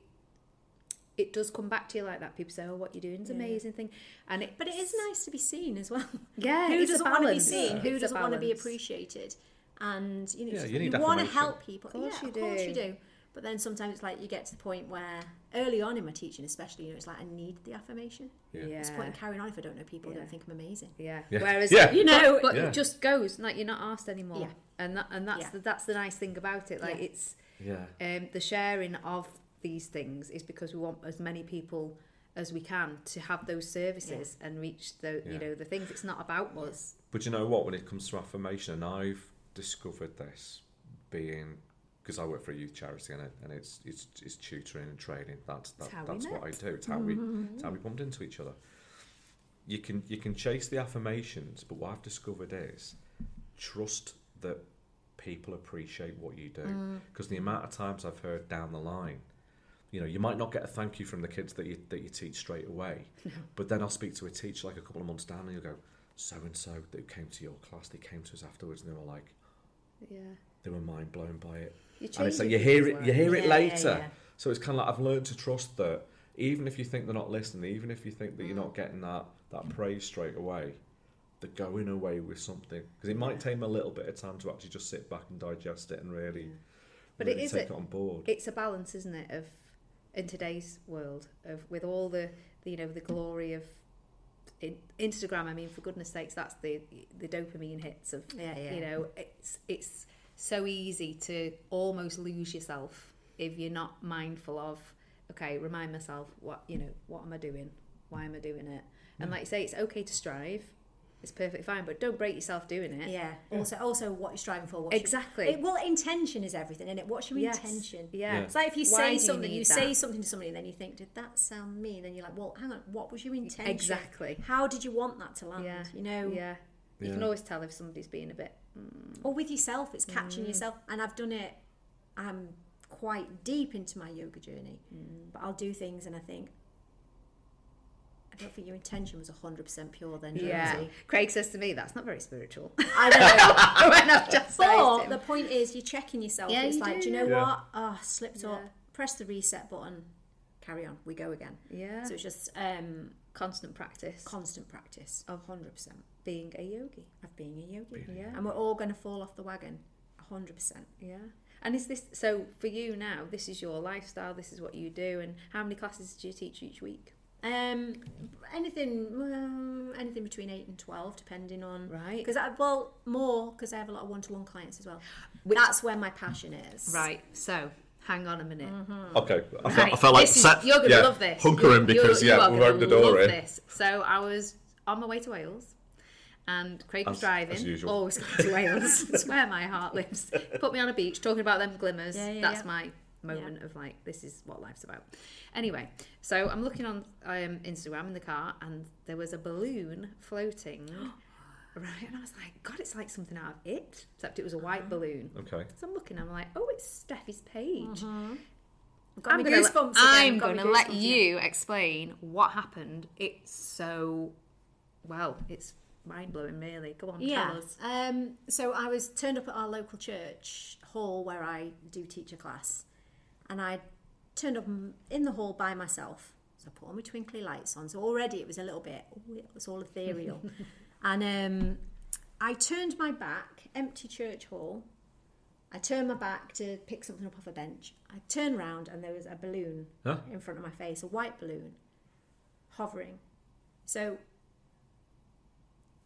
Speaker 2: it does come back to you like that. People say, "Oh, what you're doing is
Speaker 3: Yeah.
Speaker 2: amazing thing," and it.
Speaker 3: But it is nice to be seen as well.
Speaker 2: Yeah,
Speaker 3: who
Speaker 2: it's a
Speaker 3: doesn't want to be
Speaker 2: balance.
Speaker 3: seen? Who
Speaker 2: It's a
Speaker 3: doesn't want to be
Speaker 2: balance.
Speaker 3: appreciated? And you know,
Speaker 1: Yeah,
Speaker 3: it's-
Speaker 1: you need
Speaker 3: want to
Speaker 1: affirmation.
Speaker 3: help people.
Speaker 2: Of course
Speaker 3: yeah,
Speaker 2: you
Speaker 3: of course
Speaker 2: do.
Speaker 3: you do. But then sometimes it's like you get to the point where early on in my teaching, especially, you know, it's like I need the affirmation.
Speaker 1: Yeah.
Speaker 2: Yeah.
Speaker 3: It's point in carrying on if I don't know people
Speaker 2: Yeah.
Speaker 3: don't think I'm amazing.
Speaker 2: Yeah.
Speaker 1: Yeah.
Speaker 2: Whereas
Speaker 1: Yeah.
Speaker 2: you
Speaker 3: You
Speaker 2: know,
Speaker 3: know-
Speaker 2: but
Speaker 1: Yeah.
Speaker 2: it just goes like you're not asked anymore.
Speaker 3: Yeah.
Speaker 2: And that and that's
Speaker 3: Yeah.
Speaker 2: the, that's the nice thing about it. Like
Speaker 3: Yeah.
Speaker 2: it's
Speaker 1: yeah,
Speaker 2: um, the sharing of these things is because we want as many people as we can to have those services and reach the
Speaker 1: Yeah.
Speaker 2: you know the things. It's not about us.
Speaker 1: But you know what? When it comes to affirmation, and I've discovered this being because I work for a youth charity, and, it, and it's, it's it's tutoring and training. That's that,
Speaker 2: It's how we
Speaker 1: that's what I do. It's how we it's how we bumped into each other. You can you can chase the affirmations, but what I've discovered is trust that people appreciate what you
Speaker 2: Mm.
Speaker 1: do. Because the amount of times I've heard down the line, you know, you might not get a thank you from the kids that you that you teach straight away, but then I'll speak to a teacher like a couple of months down, and you'll go, so and so that came to your class, they came to us afterwards, and they were like,
Speaker 2: Yeah.
Speaker 1: they were mind blown by it.
Speaker 2: You
Speaker 1: and it's like
Speaker 2: changing
Speaker 1: you hear
Speaker 2: things
Speaker 1: it,
Speaker 2: as
Speaker 1: you
Speaker 2: well.
Speaker 1: hear it
Speaker 3: Yeah, yeah,
Speaker 1: later.
Speaker 3: yeah.
Speaker 1: So it's kind of like I've learned to trust that even if you think they're not listening, even if you think that
Speaker 2: Mm.
Speaker 1: you're not getting that that praise straight away, they're going away with something because it might take them a little bit of time to actually just sit back and digest it and really,
Speaker 2: Mm. But it
Speaker 1: really
Speaker 2: is
Speaker 1: take
Speaker 2: a-
Speaker 1: it on board.
Speaker 2: It's a balance, isn't it, of in today's world of with all the, the you know the glory of in, Instagram. I mean, for goodness sakes, that's the the dopamine hits of
Speaker 3: Yeah, yeah.
Speaker 2: you know it's it's so easy to almost lose yourself if you're not mindful of okay remind myself what you know what am i doing why am i doing it and like you say it's okay to strive it's perfectly fine but don't break yourself doing it
Speaker 3: yeah. Also, also what you're striving for. What you-
Speaker 2: exactly
Speaker 3: it, well, intention is everything, isn't it? What's your
Speaker 2: Yes.
Speaker 3: intention?
Speaker 2: yeah,
Speaker 1: Yeah.
Speaker 3: It's like if you
Speaker 2: Why do
Speaker 3: say
Speaker 2: you
Speaker 3: something, you,
Speaker 2: need
Speaker 3: say
Speaker 2: that?
Speaker 3: something to somebody, and then you think, did that sound mean? Then you're like, well, hang on, what was your intention?
Speaker 2: exactly
Speaker 3: How did you want that to land?
Speaker 2: Yeah.
Speaker 3: You know,
Speaker 2: yeah Oh. you
Speaker 1: Yeah.
Speaker 2: can always tell if somebody's being a bit mm,
Speaker 3: or with yourself, it's catching yourself. And I've done it. I'm quite deep into my yoga journey, but I'll do things, and I think. I don't think your intention was 100% pure then.
Speaker 2: yeah
Speaker 3: Jonesy."
Speaker 2: craig says to me that's not very spiritual
Speaker 3: I don't know.
Speaker 2: when i've just
Speaker 3: But the point is, you're checking yourself.
Speaker 2: Yeah,
Speaker 3: it's
Speaker 2: you
Speaker 3: like,
Speaker 2: do,
Speaker 3: do, you know
Speaker 1: yeah.
Speaker 3: what? Oh, slipped up.
Speaker 2: Yeah.
Speaker 3: Press the reset button. Carry on. We go again.
Speaker 2: yeah
Speaker 3: So it's just um,
Speaker 2: constant practice
Speaker 3: constant practice of 100%
Speaker 2: being a yogi
Speaker 3: of being a yogi.
Speaker 2: yeah
Speaker 3: And we're all going to fall off the wagon. 100%.
Speaker 2: Yeah. And is this so for you now? This is your lifestyle. This is what you do. And how many classes do you teach each week?
Speaker 3: Um, anything, um, anything between 8 and 12, depending on.
Speaker 2: Right.
Speaker 3: Because I, well, more, because I have a lot of one to one clients as well.
Speaker 2: Which-
Speaker 3: That's where my passion is.
Speaker 2: Right. So hang on a minute.
Speaker 1: Mm. Okay, I
Speaker 2: Right, this is- you're gonna love this. You're- you're- you are gonna love This. So I was on my way to Wales, and Craig was
Speaker 1: As-
Speaker 2: driving.
Speaker 1: as usual.
Speaker 2: Always going to Wales. it's where my heart lives. Put me on a beach talking about them glimmers.
Speaker 3: Yeah, yeah,
Speaker 2: That's
Speaker 3: yeah.
Speaker 2: my moment of like this is what life's about. Anyway, so I'm looking on um, Instagram in the car, and there was a balloon floating. Right, and I was like, God, it's like something out of it, except it was a
Speaker 3: Oh.
Speaker 2: white balloon.
Speaker 1: Okay,
Speaker 2: So I'm looking, I'm like, oh, it's Steffi's page.
Speaker 3: Got
Speaker 2: I'm
Speaker 3: me
Speaker 2: gonna,
Speaker 3: goosebumps again.
Speaker 2: I'm
Speaker 3: Got me
Speaker 2: gonna let
Speaker 3: goosebumps again.
Speaker 2: you explain what happened. It's so well, it's mind blowing really. Go on,
Speaker 3: yeah.
Speaker 2: tell us.
Speaker 3: Um, so I was turned up at our local church hall where I do teach a class, and I turned up m- in the hall by myself. So I put all my twinkly lights on. So already it was a little bit, ooh, it was all ethereal. and um, I turned my back, empty church hall. I turned my back to pick something up off a bench. I turned round and there was a balloon
Speaker 1: Huh?
Speaker 3: in front of my face, a white balloon, hovering. So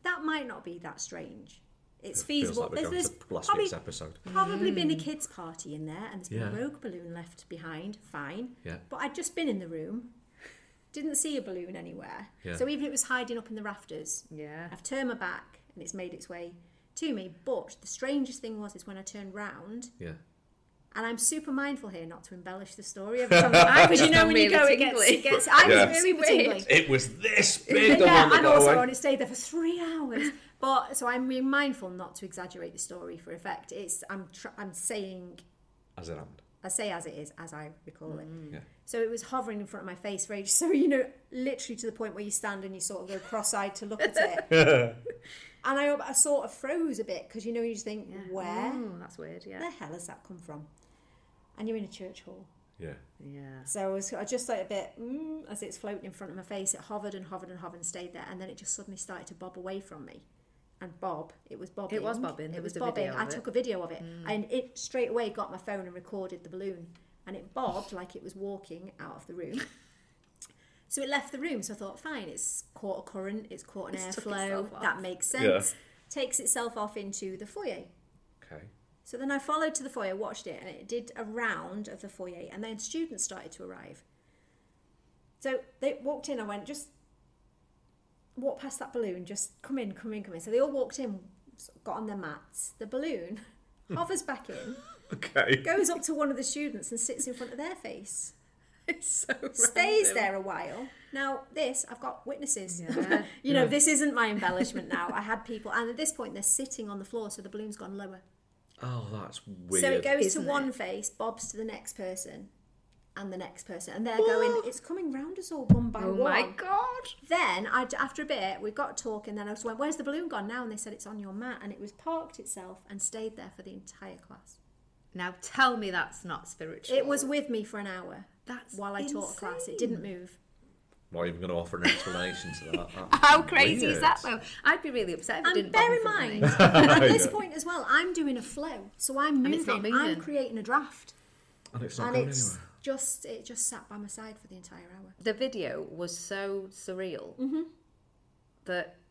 Speaker 3: that might not be that strange. It's
Speaker 1: feels
Speaker 3: feasible.
Speaker 1: like we're going
Speaker 3: there's there's
Speaker 1: to last
Speaker 3: probably,
Speaker 1: week's episode.
Speaker 3: probably been a kids' party in there, and there's been a
Speaker 1: Yeah.
Speaker 3: rogue balloon left behind. Fine,
Speaker 1: Yeah.
Speaker 3: but I'd just been in the room, didn't see a balloon anywhere.
Speaker 1: Yeah.
Speaker 3: So even if it was hiding up in the rafters,
Speaker 2: Yeah.
Speaker 3: I've turned my back and it's made its way to me. But the strangest thing was is when I turned round,
Speaker 1: Yeah,
Speaker 3: and I'm super mindful here not to embellish the story every time because you know when you
Speaker 2: Really
Speaker 3: go it gets,
Speaker 2: tingly.
Speaker 3: it gets I was
Speaker 1: Yeah.
Speaker 3: really
Speaker 2: It's
Speaker 3: tingly.
Speaker 2: weird.
Speaker 1: it was this
Speaker 3: But
Speaker 1: big. the
Speaker 3: yeah,
Speaker 1: one that
Speaker 3: and
Speaker 1: got
Speaker 3: also
Speaker 1: away.
Speaker 3: I only stayed there for three hours. But so I'm being mindful not to exaggerate the story for effect. It's I'm tr- I'm saying
Speaker 1: as it happened.
Speaker 3: I say as it is as I recall it.
Speaker 1: Mm. Yeah.
Speaker 3: So it was hovering in front of my face for ages. So you know, literally to the point where you stand and you sort of go cross-eyed to look at it. and I, I sort of froze a bit because you know you just think, where
Speaker 1: Mm.
Speaker 2: Oh, that's weird, yeah.
Speaker 3: the hell has that come from? And you're in a church hall.
Speaker 1: Yeah.
Speaker 2: Yeah.
Speaker 3: So I was I just like a bit mm, as it's floating in front of my face. It hovered and hovered and hovered and stayed there, and then it just suddenly started to bob away from me. And bob, it was bobbing.
Speaker 2: It was bobbing, there
Speaker 3: It was
Speaker 2: was a video
Speaker 3: bobbing.
Speaker 2: of
Speaker 3: I
Speaker 2: it. Mm.
Speaker 3: took a video of it, and it straight away got my phone and recorded the balloon, and it bobbed like it was walking out of the room. so it left the room. So I thought, fine, it's caught a current, it's caught an
Speaker 2: It's took
Speaker 3: airflow.
Speaker 2: itself off.
Speaker 3: That makes sense. Takes itself off into the foyer.
Speaker 1: Okay.
Speaker 3: So then I followed to the foyer, watched it, and it did a round of the foyer, and then students started to arrive. So they walked in, I went, just walk past that balloon, just come in, come in, come in. So they all walked in, got on their mats. The balloon hovers back in,
Speaker 1: Okay.
Speaker 3: goes up to one of the students and sits in front of their face,
Speaker 2: It's so
Speaker 3: stays there a while. Now, this, I've got witnesses.
Speaker 2: Yeah.
Speaker 3: you know, this isn't my embellishment now. I had people, and at this point, they're sitting on the floor, so the balloon's gone lower.
Speaker 1: Oh, that's weird.
Speaker 3: So it goes
Speaker 2: Isn't
Speaker 3: to
Speaker 2: it?
Speaker 3: one face, Bob's to the next person, and the next person, and they're going. It's coming round us all one by
Speaker 2: Oh
Speaker 3: one.
Speaker 2: my god!
Speaker 3: Then I, after a bit, we got talking. Then I just went, "Where's the balloon gone now?" And they said, "It's on your mat," and it was parked itself and stayed there for the entire class.
Speaker 2: Now tell me that's not spiritual.
Speaker 3: It was with me for an hour
Speaker 2: That's
Speaker 3: while I taught a class. It didn't move.
Speaker 1: Not even going to offer an explanation to that. That's
Speaker 2: How crazy is
Speaker 1: weird.
Speaker 2: that though? I'd be really upset if it
Speaker 3: And
Speaker 2: didn't.
Speaker 3: bear in
Speaker 2: bother me.
Speaker 3: mind, at this
Speaker 1: Yeah.
Speaker 3: point as well, I'm doing a flow, so I'm
Speaker 2: And it's
Speaker 3: moving.
Speaker 2: not
Speaker 3: I'm
Speaker 2: moving.
Speaker 3: creating a draft,
Speaker 1: And it's not
Speaker 3: and
Speaker 1: going
Speaker 3: it's
Speaker 1: anywhere.
Speaker 3: just it just sat by my side for the entire hour.
Speaker 2: the video was so surreal
Speaker 3: Mm-hmm.
Speaker 2: that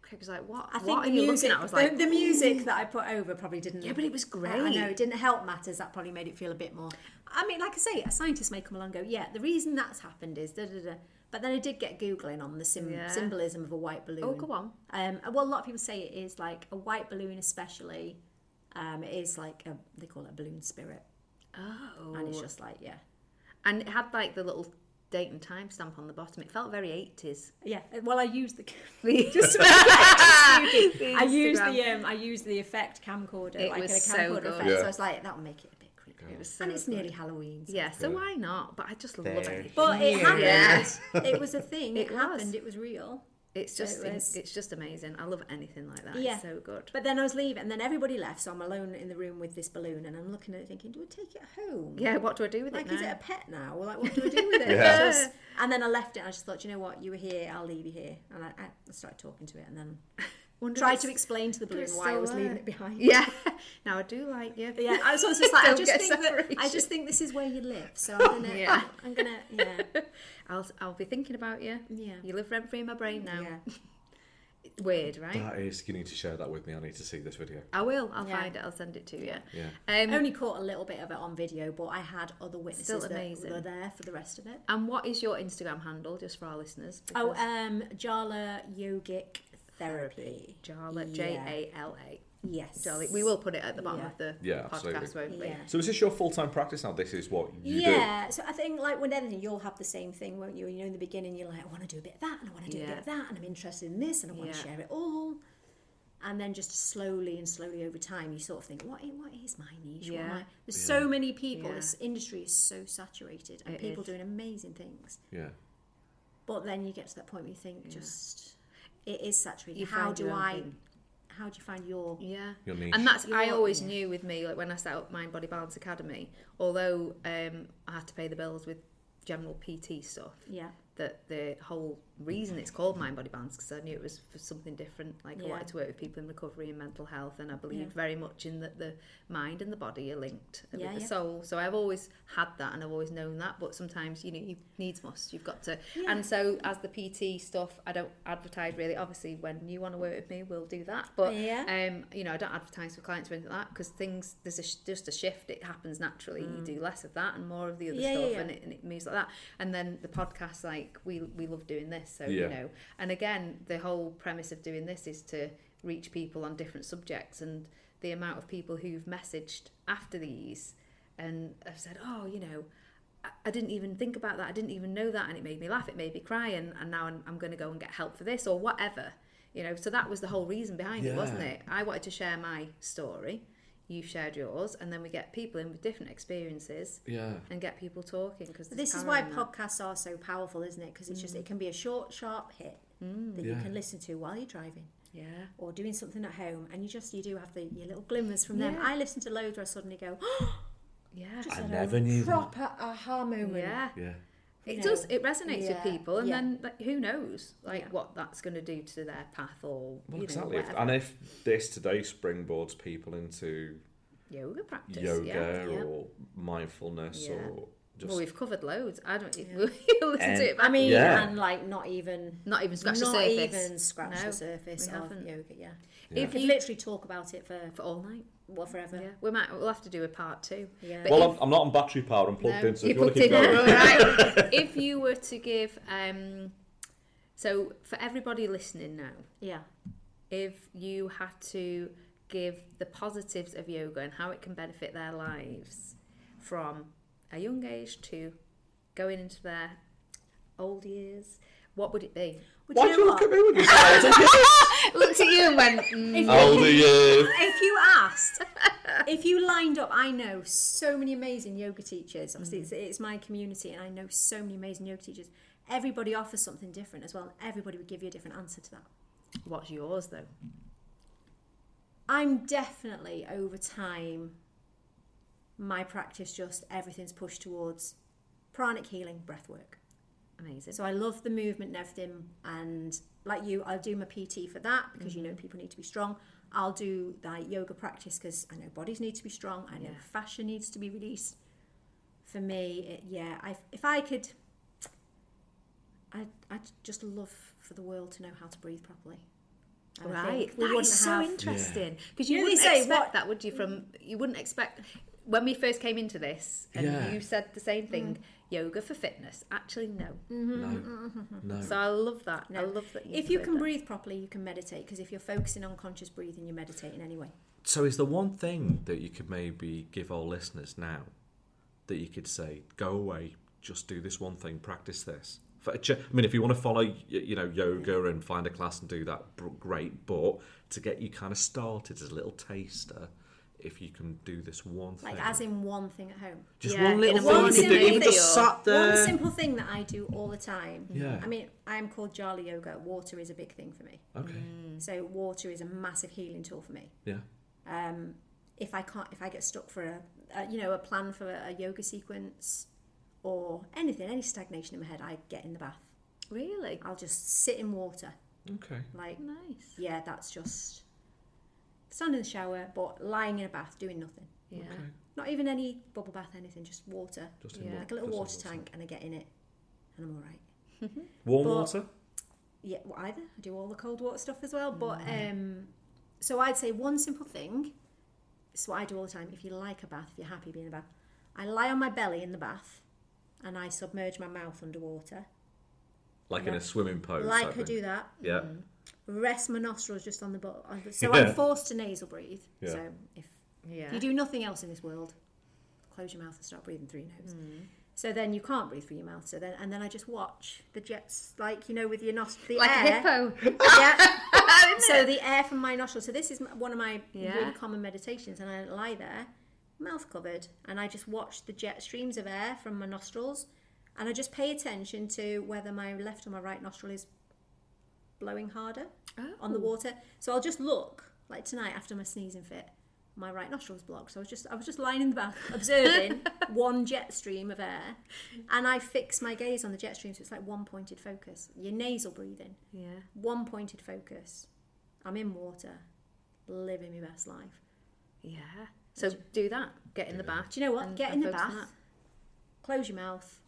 Speaker 2: Craig was like, "What?
Speaker 3: I
Speaker 2: what
Speaker 3: think
Speaker 2: are
Speaker 3: the
Speaker 2: you looking
Speaker 3: music,
Speaker 2: at?" I was
Speaker 3: the-
Speaker 2: like,
Speaker 3: the, music that I put over probably didn't.
Speaker 2: Yeah, but it was great.
Speaker 3: I know it didn't help matters. That probably made it feel a bit more. I mean, like I say, a scientist may come along and go, yeah, the reason that's happened is da da da. But then I did get googling on the sim-
Speaker 2: Yeah.
Speaker 3: symbolism of a white balloon.
Speaker 2: "Oh, go on."
Speaker 3: Um, well, a lot of people say it is like a white balloon, especially. Um, it is like a, they call it a balloon spirit,
Speaker 2: Oh,
Speaker 3: and it's just like yeah,
Speaker 2: and it had like the little date and time stamp on the bottom. It felt very eighties.
Speaker 3: yeah. Uh, Well, I used the
Speaker 2: Just
Speaker 3: I used the um, I used the effect camcorder,
Speaker 2: It
Speaker 3: like
Speaker 2: was
Speaker 3: a
Speaker 2: so
Speaker 3: camcorder
Speaker 2: good.
Speaker 3: effect. So
Speaker 1: Yeah.
Speaker 3: I was like, that'll make it a bit creepy.
Speaker 2: It was so
Speaker 3: and it's
Speaker 2: good.
Speaker 3: nearly Halloween. So.
Speaker 2: yeah. So
Speaker 1: Yeah.
Speaker 2: why not? But I just love
Speaker 1: There.
Speaker 2: it.
Speaker 3: But it happened.
Speaker 2: Yeah.
Speaker 3: It was a thing.
Speaker 2: It
Speaker 3: It,
Speaker 2: was.
Speaker 3: happened. It was real.
Speaker 2: It's just
Speaker 3: It was-
Speaker 2: it's just amazing. I love anything like that.
Speaker 3: Yeah.
Speaker 2: It's so good.
Speaker 3: But then I was leaving, and then everybody left, so I'm alone in the room with this balloon, and I'm looking at it thinking, do I take it home?
Speaker 2: Yeah. What do I do with
Speaker 3: Like,
Speaker 2: it now?
Speaker 3: is it a pet now? Or like, what do I do with it?
Speaker 1: Yeah.
Speaker 3: Because- and then I left it, and I just thought, you know what? You were here, I'll leave you here. And I, I started talking to it, and then
Speaker 2: Wonder if
Speaker 3: tried
Speaker 2: it's-
Speaker 3: to explain to the balloon
Speaker 2: it's
Speaker 3: why I
Speaker 2: still
Speaker 3: was leaving
Speaker 2: there.
Speaker 3: it behind.
Speaker 2: Yeah. Now I do like you.
Speaker 3: Yeah, I was also just like, I
Speaker 2: Don't
Speaker 3: just
Speaker 2: get
Speaker 3: think that, I
Speaker 2: separation.
Speaker 3: just think this is where you live, so I'm gonna,
Speaker 2: Yeah.
Speaker 3: I'm gonna, yeah,
Speaker 2: I'll I'll be thinking about you.
Speaker 3: yeah,
Speaker 2: You live rent free in my brain now.
Speaker 3: yeah.
Speaker 2: Weird, right?
Speaker 1: That is, you need to share that with me. I need to see this video.
Speaker 2: I will. I'll
Speaker 3: Yeah. Oh,
Speaker 2: find it. I'll send it to you.
Speaker 1: Yeah.
Speaker 2: Um,
Speaker 3: only caught a little bit of it on video, but I had other
Speaker 2: Still
Speaker 3: witnesses that
Speaker 2: amazing.
Speaker 3: were there for the rest of it.
Speaker 2: and what is your Instagram handle, just for our listeners?
Speaker 3: Oh,
Speaker 2: Because-
Speaker 3: um, Jala Yogic Therapy.
Speaker 2: Jala,
Speaker 3: yeah.
Speaker 2: J A L A.
Speaker 3: Yes.
Speaker 2: Jolly. We will put it at the bottom
Speaker 3: Yeah.
Speaker 2: of the
Speaker 1: Yeah,
Speaker 2: podcast,
Speaker 1: absolutely.
Speaker 2: won't we?
Speaker 3: Yeah.
Speaker 1: So is this your full time practice now? This is what you
Speaker 3: yeah, so I think like with anything, you'll have the same thing, won't you? You know, in the beginning, you're like, I want to do a bit of that, and I want to do a
Speaker 2: Yeah.
Speaker 3: bit of that, and I'm interested in this, and I want
Speaker 2: Yeah.
Speaker 3: to share it all. And then just slowly and slowly over time, you sort of think, what is, what is my niche? What am
Speaker 2: Yeah.
Speaker 3: I? There's so many people.
Speaker 2: Yeah.
Speaker 3: This industry is so saturated, and
Speaker 2: It
Speaker 3: people
Speaker 2: is.
Speaker 3: doing amazing things.
Speaker 1: do. Yeah.
Speaker 3: But then you get to that point where you think, just it is saturated.
Speaker 2: You
Speaker 3: how
Speaker 2: find
Speaker 3: do
Speaker 2: your own
Speaker 3: I?
Speaker 2: thing.
Speaker 3: How do you find your?
Speaker 2: Yeah.
Speaker 1: Your niche.
Speaker 2: And that's I
Speaker 3: Your-
Speaker 2: always
Speaker 3: yeah.
Speaker 2: knew with me, like when I set up Mind Body Balance Academy, although um, I had to pay the bills with general PT stuff,
Speaker 3: Yeah,
Speaker 2: that the whole reason it's called Mind Body Balance because I knew it was for something different. Like I
Speaker 3: Yeah.
Speaker 2: wanted to work with people in recovery and mental health, and I believed
Speaker 3: Yeah.
Speaker 2: very much in that the mind and the body are linked with
Speaker 3: Yeah,
Speaker 2: the
Speaker 3: yeah.
Speaker 2: soul. So I've always had that, and I've always known that. But sometimes you know you needs must. You've got to.
Speaker 3: Yeah.
Speaker 2: And so as the PT stuff, I don't advertise really. Obviously, when you want to work with me, we'll do that. But
Speaker 3: Yeah.
Speaker 2: um, you know, I don't advertise for clients or anything like that because things there's a, sh- just a shift. It happens naturally. You do less of that and more of the other
Speaker 3: Mm. Yeah, yeah,
Speaker 2: stuff,
Speaker 3: yeah.
Speaker 2: and it, and it moves like that. And then the podcast, like we we love doing this, so you
Speaker 1: Yeah.
Speaker 2: know. And again, the whole premise of doing this is to reach people on different subjects, and the amount of people who've messaged after these and have said, oh, you know. I- I didn't even think about that. I didn't even know that, and it made me laugh. It made me cry, and, and now I'm, I'm going to go and get help for this or whatever, you know. So that was the whole reason behind it, wasn't
Speaker 1: Yeah.
Speaker 2: it? I wanted to share my story, you shared yours, and then we get people in with different experiences
Speaker 1: Yeah.
Speaker 2: and get people talking because
Speaker 3: this is why podcasts are so powerful, isn't it? Because it's
Speaker 2: Mm.
Speaker 3: just it can be a short, sharp hit that you
Speaker 1: Yeah.
Speaker 3: can listen to while you're driving
Speaker 2: Yeah,
Speaker 3: or doing something at home, and you just you do have the your little glimmers from them.
Speaker 2: Yeah.
Speaker 3: I listen to loads where I suddenly go, "Oh,
Speaker 2: yeah,
Speaker 3: just
Speaker 1: I
Speaker 3: had
Speaker 1: never
Speaker 3: a
Speaker 1: knew that.
Speaker 3: proper aha moment.
Speaker 2: yeah.
Speaker 1: Yeah.
Speaker 2: It
Speaker 3: You
Speaker 2: does.
Speaker 3: know,
Speaker 2: It resonates
Speaker 3: yeah,
Speaker 2: with people, and
Speaker 3: yeah.
Speaker 2: then like, who knows, like
Speaker 3: Yeah.
Speaker 2: what that's going to do to their path or
Speaker 1: Well,
Speaker 2: you
Speaker 1: exactly.
Speaker 2: know
Speaker 1: If,
Speaker 2: whatever.
Speaker 1: and if this today springboards people into
Speaker 2: yoga practice.
Speaker 1: yoga
Speaker 2: yeah, yeah.
Speaker 1: or mindfulness
Speaker 2: Yeah.
Speaker 1: or just
Speaker 2: well, we've covered loads. I don't.
Speaker 3: Yeah.
Speaker 2: We'll listen
Speaker 1: And-
Speaker 2: to it.
Speaker 3: I
Speaker 2: back.
Speaker 3: mean,
Speaker 1: Yeah.
Speaker 3: and like not even
Speaker 2: not even scratch
Speaker 3: not
Speaker 2: the surface.
Speaker 3: even scratch
Speaker 2: No,
Speaker 3: the surface
Speaker 2: we
Speaker 3: of
Speaker 2: haven't.
Speaker 3: yoga. Yeah,
Speaker 1: Yeah.
Speaker 3: you
Speaker 2: If
Speaker 3: could
Speaker 2: you
Speaker 3: literally talk about it for
Speaker 2: for all night.
Speaker 3: well forever.
Speaker 2: Yeah, we might. We'll have to do a part two.
Speaker 3: Yeah.
Speaker 2: But
Speaker 1: well,
Speaker 2: if-
Speaker 1: I'm, I'm not on battery power. I'm plugged
Speaker 2: No,
Speaker 1: in. So
Speaker 2: you
Speaker 1: if you want to
Speaker 2: plugged
Speaker 1: keep
Speaker 2: in,
Speaker 1: going,
Speaker 2: all right. if you were to give, um, so for everybody listening now,
Speaker 3: yeah.
Speaker 2: if you had to give the positives of yoga and how it can benefit their lives from a young age to going into their old years, what would it be?
Speaker 3: Would
Speaker 1: Why'd
Speaker 3: you
Speaker 1: you
Speaker 3: know
Speaker 1: look at
Speaker 3: what?
Speaker 1: me when you said it?
Speaker 2: Looked at you and went, mm,
Speaker 3: Oh.
Speaker 1: Older you.
Speaker 3: if you asked, if you lined up, I know so many amazing yoga teachers. Obviously, it's, it's my community, and I know so many amazing yoga teachers. Everybody offers something different as well, and everybody would give you a different answer to that.
Speaker 2: what's yours though?
Speaker 3: I'm definitely over time, my practice just everything's pushed towards pranic healing, breath work.
Speaker 2: Amazing.
Speaker 3: So I love the movement and everything. And like you, I'll do my PT for that because
Speaker 2: Mm-hmm.
Speaker 3: you know people need to be strong. I'll do that yoga practice because I know bodies need to be strong. I know
Speaker 2: Yeah.
Speaker 3: fascia needs to be released. For me, it, yeah, I, if I could, I, I'd just love for the world to know how to breathe properly. And I
Speaker 2: Right,
Speaker 3: think
Speaker 2: that
Speaker 3: wouldn't
Speaker 2: is so
Speaker 3: have-
Speaker 2: interesting because
Speaker 3: You
Speaker 2: you,
Speaker 3: know, they
Speaker 2: wouldn't
Speaker 3: say
Speaker 2: expect
Speaker 3: what-
Speaker 2: that, would you? From you wouldn't expect when we first came into this, and
Speaker 1: Yeah.
Speaker 2: you said the
Speaker 3: Mm.
Speaker 2: same thing: yoga for fitness. Actually, no.
Speaker 1: No. No.
Speaker 2: So I love that. I
Speaker 3: No.
Speaker 2: love that. You
Speaker 3: If you
Speaker 2: said
Speaker 3: can
Speaker 2: that.
Speaker 3: breathe properly, you can meditate because if you're focusing on conscious breathing, you're meditating anyway.
Speaker 1: So, is there one thing that you could maybe give our listeners now that you could say, go away, just do this one thing, practice this? For- ch- I mean, if you want to follow, y- you know, yoga and find a class and do that, br- great. But to get you kind of started as a little taster, if you can do this one thing,
Speaker 3: Like, as in one thing at home.
Speaker 1: just
Speaker 2: Yeah,
Speaker 1: one
Speaker 2: in
Speaker 1: little
Speaker 2: a
Speaker 1: thing you
Speaker 3: morning
Speaker 1: could do, even
Speaker 3: thing
Speaker 1: just
Speaker 2: or-
Speaker 1: sat there.
Speaker 3: One simple thing that I do all the time.
Speaker 1: Yeah.
Speaker 3: I mean, I am called Jali Yoga. Water is a big thing for me.
Speaker 1: okay,
Speaker 3: So water is a massive healing tool for me.
Speaker 1: yeah,
Speaker 3: Um, if I can't, if I get stuck for a, a you know, a plan for a, a yoga sequence or anything, any stagnation in my head, I get in the bath.
Speaker 2: really
Speaker 3: I'll just sit in water.
Speaker 1: okay,
Speaker 3: Like,
Speaker 2: nice,
Speaker 3: yeah, that's just stand in the shower, but lying in a bath, doing nothing.
Speaker 2: yeah,
Speaker 1: okay,
Speaker 3: Not even any bubble bath, anything, just water.
Speaker 1: just in
Speaker 2: Yeah.
Speaker 1: wa-
Speaker 3: Like a little
Speaker 1: just in
Speaker 3: water tank, and I get in it, and I'm all right.
Speaker 1: warm
Speaker 3: But-
Speaker 1: water.
Speaker 3: yeah, well, either. I do all the cold water stuff as well. But
Speaker 2: Mm.
Speaker 3: um, so I'd say one simple thing. It's what I do all the time. If you like a bath, if you're happy being in a bath, I lie on my belly in the bath, and I submerge my mouth underwater.
Speaker 1: Like in
Speaker 3: Yeah.
Speaker 1: a swimming
Speaker 2: Oh,
Speaker 1: pose.
Speaker 3: like
Speaker 1: type
Speaker 3: I
Speaker 1: thing.
Speaker 3: do Mm. that.
Speaker 1: Yeah.
Speaker 3: Rest my nostrils just on the bottom. So
Speaker 1: Yeah.
Speaker 3: I'm forced to nasal breathe.
Speaker 1: Yeah.
Speaker 3: So if
Speaker 2: yeah.
Speaker 3: if you do nothing else in this world, close your mouth and start breathing through your nose.
Speaker 2: Mm.
Speaker 3: So then you can't breathe through your mouth. So then and then I just watch the jets, like you know, with your nostrils, the
Speaker 2: like
Speaker 3: air.
Speaker 2: a hippo.
Speaker 3: yeah. so the air from my nostrils. So this is m- one of my
Speaker 2: Yeah.
Speaker 3: really common meditations, and I lie there, mouth covered, and I just watch the jet streams of air from my nostrils, and I just pay attention to whether my left or my right nostril is blowing harder on the
Speaker 2: Oh.
Speaker 3: water. So I'll just look, like tonight after my sneezing fit, my right nostril was blocked. So I was just I was just lying in the bath observing one jet stream of air, and I fix my gaze on the jet stream, so it's like one pointed focus. Your nasal breathing
Speaker 2: Yeah.
Speaker 3: one pointed focus. I'm in water, living my best life.
Speaker 2: Yeah. So do that. Get in the bath.
Speaker 3: Do you know what?
Speaker 2: And-
Speaker 3: Get
Speaker 2: and
Speaker 3: in the
Speaker 2: focus
Speaker 3: bath,
Speaker 2: on
Speaker 3: close your mouth,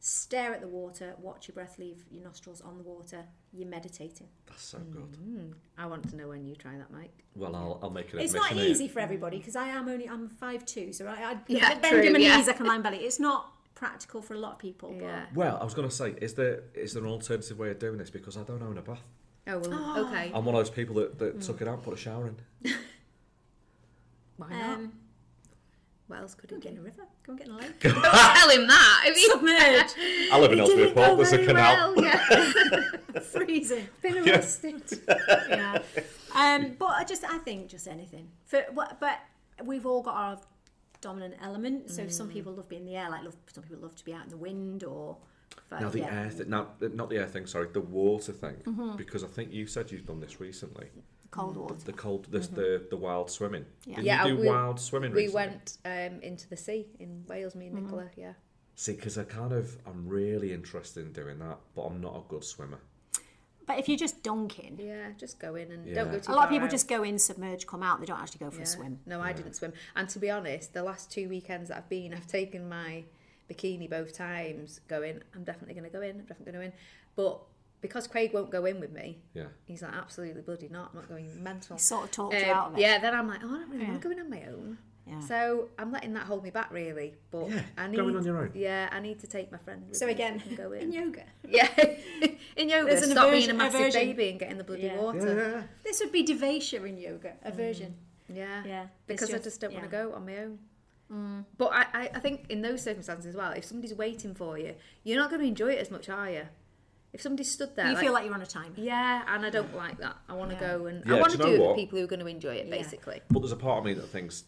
Speaker 3: stare at the water, watch your breath leave your nostrils on the water. You're meditating.
Speaker 1: That's so good.
Speaker 2: that. I want to know when you try that, Mike.
Speaker 1: Well, I'll, I'll make an
Speaker 3: it's not
Speaker 1: admission here.
Speaker 3: easy for everybody because I am only I'm five two, so I, I
Speaker 2: Yeah,
Speaker 3: I bend
Speaker 2: true,
Speaker 3: in my
Speaker 2: yeah.
Speaker 3: knees, I can line belly. It's not practical for a lot of people.
Speaker 2: Yeah.
Speaker 1: Well, I was going to say, is there is there an alternative way of doing this? Because I don't own a bath.
Speaker 2: Oh well. Okay.
Speaker 1: I'm one of those people that, that took it out and put a shower in.
Speaker 2: Why
Speaker 3: But,
Speaker 2: not?
Speaker 3: um,
Speaker 2: What else could it
Speaker 3: go and get
Speaker 2: be?
Speaker 3: in a river. Go and get in a lake.
Speaker 2: Don't tell him that. If he
Speaker 3: Submerge.
Speaker 1: I live in
Speaker 2: It
Speaker 1: Ellesmere
Speaker 2: didn't go
Speaker 1: Port, there's a
Speaker 2: very
Speaker 1: canal.
Speaker 2: well, yeah.
Speaker 3: Freezing.
Speaker 2: Been arrested.
Speaker 3: yeah. Um, but I just, I think just anything. For what, but we've all got our dominant element. So some
Speaker 2: Mm.
Speaker 3: people love being in the air, like love, some people love to be out in the wind or. But
Speaker 1: Now, the
Speaker 3: yeah.
Speaker 1: air thing, now, not the air thing, sorry, the water thing.
Speaker 2: Mm-hmm.
Speaker 1: Because I think you said you've done this recently.
Speaker 3: cold water.
Speaker 1: The cold, this, the, the wild swimming.
Speaker 3: Yeah.
Speaker 1: Did
Speaker 2: Mm-hmm. Yeah,
Speaker 1: you do
Speaker 2: we-
Speaker 1: wild swimming
Speaker 2: We
Speaker 1: recently?
Speaker 2: went um, into the sea in Wales, me and
Speaker 3: Mm.
Speaker 2: Nicola. Yeah.
Speaker 1: See, because I kind of, I'm really interested in doing that, but I'm not a good swimmer.
Speaker 3: But if you're just dunking,
Speaker 2: Yeah. Just go in and
Speaker 1: Yeah.
Speaker 2: don't go too
Speaker 3: a lot
Speaker 2: far
Speaker 3: of people
Speaker 2: out.
Speaker 3: just go in, submerge, come out. They don't actually go for
Speaker 2: Yeah.
Speaker 3: a swim.
Speaker 2: No, I didn't swim. And to be honest, the last two weekends that I've been, I've taken my bikini both times. Going, I'm definitely going to go in. I'm definitely going to in. But because Craig won't go in with me,
Speaker 1: Yeah.
Speaker 2: he's like, absolutely bloody not. I'm not going mental.
Speaker 3: They sort of talk you
Speaker 2: Um,
Speaker 3: out of it.
Speaker 2: yeah, then I'm like, oh, I don't really
Speaker 3: Yeah.
Speaker 2: want to go in on my own.
Speaker 3: Yeah.
Speaker 2: So I'm letting that hold me back really. But
Speaker 1: Yeah,
Speaker 2: I need
Speaker 1: going on your own.
Speaker 2: Yeah, I need to take my friend. With
Speaker 3: So
Speaker 2: me
Speaker 3: again,
Speaker 2: I can go in.
Speaker 3: in yoga,
Speaker 2: yeah, in yoga,
Speaker 3: There's an
Speaker 2: stop being a
Speaker 3: aversion-
Speaker 2: massive
Speaker 3: aversion.
Speaker 2: baby and get in the bloody
Speaker 3: Yeah.
Speaker 1: Yeah,
Speaker 2: water.
Speaker 1: yeah.
Speaker 3: this would be devasha in yoga, aversion.
Speaker 2: Yeah.
Speaker 3: Mm. Yeah,
Speaker 2: because
Speaker 3: It's
Speaker 2: I just don't want to
Speaker 3: yeah. Mm.
Speaker 2: go on my own. But I, I, I think in those circumstances as well, if somebody's waiting for you, you're not going to enjoy it as much, are you? If somebody stood there,
Speaker 3: you
Speaker 2: like,
Speaker 3: feel like you're on a timer.
Speaker 2: yeah, and I don't like that. I want to
Speaker 3: Yeah.
Speaker 2: go and
Speaker 1: Yeah,
Speaker 2: I
Speaker 1: do
Speaker 2: want
Speaker 1: you
Speaker 2: to
Speaker 1: know
Speaker 2: do it
Speaker 1: what?
Speaker 2: with people who are going to enjoy it,
Speaker 3: Yeah.
Speaker 2: basically.
Speaker 1: But there's a part of me that thinks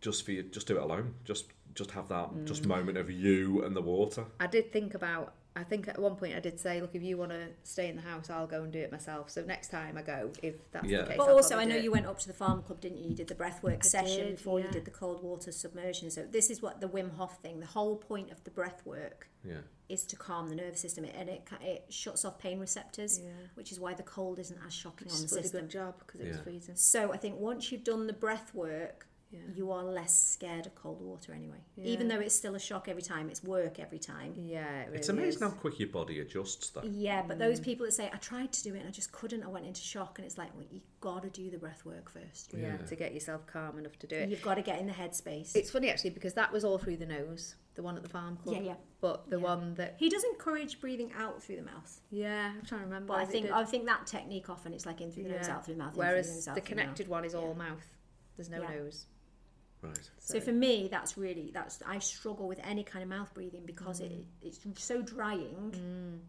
Speaker 1: just for you, just do it alone. Just just have that
Speaker 3: Mm.
Speaker 1: just moment of you and the water.
Speaker 2: I did think about. I think at one point I did say, look, if you want to stay in the house, I'll go and do it myself. So next time I go, if that's
Speaker 1: Yeah.
Speaker 2: the case.
Speaker 3: But
Speaker 2: I'll
Speaker 3: also,
Speaker 2: probably
Speaker 3: I know
Speaker 2: do it.
Speaker 3: you went up to the farm club, didn't you? You did the
Speaker 2: I
Speaker 3: breathwork session
Speaker 2: did,
Speaker 3: before
Speaker 2: yeah.
Speaker 3: you did the cold water submersion. So this is what the Wim Hof thing. The whole point of the breathwork
Speaker 1: Yeah.
Speaker 3: is to calm the nervous system, and it ca- it shuts off pain receptors,
Speaker 2: Yeah.
Speaker 3: which is why the cold isn't as shocking on
Speaker 2: She
Speaker 3: the
Speaker 2: did a
Speaker 3: system.
Speaker 2: good job because it was
Speaker 1: Yeah.
Speaker 2: freezing.
Speaker 3: So I think once you've done the breath work,
Speaker 2: Yeah.
Speaker 3: you are less scared of cold water anyway.
Speaker 2: Yeah.
Speaker 3: Even though it's still a shock every time, it's work every time.
Speaker 2: Yeah, it really
Speaker 1: It's amazing
Speaker 2: is.
Speaker 1: how quick your body adjusts though.
Speaker 3: Yeah, but
Speaker 2: Mm.
Speaker 3: those people that say, I tried to do it and I just couldn't, I went into shock, and it's like, well, you've got to do the breath work first.
Speaker 1: Yeah.
Speaker 2: Yeah, to get yourself calm enough to do it.
Speaker 3: You've got to get in the headspace.
Speaker 2: It's funny actually because that was all through the nose, the one at the farm club.
Speaker 3: Yeah, yeah.
Speaker 2: But the
Speaker 3: Yeah.
Speaker 2: one that
Speaker 3: He does encourage breathing out through the mouth,
Speaker 2: yeah, I'm trying to remember.
Speaker 3: but I
Speaker 2: if it
Speaker 3: think
Speaker 2: did.
Speaker 3: I think that technique often it's like in through the nose,
Speaker 2: Yeah.
Speaker 3: out through the mouth. in through the
Speaker 2: whereas
Speaker 3: nose,
Speaker 2: the,
Speaker 3: out through mouth.
Speaker 2: connected one is all
Speaker 3: Yeah.
Speaker 2: mouth. There's no
Speaker 3: Yeah.
Speaker 2: nose.
Speaker 1: Right.
Speaker 3: So for me, that's really that's I struggle with any kind of mouth breathing because it it's so drying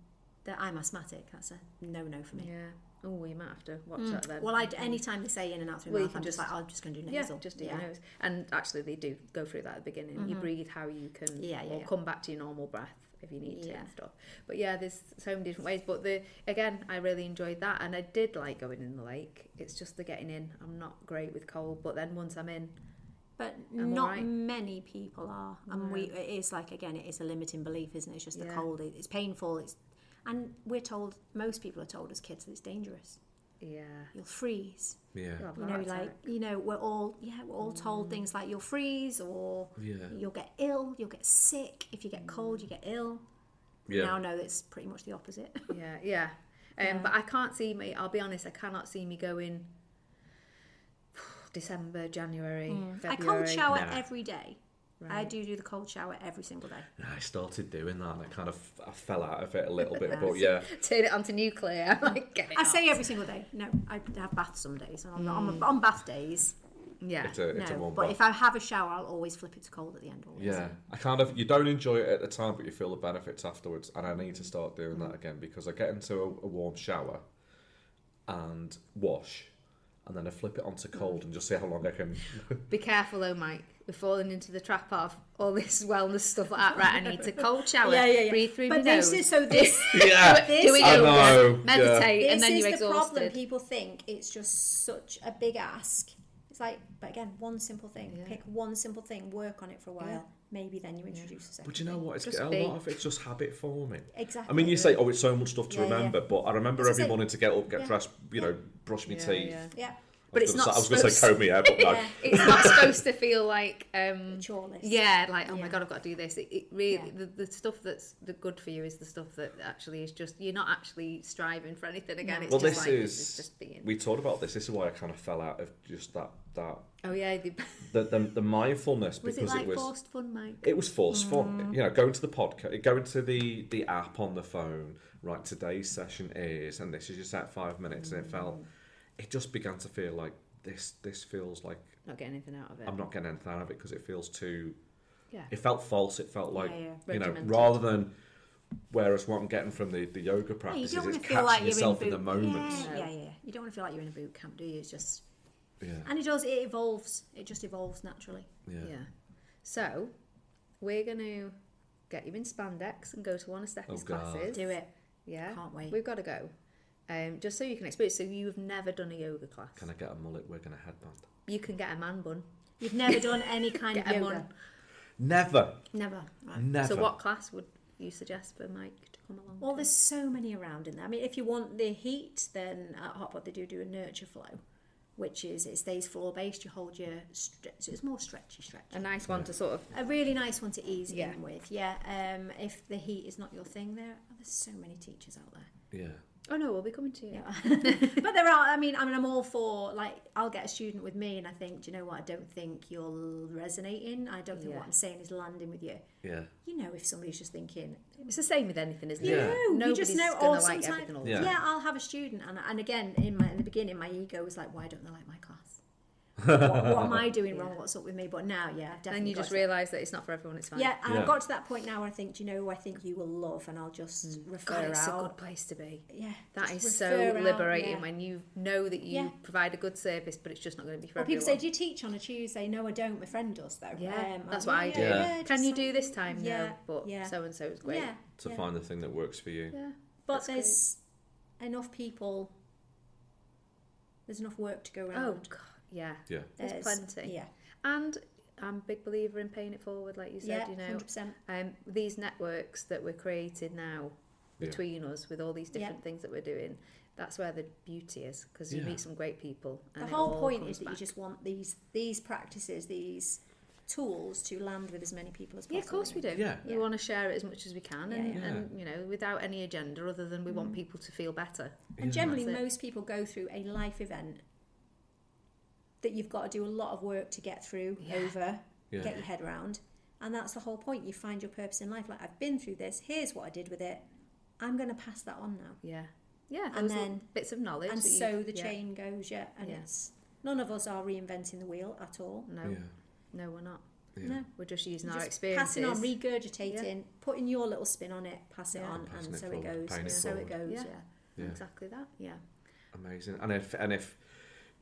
Speaker 3: that I'm asthmatic. That's a no no for me. Mm.
Speaker 2: yeah. Oh, you might have to watch that then.
Speaker 3: Well, I any time they say in and out through
Speaker 2: Well, you
Speaker 3: mouth,
Speaker 2: can
Speaker 3: I'm just
Speaker 2: just-
Speaker 3: like I'm just going to do
Speaker 2: yeah,
Speaker 3: nasal.
Speaker 2: just do your nose. And actually, they do go through that at the beginning. You breathe how you can,
Speaker 3: Mm-hmm. Yeah, yeah,
Speaker 2: or
Speaker 3: yeah.
Speaker 2: come back to your normal breath if you need to
Speaker 3: Yeah.
Speaker 2: and stuff. But yeah, there's so many different ways. But the again, I really enjoyed that, and I did like going in the lake. It's just the getting in. I'm not great with cold, but then once I'm in,
Speaker 3: But
Speaker 2: I'm
Speaker 3: not
Speaker 2: alright.
Speaker 3: many people are, and we it is like again, it is a limiting belief, isn't it? It's just the
Speaker 2: Yeah.
Speaker 3: cold. It, it's painful. It's and we're told most people are told as kids that it's dangerous.
Speaker 2: yeah,
Speaker 3: You'll freeze.
Speaker 1: Yeah.
Speaker 2: I'll have
Speaker 3: You
Speaker 2: a
Speaker 3: know,
Speaker 2: heart
Speaker 3: like
Speaker 2: attack.
Speaker 3: you know, we're all yeah, we're all told things like you'll freeze or
Speaker 1: Yeah.
Speaker 3: You'll get ill, you'll get sick. If you get cold, you get ill.
Speaker 1: Yeah.
Speaker 3: Now, no, it's pretty much the opposite.
Speaker 2: yeah, yeah. Um,
Speaker 3: Yeah.
Speaker 2: But I can't see me. I'll be honest. I cannot see me going. December, January,
Speaker 3: Mm. I
Speaker 2: February.
Speaker 3: cold shower
Speaker 1: Nah.
Speaker 3: every day. I
Speaker 2: Right.
Speaker 3: do do the cold shower every single day.
Speaker 1: Yeah, I started doing that and I kind of I fell out of it a little bit, but
Speaker 2: Nice.
Speaker 1: yeah.
Speaker 2: Turn it onto nuclear. like, get it
Speaker 3: I
Speaker 2: out.
Speaker 3: say every single day. No, I have baths some days. And I'm not, on, on bath days.
Speaker 2: yeah.
Speaker 1: It's a it's a
Speaker 3: no,
Speaker 1: warm
Speaker 3: but
Speaker 1: bath.
Speaker 3: if I have a shower, I'll always flip it to cold at the end. Always.
Speaker 1: Yeah, I kind of you don't enjoy it at the time, but you feel the benefits afterwards. And I need to start doing
Speaker 3: Mm.
Speaker 1: that again because I get into a, a warm shower and wash, and then I flip it onto
Speaker 3: Mm.
Speaker 1: cold and just see how long I can.
Speaker 2: Be careful though, Mike. We're falling into the trap of all this wellness stuff like that. Right, I need to cold shower,
Speaker 3: Yeah, yeah, yeah.
Speaker 2: breathe through
Speaker 3: But
Speaker 2: my
Speaker 3: this
Speaker 2: nose.
Speaker 3: is so this.
Speaker 1: yeah,
Speaker 3: This
Speaker 2: do it
Speaker 1: I
Speaker 2: yoga,
Speaker 1: know,
Speaker 2: meditate,
Speaker 3: This
Speaker 2: and then
Speaker 3: is
Speaker 2: you're
Speaker 3: the problem.
Speaker 2: exhausted.
Speaker 3: People think it's just such a big ask. It's like, but again, one simple thing.
Speaker 2: Yeah.
Speaker 3: Pick one simple thing, work on it for a while.
Speaker 2: Yeah.
Speaker 3: Maybe then you introduce a second.
Speaker 1: but you know what? It's
Speaker 2: Just
Speaker 1: a
Speaker 2: be.
Speaker 1: lot of it's just habit forming.
Speaker 3: Exactly.
Speaker 1: I mean, you say, oh, it's so much stuff to
Speaker 3: Yeah, yeah.
Speaker 1: remember, but I remember
Speaker 3: As I
Speaker 1: every
Speaker 3: say-
Speaker 1: morning to get up, get
Speaker 3: yeah,
Speaker 1: dressed, you
Speaker 3: yeah.
Speaker 1: know, brush my
Speaker 2: Yeah,
Speaker 1: teeth.
Speaker 2: yeah.
Speaker 3: Yeah.
Speaker 2: But
Speaker 1: I
Speaker 2: it's
Speaker 1: was gonna
Speaker 2: not
Speaker 1: say- I was going to say
Speaker 2: supposed-
Speaker 1: comb my hair, but no.
Speaker 3: Yeah.
Speaker 2: It's not supposed to feel like, um,
Speaker 3: Chore list.
Speaker 2: yeah, like oh my
Speaker 3: Yeah.
Speaker 2: god, I've got to do this. It, it really,
Speaker 3: Yeah.
Speaker 2: the, the stuff that's the good for you is the stuff that actually is just you're not actually striving for anything again.
Speaker 3: No.
Speaker 2: It's
Speaker 1: Well,
Speaker 2: just
Speaker 1: this
Speaker 2: like
Speaker 1: is,
Speaker 2: it's just being.
Speaker 1: we talked about this. This is why I kind of fell out of just that that
Speaker 2: Oh yeah, the,
Speaker 1: the the, the mindfulness
Speaker 2: was it
Speaker 1: because it
Speaker 2: like Mm.
Speaker 1: was
Speaker 2: forced fun, Mike?
Speaker 1: it was forced fun. You know, going to the podcast, going to the the app on the phone. Right, today's session is, and this is your set five minutes, and it
Speaker 2: Mm.
Speaker 1: felt, it just began to feel like this. This feels like
Speaker 2: Not getting anything out of it.
Speaker 1: I'm not getting anything out of it because it feels too.
Speaker 2: Yeah.
Speaker 1: It felt false. It felt like
Speaker 3: yeah.
Speaker 1: you know,
Speaker 2: Regimented.
Speaker 1: rather than. Whereas what I'm getting from the, the yoga
Speaker 3: Yeah, you
Speaker 1: practices
Speaker 3: don't
Speaker 1: is
Speaker 3: want to
Speaker 1: catching
Speaker 3: feel like you're
Speaker 1: yourself
Speaker 3: in,
Speaker 1: in,
Speaker 3: boot.
Speaker 1: the moment.
Speaker 3: Yeah, yeah, yeah. You don't want to feel like you're in a boot camp, do you? It's just,
Speaker 1: Yeah,
Speaker 3: and it does. It evolves. It just evolves naturally.
Speaker 1: yeah.
Speaker 2: Yeah. So we're going to get you in spandex and go to one of Stephanie's
Speaker 1: Oh, God.
Speaker 2: classes.
Speaker 3: Do it.
Speaker 2: Yeah.
Speaker 3: Can't wait.
Speaker 2: We've got to go. Um, just so you can experience. So you've never done a yoga class.
Speaker 1: Can I get a mullet wig and a headband?
Speaker 2: You can get a man bun.
Speaker 3: You've never done any kind of
Speaker 2: Get 'em
Speaker 3: yoga.
Speaker 2: on.
Speaker 1: Never,
Speaker 3: Never. Right.
Speaker 1: never.
Speaker 2: So what class would you suggest for Mike to come along?
Speaker 3: Well, there's so many around in there. I mean, if you want the heat, then at Hotpot they do do a nurture flow, which is it stays floor based. You hold your stre- so it's more
Speaker 2: to?
Speaker 3: stretchy,
Speaker 2: A
Speaker 3: stretchy.
Speaker 2: nice one to sort of.
Speaker 3: A really nice one to ease
Speaker 2: Yeah.
Speaker 3: in with. Yeah. Um, if the heat is not your thing, there oh, there's so many teachers out there.
Speaker 1: Yeah,
Speaker 2: Oh no, we'll be coming to you.
Speaker 3: but there are. I mean, I mean, I'm all for like I'll get a student with me, and I think, do you know what? I don't think you're resonating. I don't think
Speaker 2: Yeah.
Speaker 3: what I'm saying is landing with you.
Speaker 1: yeah.
Speaker 3: You know, if somebody's just thinking,
Speaker 2: It's the same with anything, isn't
Speaker 1: Yeah.
Speaker 2: it?
Speaker 3: No, you
Speaker 2: Nobody's
Speaker 3: just know.
Speaker 2: gonna
Speaker 3: Or
Speaker 2: like
Speaker 3: sometimes,
Speaker 2: everything all the
Speaker 1: Yeah.
Speaker 3: yeah. I'll have a student, and, and again, in my in the beginning, my ego was like, why don't they like my class? what, what am I doing wrong? What's up with me? But now, yeah, definitely.
Speaker 2: Then you
Speaker 3: got
Speaker 2: just
Speaker 3: to-
Speaker 2: realise that it's not for everyone. It's fine.
Speaker 3: Yeah, and
Speaker 1: Yeah.
Speaker 3: I got to that point now where I think, do you know who I think you will love? And I'll just refer
Speaker 2: Mm. God, it's a
Speaker 3: out.
Speaker 2: good place to be.
Speaker 3: yeah,
Speaker 2: That
Speaker 3: just
Speaker 2: is so
Speaker 3: refer out,
Speaker 2: liberating
Speaker 3: yeah.
Speaker 2: when you know that you
Speaker 3: Yeah.
Speaker 2: provide a good service, but it's just not going to be for
Speaker 3: Well, people
Speaker 2: everyone.
Speaker 3: say, do you teach on a Tuesday? No, I don't. My friend does though.
Speaker 2: yeah,
Speaker 3: Um,
Speaker 2: that's
Speaker 3: I'm,
Speaker 2: what I do.
Speaker 1: Yeah. Yeah.
Speaker 3: just
Speaker 2: Can you
Speaker 3: like-
Speaker 2: do this time? no,
Speaker 3: Yeah,
Speaker 2: but
Speaker 3: yeah.
Speaker 2: so and so is great.
Speaker 3: Yeah,
Speaker 1: to
Speaker 3: yeah.
Speaker 1: find the thing that works for you.
Speaker 2: Yeah.
Speaker 3: But
Speaker 2: That's great.
Speaker 3: there's enough people. There's enough work to go
Speaker 2: Oh
Speaker 3: around.
Speaker 2: God, yeah.
Speaker 1: Yeah.
Speaker 2: there's plenty.
Speaker 3: Yeah,
Speaker 2: And I'm a big believer in paying it forward, like you said.
Speaker 3: yeah,
Speaker 2: you know,
Speaker 3: hundred percent.
Speaker 2: um, these networks that we're creating now
Speaker 1: Yeah.
Speaker 2: between us with all these
Speaker 3: Yeah.
Speaker 2: different things that we're doing. That's where the beauty is because you
Speaker 1: Yeah.
Speaker 2: meet some great people.
Speaker 3: The
Speaker 2: And it
Speaker 3: whole
Speaker 2: all
Speaker 3: point
Speaker 2: comes
Speaker 3: is that you
Speaker 2: back.
Speaker 3: just want these these practices, these tools to land with as many people as possible.
Speaker 2: Yeah, of course we do.
Speaker 1: Yeah.
Speaker 2: We
Speaker 3: Yeah.
Speaker 2: want to share it as much as we can
Speaker 3: Yeah, Mm.
Speaker 2: and,
Speaker 1: yeah.
Speaker 2: and you know, without any agenda other than we want people to feel better.
Speaker 3: And
Speaker 1: Yeah.
Speaker 3: generally,
Speaker 2: That's it.
Speaker 3: most people go through a life event that you've got to do a lot of work to get through,
Speaker 2: Yeah.
Speaker 3: over,
Speaker 1: Yeah.
Speaker 3: get your head around. And that's the whole point. You find your purpose in life. Like, I've been through this. Here's what I did with it. I'm going to pass that on now.
Speaker 2: Yeah. Yeah.
Speaker 3: And
Speaker 2: Those little
Speaker 3: then-
Speaker 2: bits of knowledge.
Speaker 3: and
Speaker 2: that you've-
Speaker 3: so the
Speaker 2: yeah.
Speaker 3: chain goes, yeah. And
Speaker 2: Yeah.
Speaker 3: it's none of us are reinventing the wheel at all.
Speaker 2: No,
Speaker 1: Yeah.
Speaker 2: no, we're not.
Speaker 1: Yeah.
Speaker 3: No.
Speaker 2: We're just using
Speaker 3: You're
Speaker 2: our
Speaker 3: just
Speaker 2: experiences.
Speaker 3: Passing on, regurgitating, putting your little spin on it, pass it
Speaker 2: Yeah.
Speaker 3: on,
Speaker 1: Passing
Speaker 3: and
Speaker 1: it
Speaker 3: so
Speaker 1: forward,
Speaker 3: it goes,
Speaker 1: paying
Speaker 3: and
Speaker 1: it
Speaker 3: so
Speaker 1: forward.
Speaker 3: it goes.
Speaker 2: Yeah.
Speaker 3: Yeah.
Speaker 1: Yeah.
Speaker 2: Exactly that. Yeah.
Speaker 1: Amazing. And if and if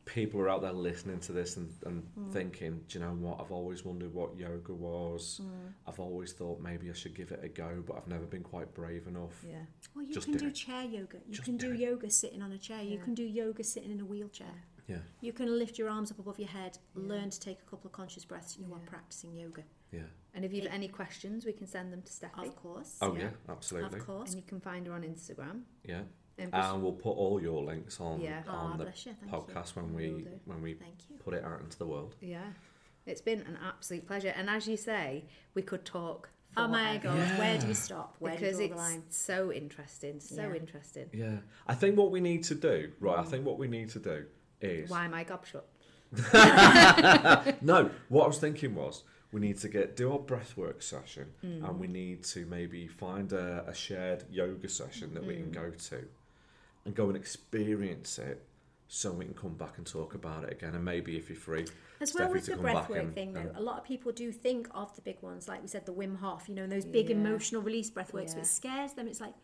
Speaker 1: people are out there listening to this and, and
Speaker 3: Mm.
Speaker 1: thinking, do you know what? I've always wondered what yoga was.
Speaker 3: Mm.
Speaker 1: I've always thought maybe I should give it a go, but I've never been quite brave enough.
Speaker 2: Yeah.
Speaker 3: Well, you
Speaker 1: Just
Speaker 3: can
Speaker 1: do
Speaker 3: do
Speaker 1: it.
Speaker 3: chair yoga. You
Speaker 1: Just
Speaker 3: can
Speaker 1: do
Speaker 3: do
Speaker 1: it.
Speaker 3: yoga sitting on a chair. You
Speaker 2: Yeah.
Speaker 3: can do yoga sitting in a wheelchair.
Speaker 1: Yeah.
Speaker 3: You can lift your arms up above your head,
Speaker 2: Yeah.
Speaker 3: learn to take a couple of conscious breaths. You are
Speaker 2: Yeah.
Speaker 3: practicing yoga.
Speaker 1: Yeah.
Speaker 2: And if you've any questions, we can send them to Steffi.
Speaker 3: Of course.
Speaker 1: Oh yeah,
Speaker 2: Yeah.
Speaker 1: absolutely.
Speaker 3: Of course.
Speaker 2: And you can find her on Instagram.
Speaker 1: Yeah.
Speaker 2: And
Speaker 1: And we'll put all your links on
Speaker 2: Yeah.
Speaker 1: on
Speaker 3: Ah,
Speaker 1: the
Speaker 3: bless you. Thank
Speaker 1: podcast when
Speaker 2: Will
Speaker 1: we
Speaker 2: do.
Speaker 1: when we
Speaker 3: you. Thank you.
Speaker 1: put it out into the world.
Speaker 2: yeah. It's been an absolute pleasure. And as you say, we could talk
Speaker 3: Oh my
Speaker 2: forever
Speaker 3: God. Where do
Speaker 1: Yeah.
Speaker 3: we stop? Where
Speaker 2: Because
Speaker 3: do we draw
Speaker 2: it's
Speaker 3: the line?
Speaker 2: so interesting. So
Speaker 3: Yeah.
Speaker 2: interesting.
Speaker 1: Yeah. I think what we need to do, right?
Speaker 3: Mm.
Speaker 1: I think what we need to do is
Speaker 2: Why am I gobshot?
Speaker 1: no. What I was thinking was we need to get do our breathwork session, and
Speaker 2: Mm.
Speaker 1: we need to maybe find a, a shared yoga session that we can go
Speaker 2: Mm.
Speaker 1: to, and go and experience it, so we can come back and talk about it again. And maybe if you're free,
Speaker 3: As well
Speaker 1: Steffi
Speaker 3: with
Speaker 1: to
Speaker 3: the
Speaker 1: come back
Speaker 3: breathwork
Speaker 1: and-
Speaker 3: thing, though,
Speaker 1: and-
Speaker 3: a lot of people do think of the big ones, like we said, the Wim Hof, you know, and those big
Speaker 2: Yeah.
Speaker 3: emotional release breathworks, but
Speaker 2: Yeah.
Speaker 3: it scares them. It's like,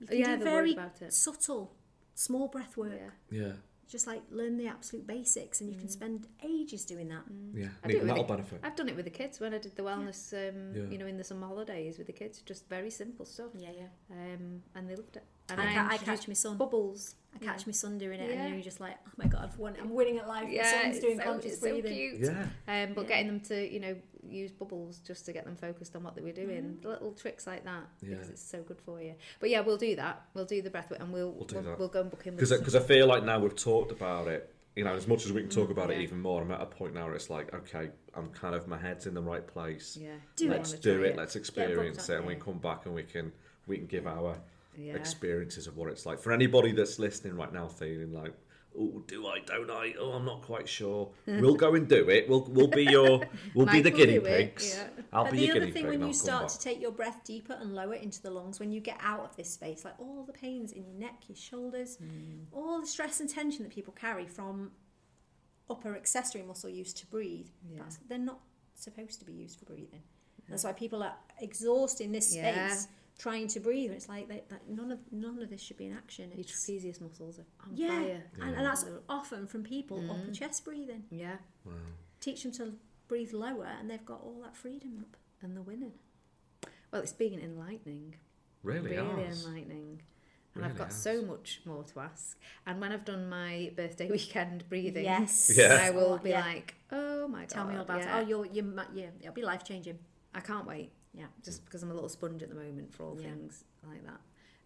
Speaker 3: you
Speaker 2: Oh,
Speaker 3: can
Speaker 2: yeah, they're
Speaker 3: do very
Speaker 2: worried about it.
Speaker 3: subtle, small breath work.
Speaker 2: Yeah. Mm.
Speaker 1: yeah,
Speaker 3: Just like learn the absolute basics, and you can spend ages doing that.
Speaker 1: yeah,
Speaker 2: I
Speaker 1: and it-
Speaker 2: do
Speaker 1: and
Speaker 2: with
Speaker 1: that'll
Speaker 2: it.
Speaker 1: benefit.
Speaker 2: I've done it with the kids when I did the wellness, um,
Speaker 1: Yeah.
Speaker 2: you know, in the summer holidays with the kids. Just very simple stuff,
Speaker 3: Yeah, yeah.
Speaker 2: um, and they loved it. And
Speaker 3: I, ca- I
Speaker 2: introduced
Speaker 3: catch my son.
Speaker 2: bubbles.
Speaker 3: I catch my son doing it,
Speaker 2: Yeah.
Speaker 3: and you're just like, oh my god, I've won. I'm winning at life. my son's
Speaker 2: it's
Speaker 3: doing
Speaker 2: so,
Speaker 3: conscious
Speaker 2: it's so
Speaker 3: breathing.
Speaker 2: cute.
Speaker 1: Yeah,
Speaker 2: Um, but
Speaker 3: Yeah.
Speaker 2: getting them to, you know, use bubbles just to get them focused on what they were doing.
Speaker 3: Mm-hmm.
Speaker 2: Little tricks like that because
Speaker 1: Yeah.
Speaker 2: it's so good for you. But yeah, we'll do that. We'll do the breath work and we'll we'll,
Speaker 1: do
Speaker 2: we'll,
Speaker 1: that.
Speaker 2: go and book in with
Speaker 1: because because I feel like now we've talked about it. You know, as much as we can talk about
Speaker 2: Mm, yeah.
Speaker 1: it even more, I'm at a point now where it's like, okay, I'm kind of my head's in the right place.
Speaker 2: yeah,
Speaker 3: Do
Speaker 2: we
Speaker 3: it.
Speaker 1: Let's
Speaker 2: wanna
Speaker 1: do
Speaker 2: try
Speaker 1: it. Let's experience
Speaker 3: on
Speaker 1: it, and we
Speaker 3: it.
Speaker 1: come back and we can we can give our
Speaker 2: Yeah.
Speaker 1: experiences of what it's like. For anybody that's listening right now, feeling like, oh, do I? Don't I? Oh, I'm not quite sure. We'll go and do it. We'll we'll be your we'll be
Speaker 2: Mike
Speaker 1: the
Speaker 2: will
Speaker 1: guinea
Speaker 2: do it,
Speaker 1: pigs.
Speaker 2: yeah.
Speaker 1: I'll
Speaker 3: but
Speaker 1: be
Speaker 3: the
Speaker 1: your
Speaker 3: other
Speaker 1: guinea
Speaker 3: thing,
Speaker 1: pig.
Speaker 3: when
Speaker 1: and
Speaker 3: you
Speaker 1: I'll come
Speaker 3: start
Speaker 1: back.
Speaker 3: to take your breath deeper and lower into the lungs, when you get out of this space, like all the pains in your neck, your shoulders,
Speaker 1: Mm.
Speaker 3: all the stress and tension that people carry from upper accessory muscle use to breathe,
Speaker 2: Yeah.
Speaker 3: that's, they're not supposed to be used for breathing. That's why people are exhausting this space
Speaker 2: Yeah.
Speaker 3: trying to breathe, and it's like they, that none of none of this should be in action.
Speaker 2: Your
Speaker 3: It's,
Speaker 2: trapezius muscles are on
Speaker 3: yeah,
Speaker 2: fire.
Speaker 3: And, and that's often from people upper
Speaker 1: Mm.
Speaker 3: chest breathing.
Speaker 2: Yeah,
Speaker 3: Teach them to breathe lower, and they've got all that freedom up.
Speaker 2: and the winning. Well, it's been enlightening.
Speaker 1: really,
Speaker 2: really
Speaker 1: ours.
Speaker 2: enlightening. And I've
Speaker 1: Really
Speaker 2: got
Speaker 1: has.
Speaker 2: so much more to ask. And when I've done my birthday weekend breathing,
Speaker 3: Yes.
Speaker 1: Yeah.
Speaker 2: I will
Speaker 3: Oh,
Speaker 2: be
Speaker 3: yeah.
Speaker 2: like, oh my God.
Speaker 3: Tell me all about
Speaker 2: yeah.
Speaker 3: it. Oh, you're, you might, yeah, it'll be life changing.
Speaker 2: I can't wait.
Speaker 3: Yeah.
Speaker 2: Just because I'm a little sponge at the moment for all
Speaker 3: Yeah.
Speaker 2: things like that.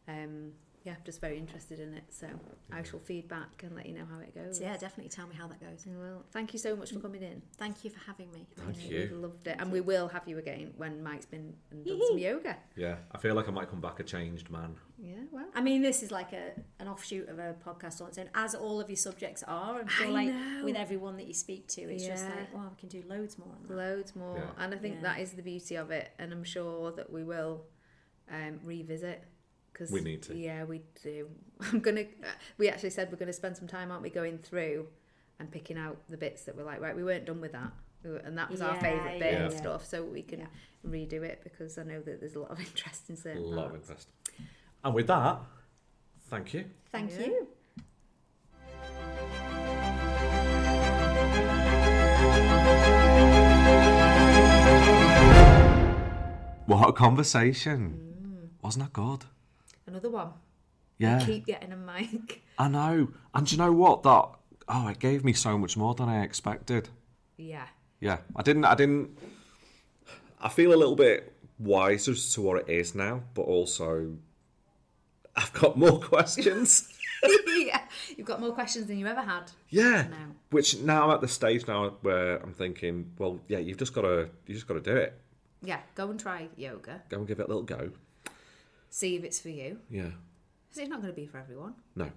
Speaker 2: Um, yeah, I'm just very interested in it. So I shall feed back and let you know how it goes.
Speaker 3: Yeah, Mm. definitely tell me how that goes.
Speaker 2: Well, thank you so much for coming in.
Speaker 3: Thank you for having me.
Speaker 1: Thank
Speaker 2: We've
Speaker 1: you.
Speaker 2: loved it. And we will have you again when Mike's been and done some yoga.
Speaker 1: Yeah, I feel like I might come back a changed man.
Speaker 2: Yeah, well.
Speaker 3: I mean, this is like a an offshoot of a podcast on its own, as all of your subjects are. I'm sure,
Speaker 2: I
Speaker 3: like
Speaker 2: know.
Speaker 3: with everyone that you speak to, it's just
Speaker 2: Yeah.
Speaker 3: like, wow, we can do loads more on that.
Speaker 2: loads more
Speaker 1: Yeah.
Speaker 2: and i think
Speaker 3: Yeah.
Speaker 2: that is the beauty of it and i'm sure that we will um revisit because
Speaker 1: We need to.
Speaker 2: yeah we do i'm gonna uh, we actually said we're gonna spend some time aren't we going through and picking out the bits that were like, right, we weren't done with that. We were- And that was our
Speaker 3: Yeah,
Speaker 2: favourite bit
Speaker 1: yeah,
Speaker 2: and
Speaker 3: yeah.
Speaker 2: stuff, so we can
Speaker 3: Yeah.
Speaker 2: redo it because I know that there's a lot of interest in
Speaker 1: A
Speaker 2: certain
Speaker 1: lot of
Speaker 2: parts.
Speaker 1: interest. And with that, thank you.
Speaker 3: Thank
Speaker 2: Yeah.
Speaker 3: you.
Speaker 1: What a conversation.
Speaker 3: Mm.
Speaker 1: Wasn't that good?
Speaker 2: Another one.
Speaker 1: Yeah.
Speaker 3: Ah.
Speaker 2: I keep getting a mic.
Speaker 1: I know. And do you know what? That oh, it gave me so much more than I expected.
Speaker 2: yeah.
Speaker 1: Yeah, I didn't. I didn't. I feel a little bit wiser as to what it is now, but also I've got more questions.
Speaker 2: yeah. You've got more questions than you ever had.
Speaker 1: yeah,
Speaker 2: Now.
Speaker 1: which now I'm at the stage now where I'm thinking, well, yeah, you've just got to, you just got to do it.
Speaker 2: Yeah. Go and try yoga.
Speaker 1: Go and give it a little go.
Speaker 2: See if it's for you.
Speaker 1: Yeah.
Speaker 2: 'Cause it's not going to be for everyone.
Speaker 1: No.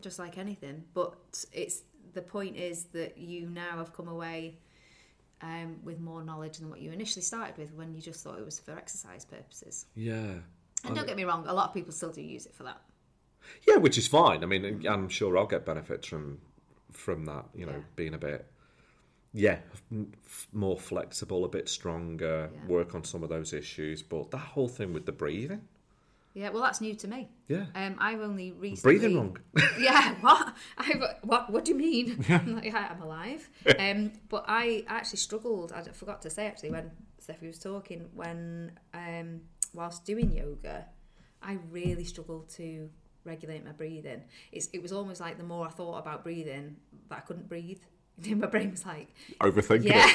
Speaker 2: just like anything. But it's the point is that you now have come away um, with more knowledge than what you initially started with when you just thought it was for exercise purposes.
Speaker 1: Yeah.
Speaker 2: And don't get me wrong, a lot of people still do use it for that.
Speaker 1: Yeah, which is fine. I mean, I'm sure I'll get benefits from from that. You know,
Speaker 2: Yeah.
Speaker 1: being a bit yeah f- more flexible, a bit stronger,
Speaker 2: Yeah.
Speaker 1: work on some of those issues. But that whole thing with the breathing,
Speaker 2: Yeah, well, that's new to me.
Speaker 1: yeah,
Speaker 2: Um, I've only recently
Speaker 1: breathing wrong.
Speaker 2: yeah, what? I've, what? What do you mean? I'm like, yeah, I'm alive. Um, but I actually struggled. I forgot to say actually when Steffi was talking when um, whilst doing yoga, I really struggled to regulate my breathing. It's, it was almost like the more I thought about breathing, that I couldn't breathe. my brain was like,
Speaker 1: Overthinking
Speaker 2: yeah,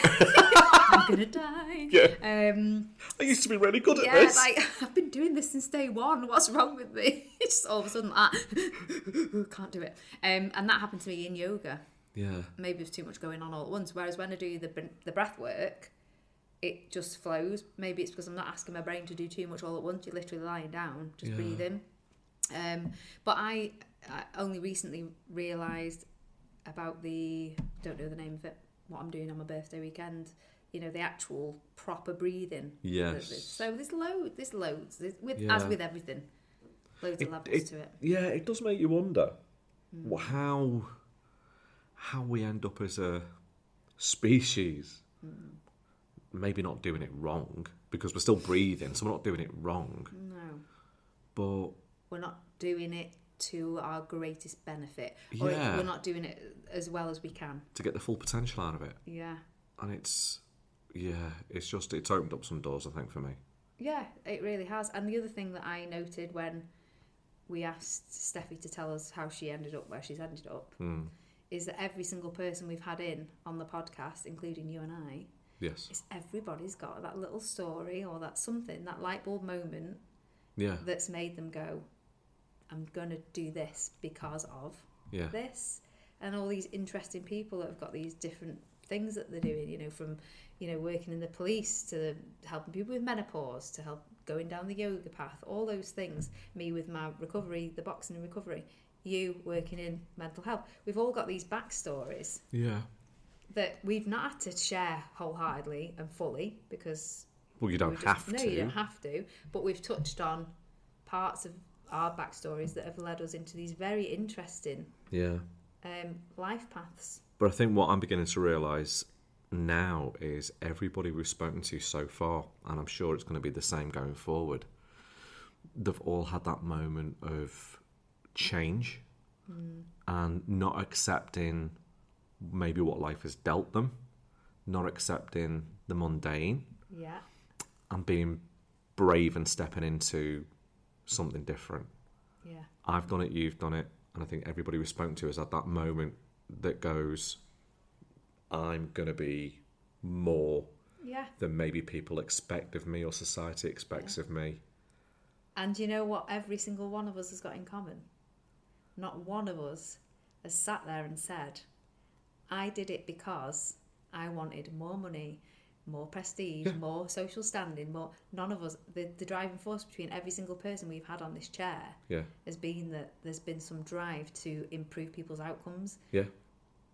Speaker 2: I'm gonna die.
Speaker 1: Yeah.
Speaker 2: Um,
Speaker 1: I used to be really good
Speaker 2: yeah, like I've been doing this since day one. What's wrong with me? It's just all of a sudden that can't do it. Um, and that happened to me in yoga.
Speaker 1: yeah,
Speaker 2: Maybe there's too much going on all at once. Whereas when I do the br- the breath work, it just flows. Maybe it's because I'm not asking my brain to do too much all at once. You're literally lying down, just
Speaker 1: Yeah.
Speaker 2: breathing. Um, but I, I only recently realised about the don't know the name of it. What I'm doing on my birthday weekend. You know the actual proper breathing
Speaker 1: yes.
Speaker 2: so there's loads. There's loads. There's, with as
Speaker 1: Yeah.
Speaker 2: with everything, loads
Speaker 1: It-
Speaker 2: of levels
Speaker 1: it-
Speaker 2: to it.
Speaker 1: yeah, it does make you wonder
Speaker 2: Hmm.
Speaker 1: wh- how how we end up as a species,
Speaker 2: Hmm.
Speaker 1: maybe not doing it wrong because we're still breathing, so we're not doing it wrong,
Speaker 2: No,
Speaker 1: but
Speaker 2: we're not doing it to our greatest benefit, or
Speaker 1: Yeah.
Speaker 2: we're not doing it as well as we can.
Speaker 1: to get the full potential out of it,
Speaker 2: Yeah,
Speaker 1: and it's yeah, it's just it's opened up some doors, I think, for me.
Speaker 2: yeah, it really has. And the other thing that I noted when we asked Steffi to tell us how she ended up where she's ended up
Speaker 1: Mm.
Speaker 2: is that every single person we've had in on the podcast, including you and I,
Speaker 1: Yes,
Speaker 2: is everybody's got that little story or that something, that light bulb moment
Speaker 1: yeah,
Speaker 2: that's made them go, I'm going to do this because of
Speaker 1: yeah,
Speaker 2: this. And all these interesting people that have got these different things that they're doing, you know, from, you know, working in the police to helping people with menopause to help going down the yoga path, all those things. Me with my recovery, the boxing and recovery, you working in mental health. We've all got these backstories
Speaker 1: yeah.
Speaker 2: that we've not had to share wholeheartedly and fully because
Speaker 1: Well, you don't
Speaker 2: we just-
Speaker 1: have
Speaker 2: no,
Speaker 1: to.
Speaker 2: you don't have to. But we've touched on parts of our backstories that have led us into these very interesting
Speaker 1: Yeah.
Speaker 2: um, life paths.
Speaker 1: But I think what I'm beginning to realise now is everybody we've spoken to so far, and I'm sure it's going to be the same going forward, they've all had that moment of change
Speaker 2: Mm.
Speaker 1: and not accepting maybe what life has dealt them, not accepting the mundane,
Speaker 2: Yeah,
Speaker 1: and being brave and stepping into something different.
Speaker 2: yeah,
Speaker 1: I've done it, you've done it, and I think everybody we've spoken to has had that moment that goes, I'm going to be more
Speaker 2: yeah.
Speaker 1: than maybe people expect of me or society expects of me.
Speaker 2: And you know what? Every single one of us has got in common. Not one of us has sat there and said, "I did it because I wanted more money." More prestige, more social standing, more. None of us. The, the driving force between every single person we've had on this chair
Speaker 1: Yeah.
Speaker 2: has been that there's been some drive to improve people's outcomes.
Speaker 1: Yeah.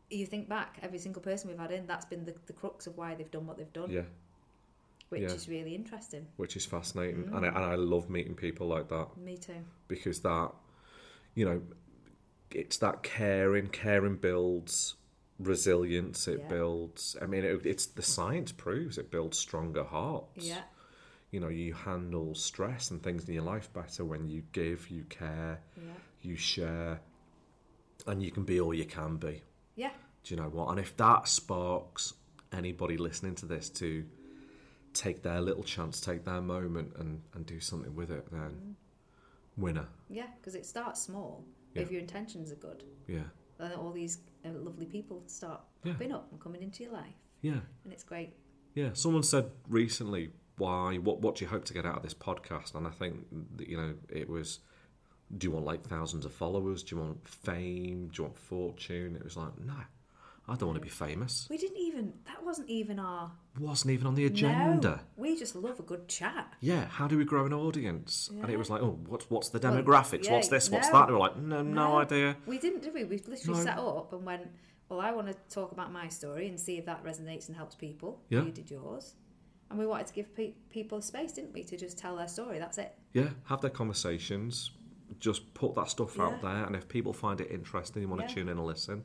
Speaker 2: You think back, every single person we've had in, that's been the, the crux of why they've done what they've done,
Speaker 1: Yeah.
Speaker 2: which
Speaker 1: yeah.
Speaker 2: is really interesting.
Speaker 1: Which is fascinating. And, I, and I love meeting people like that
Speaker 2: Me too.
Speaker 1: because that, you know, it's that caring, caring builds resilience. It
Speaker 2: Yeah.
Speaker 1: builds. I mean, it, it's the science proves it builds stronger hearts.
Speaker 2: Yeah.
Speaker 1: You know, you handle stress and things in your life better when you give, you care,
Speaker 2: Yeah.
Speaker 1: you share, and you can be all you can be.
Speaker 2: Yeah.
Speaker 1: Do you know what? And if that sparks anybody listening to this to take their little chance, take their moment, and, and do something with it, then
Speaker 2: Mm.
Speaker 1: winner.
Speaker 2: Yeah. Because it starts small.
Speaker 1: Yeah.
Speaker 2: If your intentions are good,
Speaker 1: Yeah.
Speaker 2: then all these uh, lovely people start
Speaker 1: Yeah.
Speaker 2: popping up and coming into your life,
Speaker 1: Yeah.
Speaker 2: and it's great.
Speaker 1: Yeah. Someone said recently, why, what, what do you hope to get out of this podcast? And I think, that, you know, it was, do you want like thousands of followers? Do you want fame? Do you want fortune? It was like, no, I don't want to be famous.
Speaker 2: We didn't even. That wasn't even our
Speaker 1: Wasn't even on the agenda.
Speaker 2: No, we just love a good chat.
Speaker 1: yeah, how do we grow an audience? And
Speaker 2: Yeah.
Speaker 1: it was like, oh, what's what's the
Speaker 2: Well,
Speaker 1: demographics?
Speaker 2: yeah,
Speaker 1: what's this? What's
Speaker 2: no.
Speaker 1: that? And we were like, no, no,
Speaker 2: No.
Speaker 1: idea.
Speaker 2: We didn't, did we? We literally
Speaker 1: No.
Speaker 2: sat up and went, Well, I want to talk about my story and see if that resonates and helps people.
Speaker 1: Yeah.
Speaker 2: You did yours. And we wanted to give pe- people a space, didn't we, to just tell their story? That's it.
Speaker 1: Yeah, have their conversations. Just put that stuff out
Speaker 2: Yeah.
Speaker 1: there, and if people find it interesting, they want to
Speaker 2: Yeah.
Speaker 1: tune in and listen.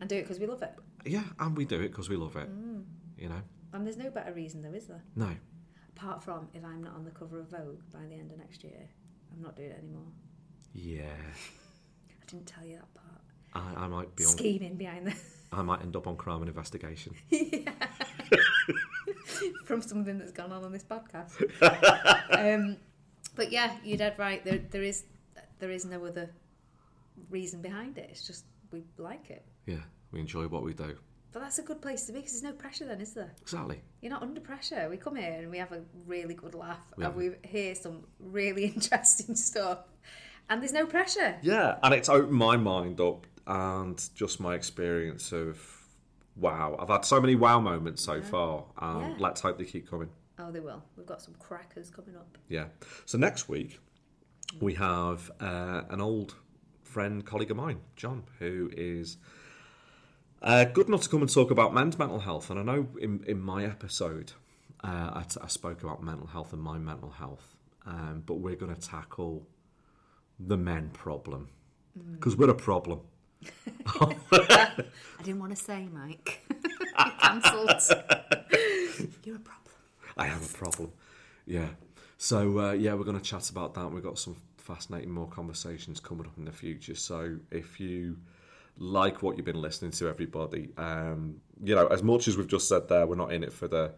Speaker 2: And do it because we love it.
Speaker 1: Yeah, and we do it because we love it. You know,
Speaker 2: And there's no better reason, though, is there?
Speaker 1: no,
Speaker 2: Apart from if I'm not on the cover of Vogue by the end of next year, I'm not doing it anymore.
Speaker 1: yeah,
Speaker 2: I didn't tell you that part.
Speaker 1: I, I might be on.
Speaker 2: Scheming behind the.
Speaker 1: I might end up on crime and investigation.
Speaker 2: from something that's gone on on this podcast. um, but yeah, you're dead right. There, there is, there is no other reason behind it. It's just we like it.
Speaker 1: Yeah, we enjoy what we do.
Speaker 2: But that's a good place to be because there's no pressure then, is there?
Speaker 1: Exactly.
Speaker 2: You're not under pressure. We come here and we have a really good laugh
Speaker 1: We
Speaker 2: and we hear some really interesting stuff. And there's no pressure.
Speaker 1: Yeah, and it's opened my mind up and just my experience of wow. I've had so many wow moments so far, and
Speaker 2: Yeah.
Speaker 1: let's hope they keep coming.
Speaker 2: Oh, they will. We've got some crackers coming up.
Speaker 1: Yeah. So next week we have uh, an old friend, colleague of mine, John, who is uh, good enough to come and talk about men's mental health. And I know in, in my episode uh, I, t- I spoke about mental health and my mental health, um, but we're going to tackle the men problem because we're a problem.
Speaker 2: I didn't want to say, Mike. you cancelled. You're a problem.
Speaker 1: I have a problem. Yeah. So uh, yeah, we're going to chat about that. We've got some fascinating more conversations coming up in the future. So if you like what you've been listening to, everybody, um, you know, as much as we've just said there, we're not in it for the,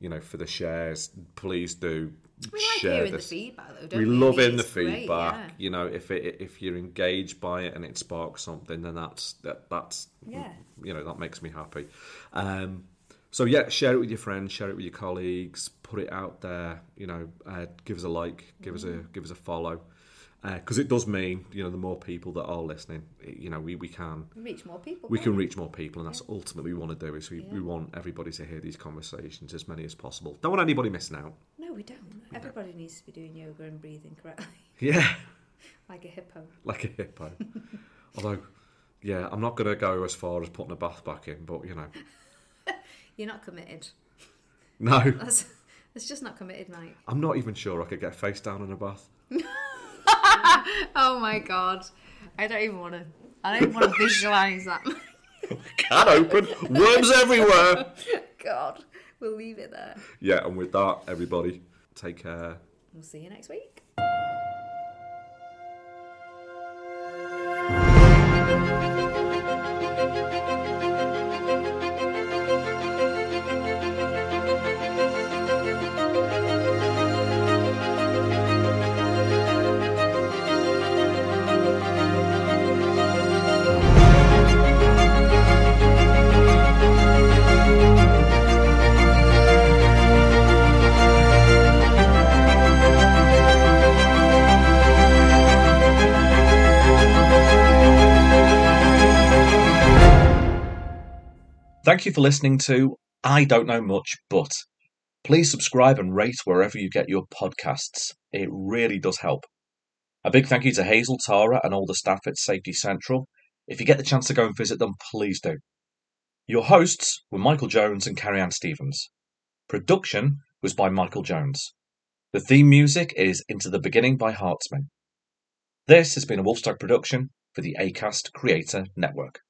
Speaker 1: you know, for the shares. Please do
Speaker 2: We like
Speaker 1: share
Speaker 2: hearing
Speaker 1: this.
Speaker 2: the feedback, though, don't
Speaker 1: we
Speaker 2: we?
Speaker 1: love
Speaker 2: I mean,
Speaker 1: in the
Speaker 2: it's great,
Speaker 1: feedback.
Speaker 2: yeah.
Speaker 1: You know, if it if you're engaged by it and it sparks something, then that's that that's
Speaker 2: Yeah.
Speaker 1: you know that makes me happy. Um, so yeah, share it with your friends, share it with your colleagues, put it out there. You know, uh, give us a like, give us
Speaker 2: Mm-hmm.
Speaker 1: a give us a follow, because it does mean you know the more people that are listening, it- you know we we can
Speaker 2: We reach more people.
Speaker 1: we
Speaker 2: can't
Speaker 1: can reach more people, and that's ultimately we want to do. Is we, we
Speaker 2: Yeah.
Speaker 1: want everybody to hear these conversations as many as possible. Don't want anybody missing out.
Speaker 2: we? No, we don't. Everybody needs to be doing yoga and breathing correctly,
Speaker 1: Yeah.
Speaker 2: like a hippo.
Speaker 1: like a hippo. Although, yeah, I'm not going to go as far as putting a bath back in, but you know,
Speaker 2: You're not committed.
Speaker 1: no,
Speaker 2: That's that's just not committed, Mike.
Speaker 1: I'm not even sure I could get face down in a bath.
Speaker 2: Oh my god, I don't even want to. I don't want to visualize that.
Speaker 1: Can open, worms everywhere.
Speaker 2: God, we'll leave it there.
Speaker 1: Yeah, and with that, everybody, take care.
Speaker 2: We'll see you next week.
Speaker 1: Thank you for listening to I Don't Know Much But. Please subscribe and rate wherever you get your podcasts. It really does help. A big thank you to Hazel, Tara, and all the staff at Safety Central. If you get the chance to go and visit them, please do. Your hosts were Michael Jones and Carrie Ann Stevens. Production was by Michael Jones. The theme music is Into the Beginning by Hartsman. This has been a Wolfstag production for the ACAST Creator Network.